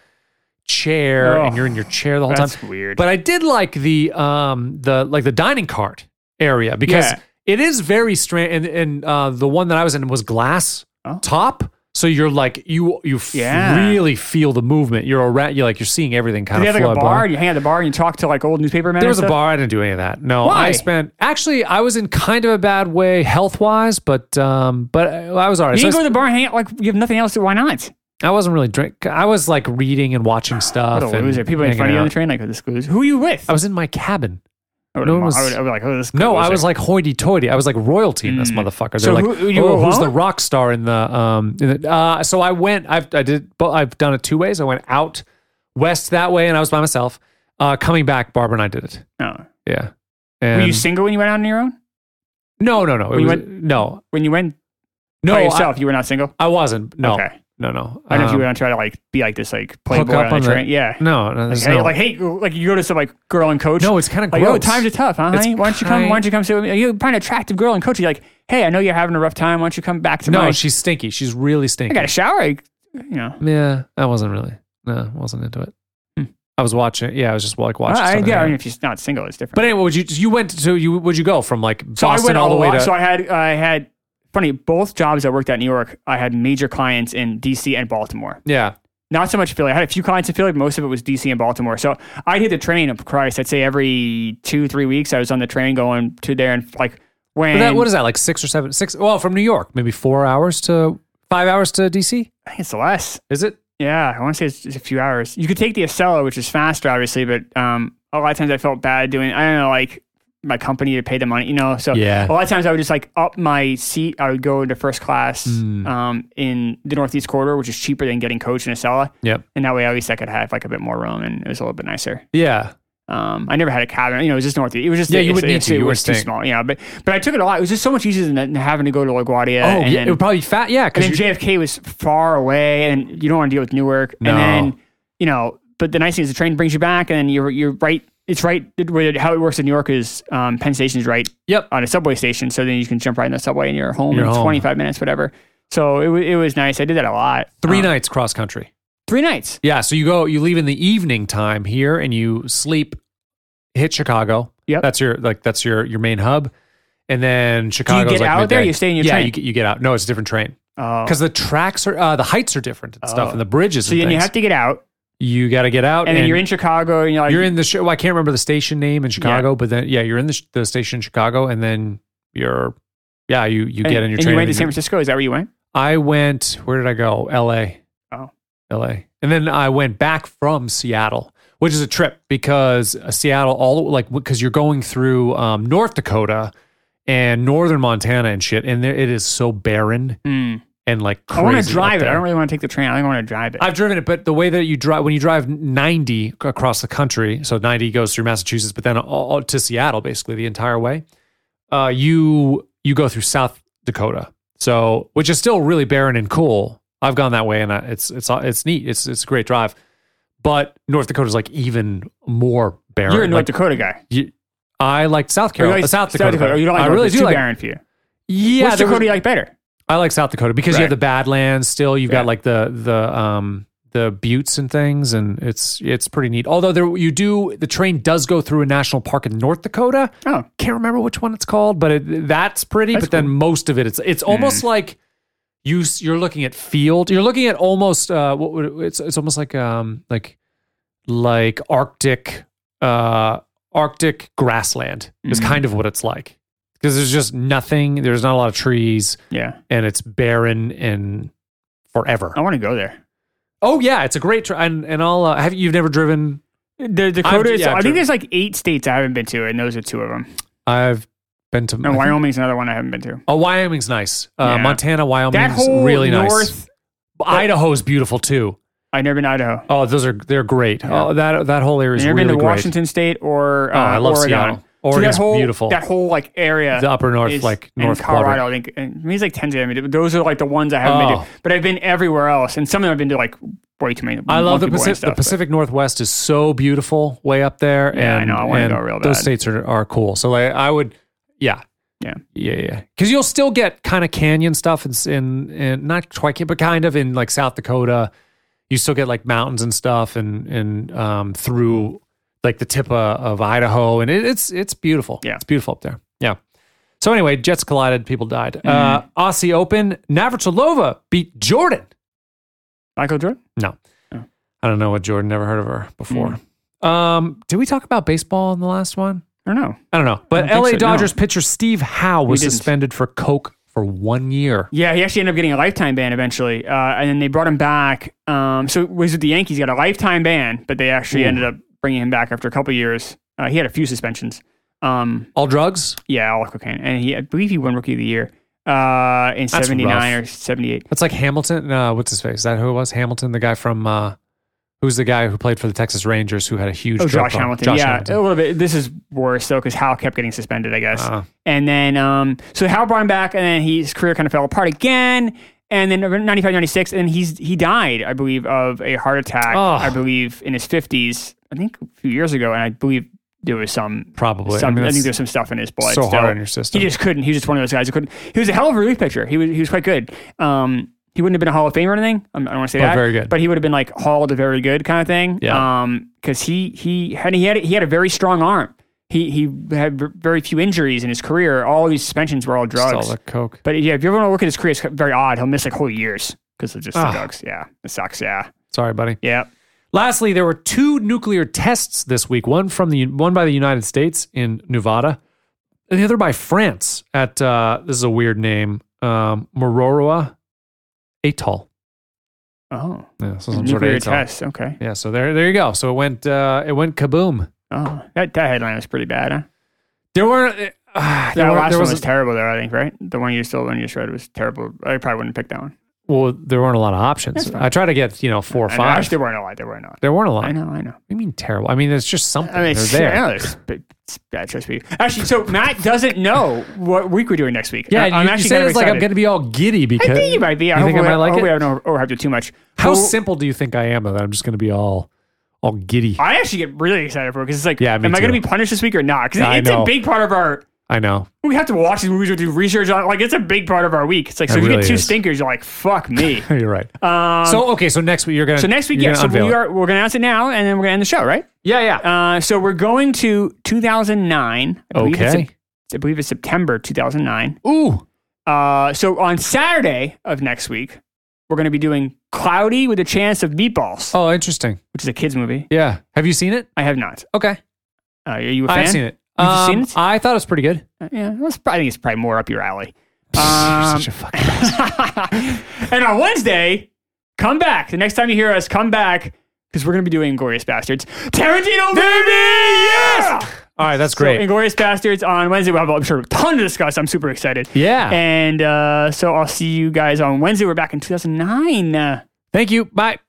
Speaker 1: chair and
Speaker 3: Ugh,
Speaker 1: you're in your chair the whole
Speaker 3: That's
Speaker 1: time.
Speaker 3: weird.
Speaker 1: But I did like the um the like the dining cart area because
Speaker 3: Yeah.
Speaker 1: it is very strange. And and uh, the one that I was in was glass
Speaker 3: Oh.
Speaker 1: top. So you're like you you f-
Speaker 3: Yeah.
Speaker 1: really feel the movement. You're around. You're like you're seeing everything kind
Speaker 3: Did they
Speaker 1: of
Speaker 3: have like a
Speaker 1: flood by.
Speaker 3: bar? And you hang out at the bar and you talk to like old newspaper men.
Speaker 1: There
Speaker 3: and
Speaker 1: was a
Speaker 3: stuff?
Speaker 1: bar. I didn't do any of that. No, I
Speaker 3: Why?
Speaker 1: spent actually I was in kind of a bad way health wise, but um, but I was alright.
Speaker 3: You
Speaker 1: So I,
Speaker 3: can go to the bar and hang out. Like you have nothing else. so Why not?
Speaker 1: I wasn't really drink. I was like reading and watching stuff.
Speaker 3: What a
Speaker 1: and
Speaker 3: loser. People in
Speaker 1: hanging
Speaker 3: front of you on the
Speaker 1: out.
Speaker 3: train, like this loser. Who are you with?
Speaker 1: I was in my cabin.
Speaker 3: I would,
Speaker 1: no
Speaker 3: no
Speaker 1: one was-
Speaker 3: I would, I would be like, oh, this.
Speaker 1: No, I
Speaker 3: loser. Mm.
Speaker 1: was like hoity toity. I was like royalty in this motherfucker. They're
Speaker 3: So
Speaker 1: like,
Speaker 3: who- you
Speaker 1: oh,
Speaker 3: were
Speaker 1: who's the
Speaker 3: alone?
Speaker 1: rock star in the um? In the, uh, so I went. I've I did. But I've done it two ways. I went out west that way, and I was by myself. Uh, coming back, Barbara and I did it.
Speaker 3: No.
Speaker 1: Yeah.
Speaker 3: Were
Speaker 1: And
Speaker 3: you single when you went out on your own?
Speaker 1: no, no, no. It
Speaker 3: you
Speaker 1: was,
Speaker 3: went-
Speaker 1: no,
Speaker 3: When you went
Speaker 1: no.
Speaker 3: by
Speaker 1: I-
Speaker 3: yourself, you were not single.
Speaker 1: I wasn't. No.
Speaker 3: Okay.
Speaker 1: No, no.
Speaker 3: I don't know if you
Speaker 1: Um,
Speaker 3: were gonna try to like be like this like playboy on, the train. yeah.
Speaker 1: No, no,
Speaker 3: Like,
Speaker 1: there's
Speaker 3: hey,
Speaker 1: no.
Speaker 3: like hey, like you go to some like girl and coach.
Speaker 1: no, it's kind of
Speaker 3: like
Speaker 1: gross.
Speaker 3: oh, times are tough, huh,
Speaker 1: It's
Speaker 3: honey? Why don't you come? Why
Speaker 1: kind-
Speaker 3: don't you come sit with me? You find an attractive girl and coach. You're like, hey, I know you're having a rough time. Why don't you come back to
Speaker 1: no,
Speaker 3: my?
Speaker 1: she's stinky. She's really
Speaker 3: I
Speaker 1: stinky.
Speaker 3: got a shower. I, you know,
Speaker 1: yeah, I wasn't really. No, I wasn't into it. I was watching. Yeah, I was just like watching.
Speaker 3: Hmm. I,
Speaker 1: stuff
Speaker 3: yeah. I
Speaker 1: and-
Speaker 3: mean, if she's not single, it's different.
Speaker 1: But anyway, would you you went to you would you go from like
Speaker 3: so
Speaker 1: Boston
Speaker 3: I went
Speaker 1: all the way
Speaker 3: lot-
Speaker 1: to?
Speaker 3: So I had I had funny both jobs I worked at in New York. I had major clients in D.C. and Baltimore.
Speaker 1: yeah,
Speaker 3: Not so much Philly. I had a few clients in Philly, but most of it was D.C. and Baltimore. So I'd hit the train. Of Christ, I'd say every two three weeks I was on the train going to there and like when
Speaker 1: but that what is that like six or seven six? Well, from New York, maybe four hours to five hours to DC.
Speaker 3: I think it's less.
Speaker 1: Is it?
Speaker 3: Yeah, I want to say it's, it's a few hours. You could take the Acela, which is faster, obviously, but um, a lot of times I felt bad doing. I don't know, like my company to pay the money, you know. So
Speaker 1: Yeah.
Speaker 3: a lot of times I would just like up my seat. I would go into first class
Speaker 1: Mm.
Speaker 3: um, in the Northeast Corridor, which is cheaper than getting coach in Acela,
Speaker 1: Yep.
Speaker 3: and that way at least I could have like a bit more room and it was a little bit nicer.
Speaker 1: Yeah.
Speaker 3: Um, I never had a cabin. You know, it was just northeast. It was just
Speaker 1: Yeah, you
Speaker 3: it's-
Speaker 1: would need
Speaker 3: it's-
Speaker 1: to.
Speaker 3: It
Speaker 1: You
Speaker 3: was
Speaker 1: were
Speaker 3: too
Speaker 1: staying-
Speaker 3: small. Yeah, but but I took it a lot. It was just so much easier than having to go to LaGuardia.
Speaker 1: Oh,
Speaker 3: and
Speaker 1: yeah.
Speaker 3: then-
Speaker 1: It would probably be fat. Yeah,
Speaker 3: and
Speaker 1: because
Speaker 3: then JFK was far away, and you don't want to deal with Newark.
Speaker 1: No.
Speaker 3: And then you know, but the nice thing is the train brings you back, and then you're you're right. It's right where how it works in New York is um, Penn Station's right
Speaker 1: yep.
Speaker 3: on a subway station, so then you can jump right in the subway and you're home
Speaker 1: You're
Speaker 3: in
Speaker 1: home.
Speaker 3: 25 minutes, whatever. So it wa- it was nice. I did that a lot.
Speaker 1: Three
Speaker 3: Um,
Speaker 1: nights cross country.
Speaker 3: Three nights.
Speaker 1: Yeah, so you go, you leave in the evening time here, and you sleep, hit Chicago.
Speaker 3: Yep.
Speaker 1: that's your like that's your your main hub, and then Chicago.
Speaker 3: get out there? You stay in your
Speaker 1: yeah,
Speaker 3: train?
Speaker 1: you, get- you get out. No, it's a different train
Speaker 3: Oh.
Speaker 1: because the tracks are uh, the heights are different and stuff,
Speaker 3: Oh.
Speaker 1: and the bridges.
Speaker 3: So
Speaker 1: and
Speaker 3: then you
Speaker 1: things.
Speaker 3: have to get out,
Speaker 1: you got to get out,
Speaker 3: and then you're in Chicago, and you're like
Speaker 1: you're in the show. I can't remember the station name in Chicago, but then yeah, you're in the, sh- the station in Chicago, and then you're yeah, you you
Speaker 3: and,
Speaker 1: get in your
Speaker 3: and
Speaker 1: train.
Speaker 3: You went
Speaker 1: and
Speaker 3: to San
Speaker 1: you're-
Speaker 3: Francisco. Is that where you went?
Speaker 1: I went. Where did I go? L.A.
Speaker 3: Oh.
Speaker 1: L.A. And then I went back from Seattle, which is a trip because uh, Seattle all like because you're going through um, North Dakota and northern Montana and shit, and there, it is so barren
Speaker 3: Mm.
Speaker 1: and like
Speaker 3: I
Speaker 1: crazy
Speaker 3: want
Speaker 1: up
Speaker 3: to drive it. I
Speaker 1: there.
Speaker 3: don't really want to take the train. I want to drive it.
Speaker 1: I've driven it, but the way that you drive when you drive 90 across the country, so 90 goes through Massachusetts, but then all, all to Seattle basically the entire way. Uh, you you go through South Dakota, so which is still really barren and cool. I've gone that way, and I, it's it's it's neat. It's it's a great drive, but North Dakota's like even more barren.
Speaker 3: you're a North
Speaker 1: Like,
Speaker 3: Dakota guy.
Speaker 1: you- I like South
Speaker 3: Or you
Speaker 1: Carolina,
Speaker 3: like
Speaker 1: South Dakota.
Speaker 3: Or You don't like
Speaker 1: I really
Speaker 3: it's
Speaker 1: do
Speaker 3: too
Speaker 1: like.
Speaker 3: barren for you.
Speaker 1: Yeah,
Speaker 3: Which
Speaker 1: there was-
Speaker 3: Dakota do you like better?
Speaker 1: I like South Dakota because you have
Speaker 3: Right.
Speaker 1: the Badlands still. You've
Speaker 3: Yeah.
Speaker 1: got like the the um the buttes and things, and it's it's pretty neat. Although there you do the train does go through a national park in North Dakota.
Speaker 3: Oh.
Speaker 1: can't remember which one it's called, but it, that's pretty. but then most of it, it's it's
Speaker 3: Hmm.
Speaker 1: almost like you s- you're looking at field. You're looking at almost uh, what would it- it's it's almost like um like like Arctic uh Arctic grassland
Speaker 3: Hmm.
Speaker 1: is kind of what it's like because there's just nothing. There's not a lot of trees,
Speaker 3: Yeah.
Speaker 1: and it's barren and forever.
Speaker 3: I want to go there.
Speaker 1: Oh yeah, it's a great train. And, and I'll uh, have you've never driven.
Speaker 3: The Dakota is,
Speaker 1: yeah, I've
Speaker 3: I
Speaker 1: driven-
Speaker 3: think there's like eight states I haven't been to, and those are two of them.
Speaker 1: I've been to
Speaker 3: And Wyoming's another one I haven't been to.
Speaker 1: Oh, Wyoming's nice. Uh,
Speaker 3: Yeah.
Speaker 1: Montana,
Speaker 3: That
Speaker 1: Wyoming's
Speaker 3: whole
Speaker 1: really nice.
Speaker 3: north,
Speaker 1: Idaho's beautiful too.
Speaker 3: I've never been to Idaho.
Speaker 1: Oh, those are they're great. Oh, that that whole area
Speaker 3: I've
Speaker 1: is
Speaker 3: never
Speaker 1: really
Speaker 3: been to
Speaker 1: great. Oh,
Speaker 3: Washington State or uh,
Speaker 1: I love
Speaker 3: Oregon.
Speaker 1: Seattle.
Speaker 3: So
Speaker 1: Oregon's
Speaker 3: that whole,
Speaker 1: beautiful.
Speaker 3: That whole like area,
Speaker 1: The upper north,
Speaker 3: is-
Speaker 1: like,
Speaker 3: and
Speaker 1: north
Speaker 3: Colorado. I think and maybe it's like Tenzin. I mean, those are like the ones I haven't been
Speaker 1: Oh.
Speaker 3: to. But I've been everywhere else, and some of them I've been to like way too many.
Speaker 1: I love the
Speaker 3: Monkey Boy and
Speaker 1: Pacific.
Speaker 3: stuff,
Speaker 1: the Pacific Northwest is so beautiful way up there.
Speaker 3: Yeah, I
Speaker 1: and
Speaker 3: know. I wanna
Speaker 1: and
Speaker 3: go real
Speaker 1: Those
Speaker 3: bad.
Speaker 1: states are, are cool. So like, I would, yeah,
Speaker 3: Yeah.
Speaker 1: yeah, yeah. Because you'll still get kind of canyon stuff in, s- in in not quite, but kind of in like South Dakota. You still get like mountains and stuff, and and um through like the tip of, of Idaho, and it, it's it's beautiful.
Speaker 3: Yeah.
Speaker 1: it's beautiful up there. Yeah. So anyway, jets collided, people died.
Speaker 3: Mm-hmm.
Speaker 1: Uh, Aussie Open, Navratilova beat Jordan.
Speaker 3: But Michael Jordan.
Speaker 1: No.
Speaker 3: Oh.
Speaker 1: I don't know what Jordan. Never heard of her before.
Speaker 3: Mm.
Speaker 1: Um, did we talk about baseball in the last one?
Speaker 3: I don't know.
Speaker 1: I don't know. But
Speaker 3: don't think
Speaker 1: LA
Speaker 3: so, no.
Speaker 1: Dodgers pitcher Steve Howe was
Speaker 3: didn't.
Speaker 1: suspended for coke for one year.
Speaker 3: Yeah, he actually ended up getting a lifetime ban eventually, uh, and then they brought him back. Um, so it was with the Yankees got a lifetime ban, but they actually ended up bringing him back after a couple years. Uh, he had a few suspensions. Um,
Speaker 1: All drugs?
Speaker 3: Yeah, all cocaine. And he, I believe he won Rookie of the Year uh, in
Speaker 1: That's
Speaker 3: 79 or 78.
Speaker 1: That's like Hamilton. Uh, what's his face? Is that who it was? Hamilton, the guy from uh, who's the guy who played for the Texas Rangers who had a huge
Speaker 3: Oh,
Speaker 1: drug
Speaker 3: Josh
Speaker 1: problem?
Speaker 3: Hamilton.
Speaker 1: Josh
Speaker 3: yeah, Oh,
Speaker 1: Hamilton.
Speaker 3: a little bit. This is worse, though, because Hal kept getting suspended, I guess.
Speaker 1: Uh-huh.
Speaker 3: And then, um, so Hal brought him back, and then his career kind of fell apart again. And then 95, 96, and he's, he died, I believe, of a heart attack,
Speaker 1: Oh.
Speaker 3: I believe, in his 50s, I think a few years ago. And I believe there was some.
Speaker 1: Probably.
Speaker 3: Some, I,
Speaker 1: I mean,
Speaker 3: think
Speaker 1: that's
Speaker 3: there's some stuff in his blood.
Speaker 1: so hard
Speaker 3: still.
Speaker 1: on your system.
Speaker 3: He just couldn't. He was just one of those guys who couldn't. He was a hell of a relief pitcher. He was he was quite good. Um, he wouldn't have been a Hall of Fame or anything. Um, I don't want to say
Speaker 1: But
Speaker 3: that.
Speaker 1: very good.
Speaker 3: But he would have been like Hall of a very good kind of thing.
Speaker 1: Yeah.
Speaker 3: Um, because he he had he had he had a very strong arm. He he had v- very few injuries in his career. All these suspensions were all drugs.
Speaker 1: Just all the coke.
Speaker 3: but yeah, if you ever want to look at his career, it's very odd. He'll miss like whole years because of just the
Speaker 1: Ah.
Speaker 3: drugs. Yeah, it sucks. Yeah,
Speaker 1: Sorry, buddy.
Speaker 3: yeah.
Speaker 1: Lastly, there were two nuclear tests this week. One from the one by the United States in Nevada, and the other by France at uh, this is a weird name, um, Mororoa Atoll.
Speaker 3: Oh,
Speaker 1: Yeah, so some sort of
Speaker 3: nuclear
Speaker 1: atoll.
Speaker 3: test. Okay.
Speaker 1: Yeah, so there, there you go. So it went, uh, it went kaboom.
Speaker 3: Oh, that, that headline was pretty bad. Huh?
Speaker 1: There were, uh, there,
Speaker 3: That
Speaker 1: were,
Speaker 3: last
Speaker 1: there
Speaker 3: one
Speaker 1: was,
Speaker 3: was terrible, though. I think right. The one you still, one you just read was terrible. I probably wouldn't pick that one.
Speaker 1: well, there weren't a lot of options. I tried to get you know four or
Speaker 3: I know,
Speaker 1: five.
Speaker 3: actually, there weren't a lot. There weren't a lot.
Speaker 1: there weren't a lot.
Speaker 3: I know. I know.
Speaker 1: What do you mean terrible? I mean, it's just something.
Speaker 3: I
Speaker 1: They're
Speaker 3: mean, it's,
Speaker 1: there.
Speaker 3: I know there's b- it's bad choice for you. Actually, so Matt doesn't know what week we're doing next week.
Speaker 1: Yeah,
Speaker 3: I-
Speaker 1: and you, you say
Speaker 3: kind of
Speaker 1: it's like I'm
Speaker 3: excited.
Speaker 1: going to be all giddy because
Speaker 3: I think you might be. I
Speaker 1: you think I
Speaker 3: hope
Speaker 1: might
Speaker 3: we-
Speaker 1: like
Speaker 3: hope
Speaker 1: it?
Speaker 3: We haven't over- overhyped it too much.
Speaker 1: How
Speaker 3: Well,
Speaker 1: simple do you think I am that I'm just going to be all all giddy? I,
Speaker 3: I actually get really excited for it because it's like,
Speaker 1: Yeah,
Speaker 3: am
Speaker 1: me
Speaker 3: I going to
Speaker 1: too.
Speaker 3: be punished this week or not? Because
Speaker 1: I
Speaker 3: it's a
Speaker 1: know.
Speaker 3: big part of our.
Speaker 1: know.
Speaker 3: We have to watch these movies or do research on. it. Like, it's a big part of our week. It's like, so
Speaker 1: It
Speaker 3: if you get
Speaker 1: really
Speaker 3: two
Speaker 1: is.
Speaker 3: stinkers, you're like, fuck me.
Speaker 1: You're right.
Speaker 3: um, so,
Speaker 1: so okay, so next week you're going to
Speaker 3: next week, yeah. So we are. We're going to announce it now, and then we're going to end the show, right?
Speaker 1: Yeah, yeah.
Speaker 3: Uh, so we're going to 2009. I believe it's
Speaker 1: Okay.
Speaker 3: Sep- I believe it's September 2009.
Speaker 1: Ooh.
Speaker 3: Uh, so on Saturday of next week, we're going to be doing Cloudy with a Chance of Meatballs,
Speaker 1: Oh, interesting.
Speaker 3: which is a kids movie.
Speaker 1: Yeah. Have you seen it?
Speaker 3: I have not.
Speaker 1: Okay.
Speaker 3: Uh, are you a fan?
Speaker 1: I've seen it. Um,
Speaker 3: You've seen it?
Speaker 1: I thought it was pretty good.
Speaker 3: Uh, Yeah, that's probably- I think it's probably more up your alley.
Speaker 1: You're
Speaker 3: Um,
Speaker 1: such a fucking
Speaker 3: and on Wednesday, come back. The next time you hear us, come back because we're going to be doing Glorious Bastards. Tarantino, baby! Yes!
Speaker 1: All right, that's
Speaker 3: So,
Speaker 1: great.
Speaker 3: Inglorious Bastards on Wednesday. We'll have, I'm sure, a ton to discuss. I'm super excited.
Speaker 1: yeah.
Speaker 3: And uh, so I'll see you guys on Wednesday. We're back in 2009. Uh,
Speaker 1: Thank you. Bye.